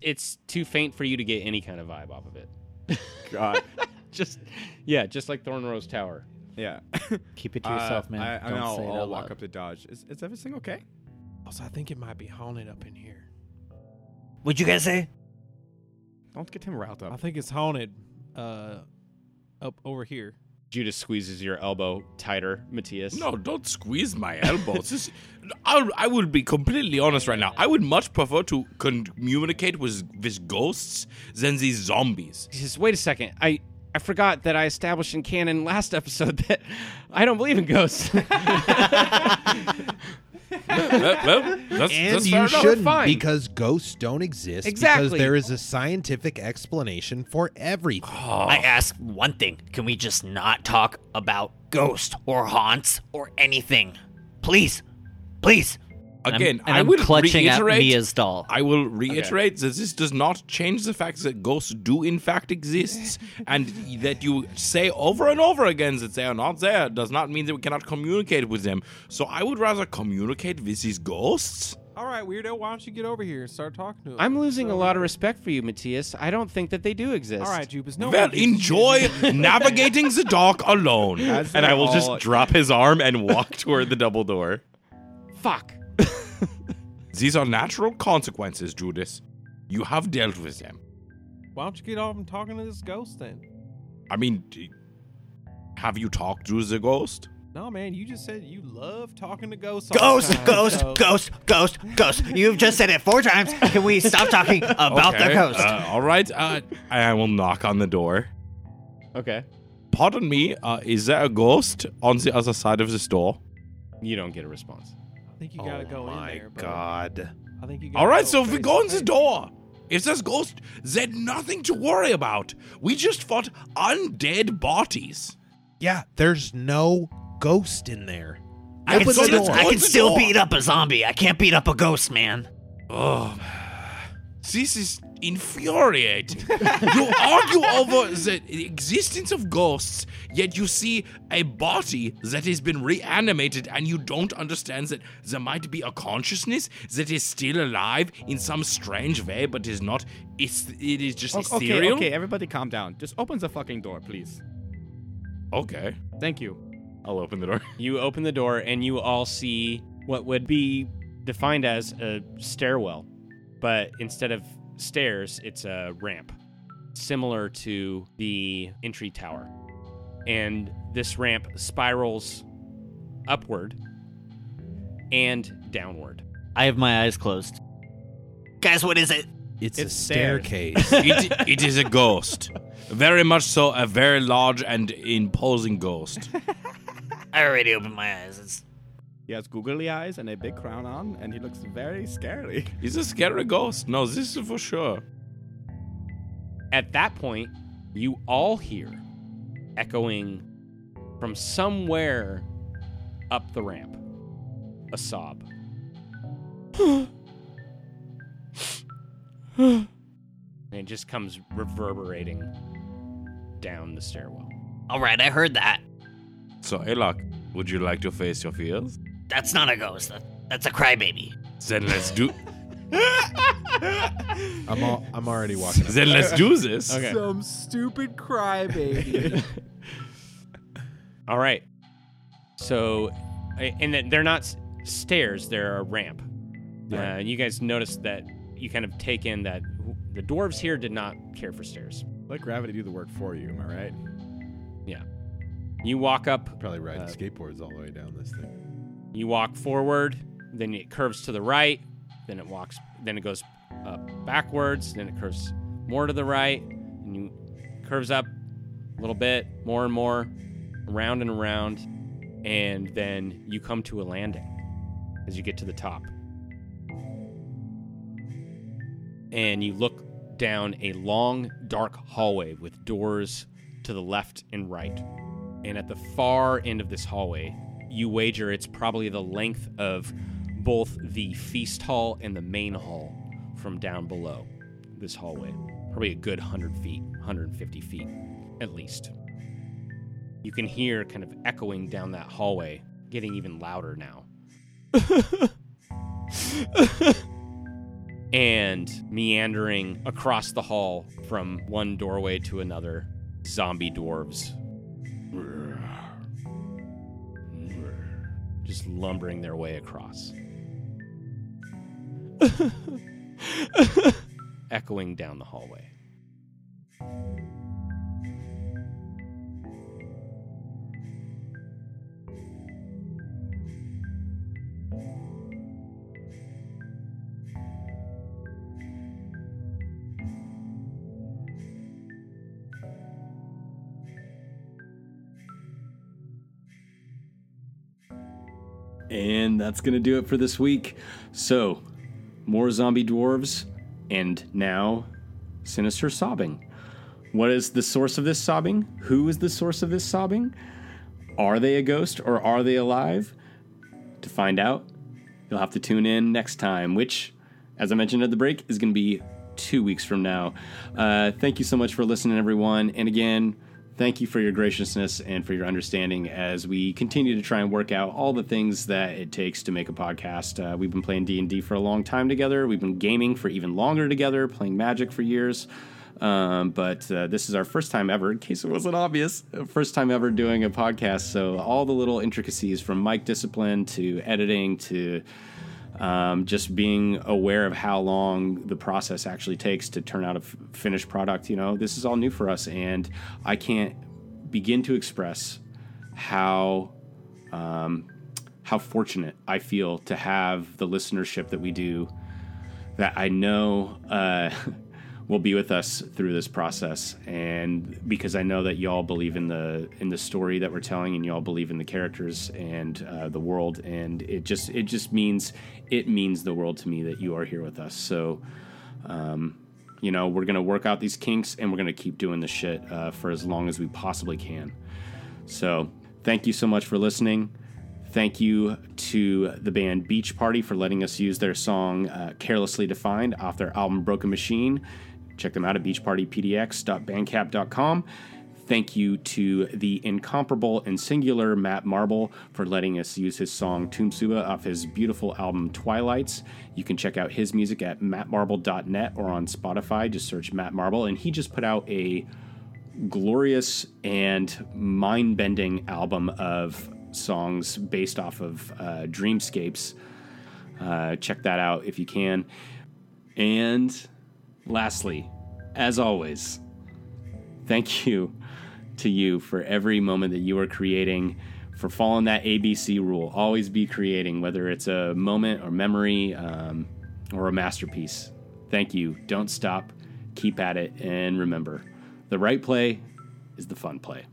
[SPEAKER 9] It's too faint for you to get any kind of vibe off of it. God. just yeah, just like Thorn Rose Tower.
[SPEAKER 5] Yeah. Uh,
[SPEAKER 4] Keep it
[SPEAKER 9] to yourself, man.
[SPEAKER 5] I, I mean,
[SPEAKER 9] Don't
[SPEAKER 5] I'll,
[SPEAKER 9] say it
[SPEAKER 5] I'll
[SPEAKER 9] out
[SPEAKER 5] walk
[SPEAKER 9] loud.
[SPEAKER 5] up to Dodge. Is, is everything okay?
[SPEAKER 8] Also, I think it might be haunted up in here.
[SPEAKER 4] What'd you guys say?
[SPEAKER 5] Don't get him riled
[SPEAKER 8] I
[SPEAKER 5] up.
[SPEAKER 8] think it's haunted. Uh, up over here.
[SPEAKER 9] Judas squeezes your elbow tighter, Matthias.
[SPEAKER 2] No, don't squeeze my elbows. This- I, I will be completely honest right now. I would much prefer to communicate with, with ghosts than these zombies.
[SPEAKER 9] He says, "Wait a second. I I forgot that I established in canon last episode that I don't believe in ghosts."
[SPEAKER 3] and you shouldn't because ghosts don't exist.
[SPEAKER 4] Exactly.
[SPEAKER 3] Because there is a scientific explanation for everything.
[SPEAKER 1] Oh.
[SPEAKER 4] I ask one thing can we just not talk about ghosts or haunts or anything? Please, please. And I'm-
[SPEAKER 2] Again,
[SPEAKER 4] and
[SPEAKER 2] I
[SPEAKER 4] I'm
[SPEAKER 2] will
[SPEAKER 4] clutching at
[SPEAKER 2] reiterate,
[SPEAKER 4] Mia's doll.
[SPEAKER 2] I will reiterate that this does not change the fact that ghosts do in fact exist, and that you say over and over again that they are not there does not mean that we cannot communicate with them. So I would rather communicate with these ghosts.
[SPEAKER 8] All right, weirdo, why don't you get over here and start talking to him?
[SPEAKER 9] I'm losing a lot of respect for you, Matthias. I don't think that they do exist.
[SPEAKER 8] All right, Jubas. No.
[SPEAKER 2] well,
[SPEAKER 8] one gives a
[SPEAKER 2] enjoy
[SPEAKER 8] shit.
[SPEAKER 2] navigating the dark alone,
[SPEAKER 5] As
[SPEAKER 2] and I
[SPEAKER 5] they
[SPEAKER 2] will
[SPEAKER 5] all-
[SPEAKER 2] just drop his arm and walk toward the double door.
[SPEAKER 9] Fuck.
[SPEAKER 2] These are natural consequences, Judas. You have dealt with them.
[SPEAKER 8] Why don't you get off and talking to this ghost then?
[SPEAKER 2] I mean, d- have you talked to the ghost?
[SPEAKER 8] No, man, you just said you love talking to ghosts. all the
[SPEAKER 4] Ghost,
[SPEAKER 8] time,
[SPEAKER 4] ghost,
[SPEAKER 8] so-
[SPEAKER 4] ghost, ghost, ghost. You've just said it four times. Can we stop talking about the
[SPEAKER 2] Okay,
[SPEAKER 4] ghost?
[SPEAKER 2] uh, all right, uh, I will knock on the door.
[SPEAKER 9] Okay.
[SPEAKER 2] Pardon me, uh, is there a ghost on the other side of this door?
[SPEAKER 9] You don't get a response.
[SPEAKER 8] I think you gotta go in there. bro.
[SPEAKER 2] Oh God.
[SPEAKER 8] I think you.
[SPEAKER 2] All
[SPEAKER 8] gotta
[SPEAKER 2] right,
[SPEAKER 8] go
[SPEAKER 2] so if we
[SPEAKER 8] face
[SPEAKER 2] go
[SPEAKER 8] to
[SPEAKER 2] in the
[SPEAKER 8] face.
[SPEAKER 2] door, if there's ghost, there's nothing to worry about. We just fought undead bodies.
[SPEAKER 3] Yeah, there's no ghost in there.
[SPEAKER 4] I can,
[SPEAKER 3] Open the
[SPEAKER 4] still,
[SPEAKER 3] door.
[SPEAKER 4] I can still beat up a zombie. I can't beat up a ghost, man.
[SPEAKER 2] Oh, this is infuriating. you argue over the existence of ghosts, yet you see a body that has been reanimated, and you don't understand that there might be a consciousness that is still alive in some strange way, but is not. It's, it is just
[SPEAKER 5] O- okay,
[SPEAKER 2] ethereal.
[SPEAKER 5] okay, everybody calm down. Just open the fucking door, please.
[SPEAKER 2] okay.
[SPEAKER 5] Thank you.
[SPEAKER 2] I'll open the door.
[SPEAKER 9] You open the door and you all see what would be defined as a stairwell, but instead of stairs, it's a ramp similar to the entry tower. And this ramp spirals upward and downward.
[SPEAKER 4] I have my eyes closed. Guys, what is it?
[SPEAKER 3] It's,
[SPEAKER 9] a staircase.
[SPEAKER 2] it, it is a ghost. Very much so, a very large and imposing ghost.
[SPEAKER 4] I already opened my eyes. It's
[SPEAKER 5] He has googly eyes and a big crown on, and he looks very scary.
[SPEAKER 2] He's a scary ghost. No, this is for sure.
[SPEAKER 9] At that point, you all hear echoing from somewhere up the ramp a sob. and it just comes reverberating down the stairwell.
[SPEAKER 4] all right. I heard that.
[SPEAKER 2] So, Elok, would you like to face your fears?
[SPEAKER 4] That's not a ghost. That- That's a crybaby.
[SPEAKER 2] Then let's do.
[SPEAKER 3] I'm all, I'm already walking. up.
[SPEAKER 2] Then let's do this.
[SPEAKER 14] Some stupid crybaby.
[SPEAKER 15] All right. So, a- and then they're not s- stairs; they're a ramp. Uh,
[SPEAKER 2] Yeah.
[SPEAKER 15] and you guys notice that you kind of take in that wh- the dwarves here did not care for stairs.
[SPEAKER 5] Let gravity do the work for you. Am I right?
[SPEAKER 15] Yeah. You walk up.
[SPEAKER 3] Probably riding
[SPEAKER 15] uh,
[SPEAKER 3] skateboards all the way down this thing.
[SPEAKER 15] You walk forward, then it curves to the right, then it walks, then it goes up backwards, then it curves more to the right, and you curves up a little bit, more and more, around and around, and then you come to a landing as you get to the top. And you look down a long, dark hallway with doors to the left and right. And at the far end of this hallway, you wager it's probably the length of both the feast hall and the main hall from down below this hallway. Probably a good 100 feet, 150 feet at least. You can hear kind of echoing down that hallway, getting even louder now. and meandering across the hall from one doorway to another, zombie dwarves. Just lumbering their way across. echoing down the hallway.
[SPEAKER 9] And that's going to do it for this week. So, more zombie dwarves, and now sinister sobbing. What is the source of this sobbing? Who is the source of this sobbing? Are they a ghost or are they alive? To find out, you'll have to tune in next time, which, as I mentioned at the break, is going to be two weeks from now. Uh, thank you so much for listening, everyone. And again, thank you for your graciousness and for your understanding as we continue to try and work out all the things that it takes to make a podcast. Uh, we've been playing D and D for a long time together. We've been gaming for even longer together, playing Magic for years. Um, but uh, this is our first time ever, in case it wasn't obvious, first time ever doing a podcast. So, all the little intricacies from mic discipline to editing to um, just being aware of how long the process actually takes to turn out a f- finished product, you know, this is all new for us. And I can't begin to express how. Um, how fortunate I feel to have the listenership that we do that I know uh, will be with us through this process, and because I know that y'all believe in the in the story that we're telling, and y'all believe in the characters and uh, the world, and it just it just means it means the world to me that you are here with us. So. Um, you know, we're gonna work out these kinks, and we're gonna keep doing this shit uh, for as long as we possibly can. So, thank you so much for listening. Thank you to the band Beach Party for letting us use their song uh, Carelessly Defined off their album Broken Machine. Check them out at beachpartypdx.bandcamp.com. Thank you to the incomparable and singular Matt Marble for letting us use his song Tomb Suba off his beautiful album Twilights. You can check out his music at mattmarble.net or on Spotify. Just search Matt Marble. And he just put out a glorious and mind bending album of songs based off of uh, dreamscapes. Uh, check that out if you can. And lastly, as always, thank you to you for every moment that you are creating, for following that ABC rule. Always be creating, whether it's a moment or memory um, or a masterpiece. Thank you. Don't stop. Keep at it. And remember, the right play is the fun play.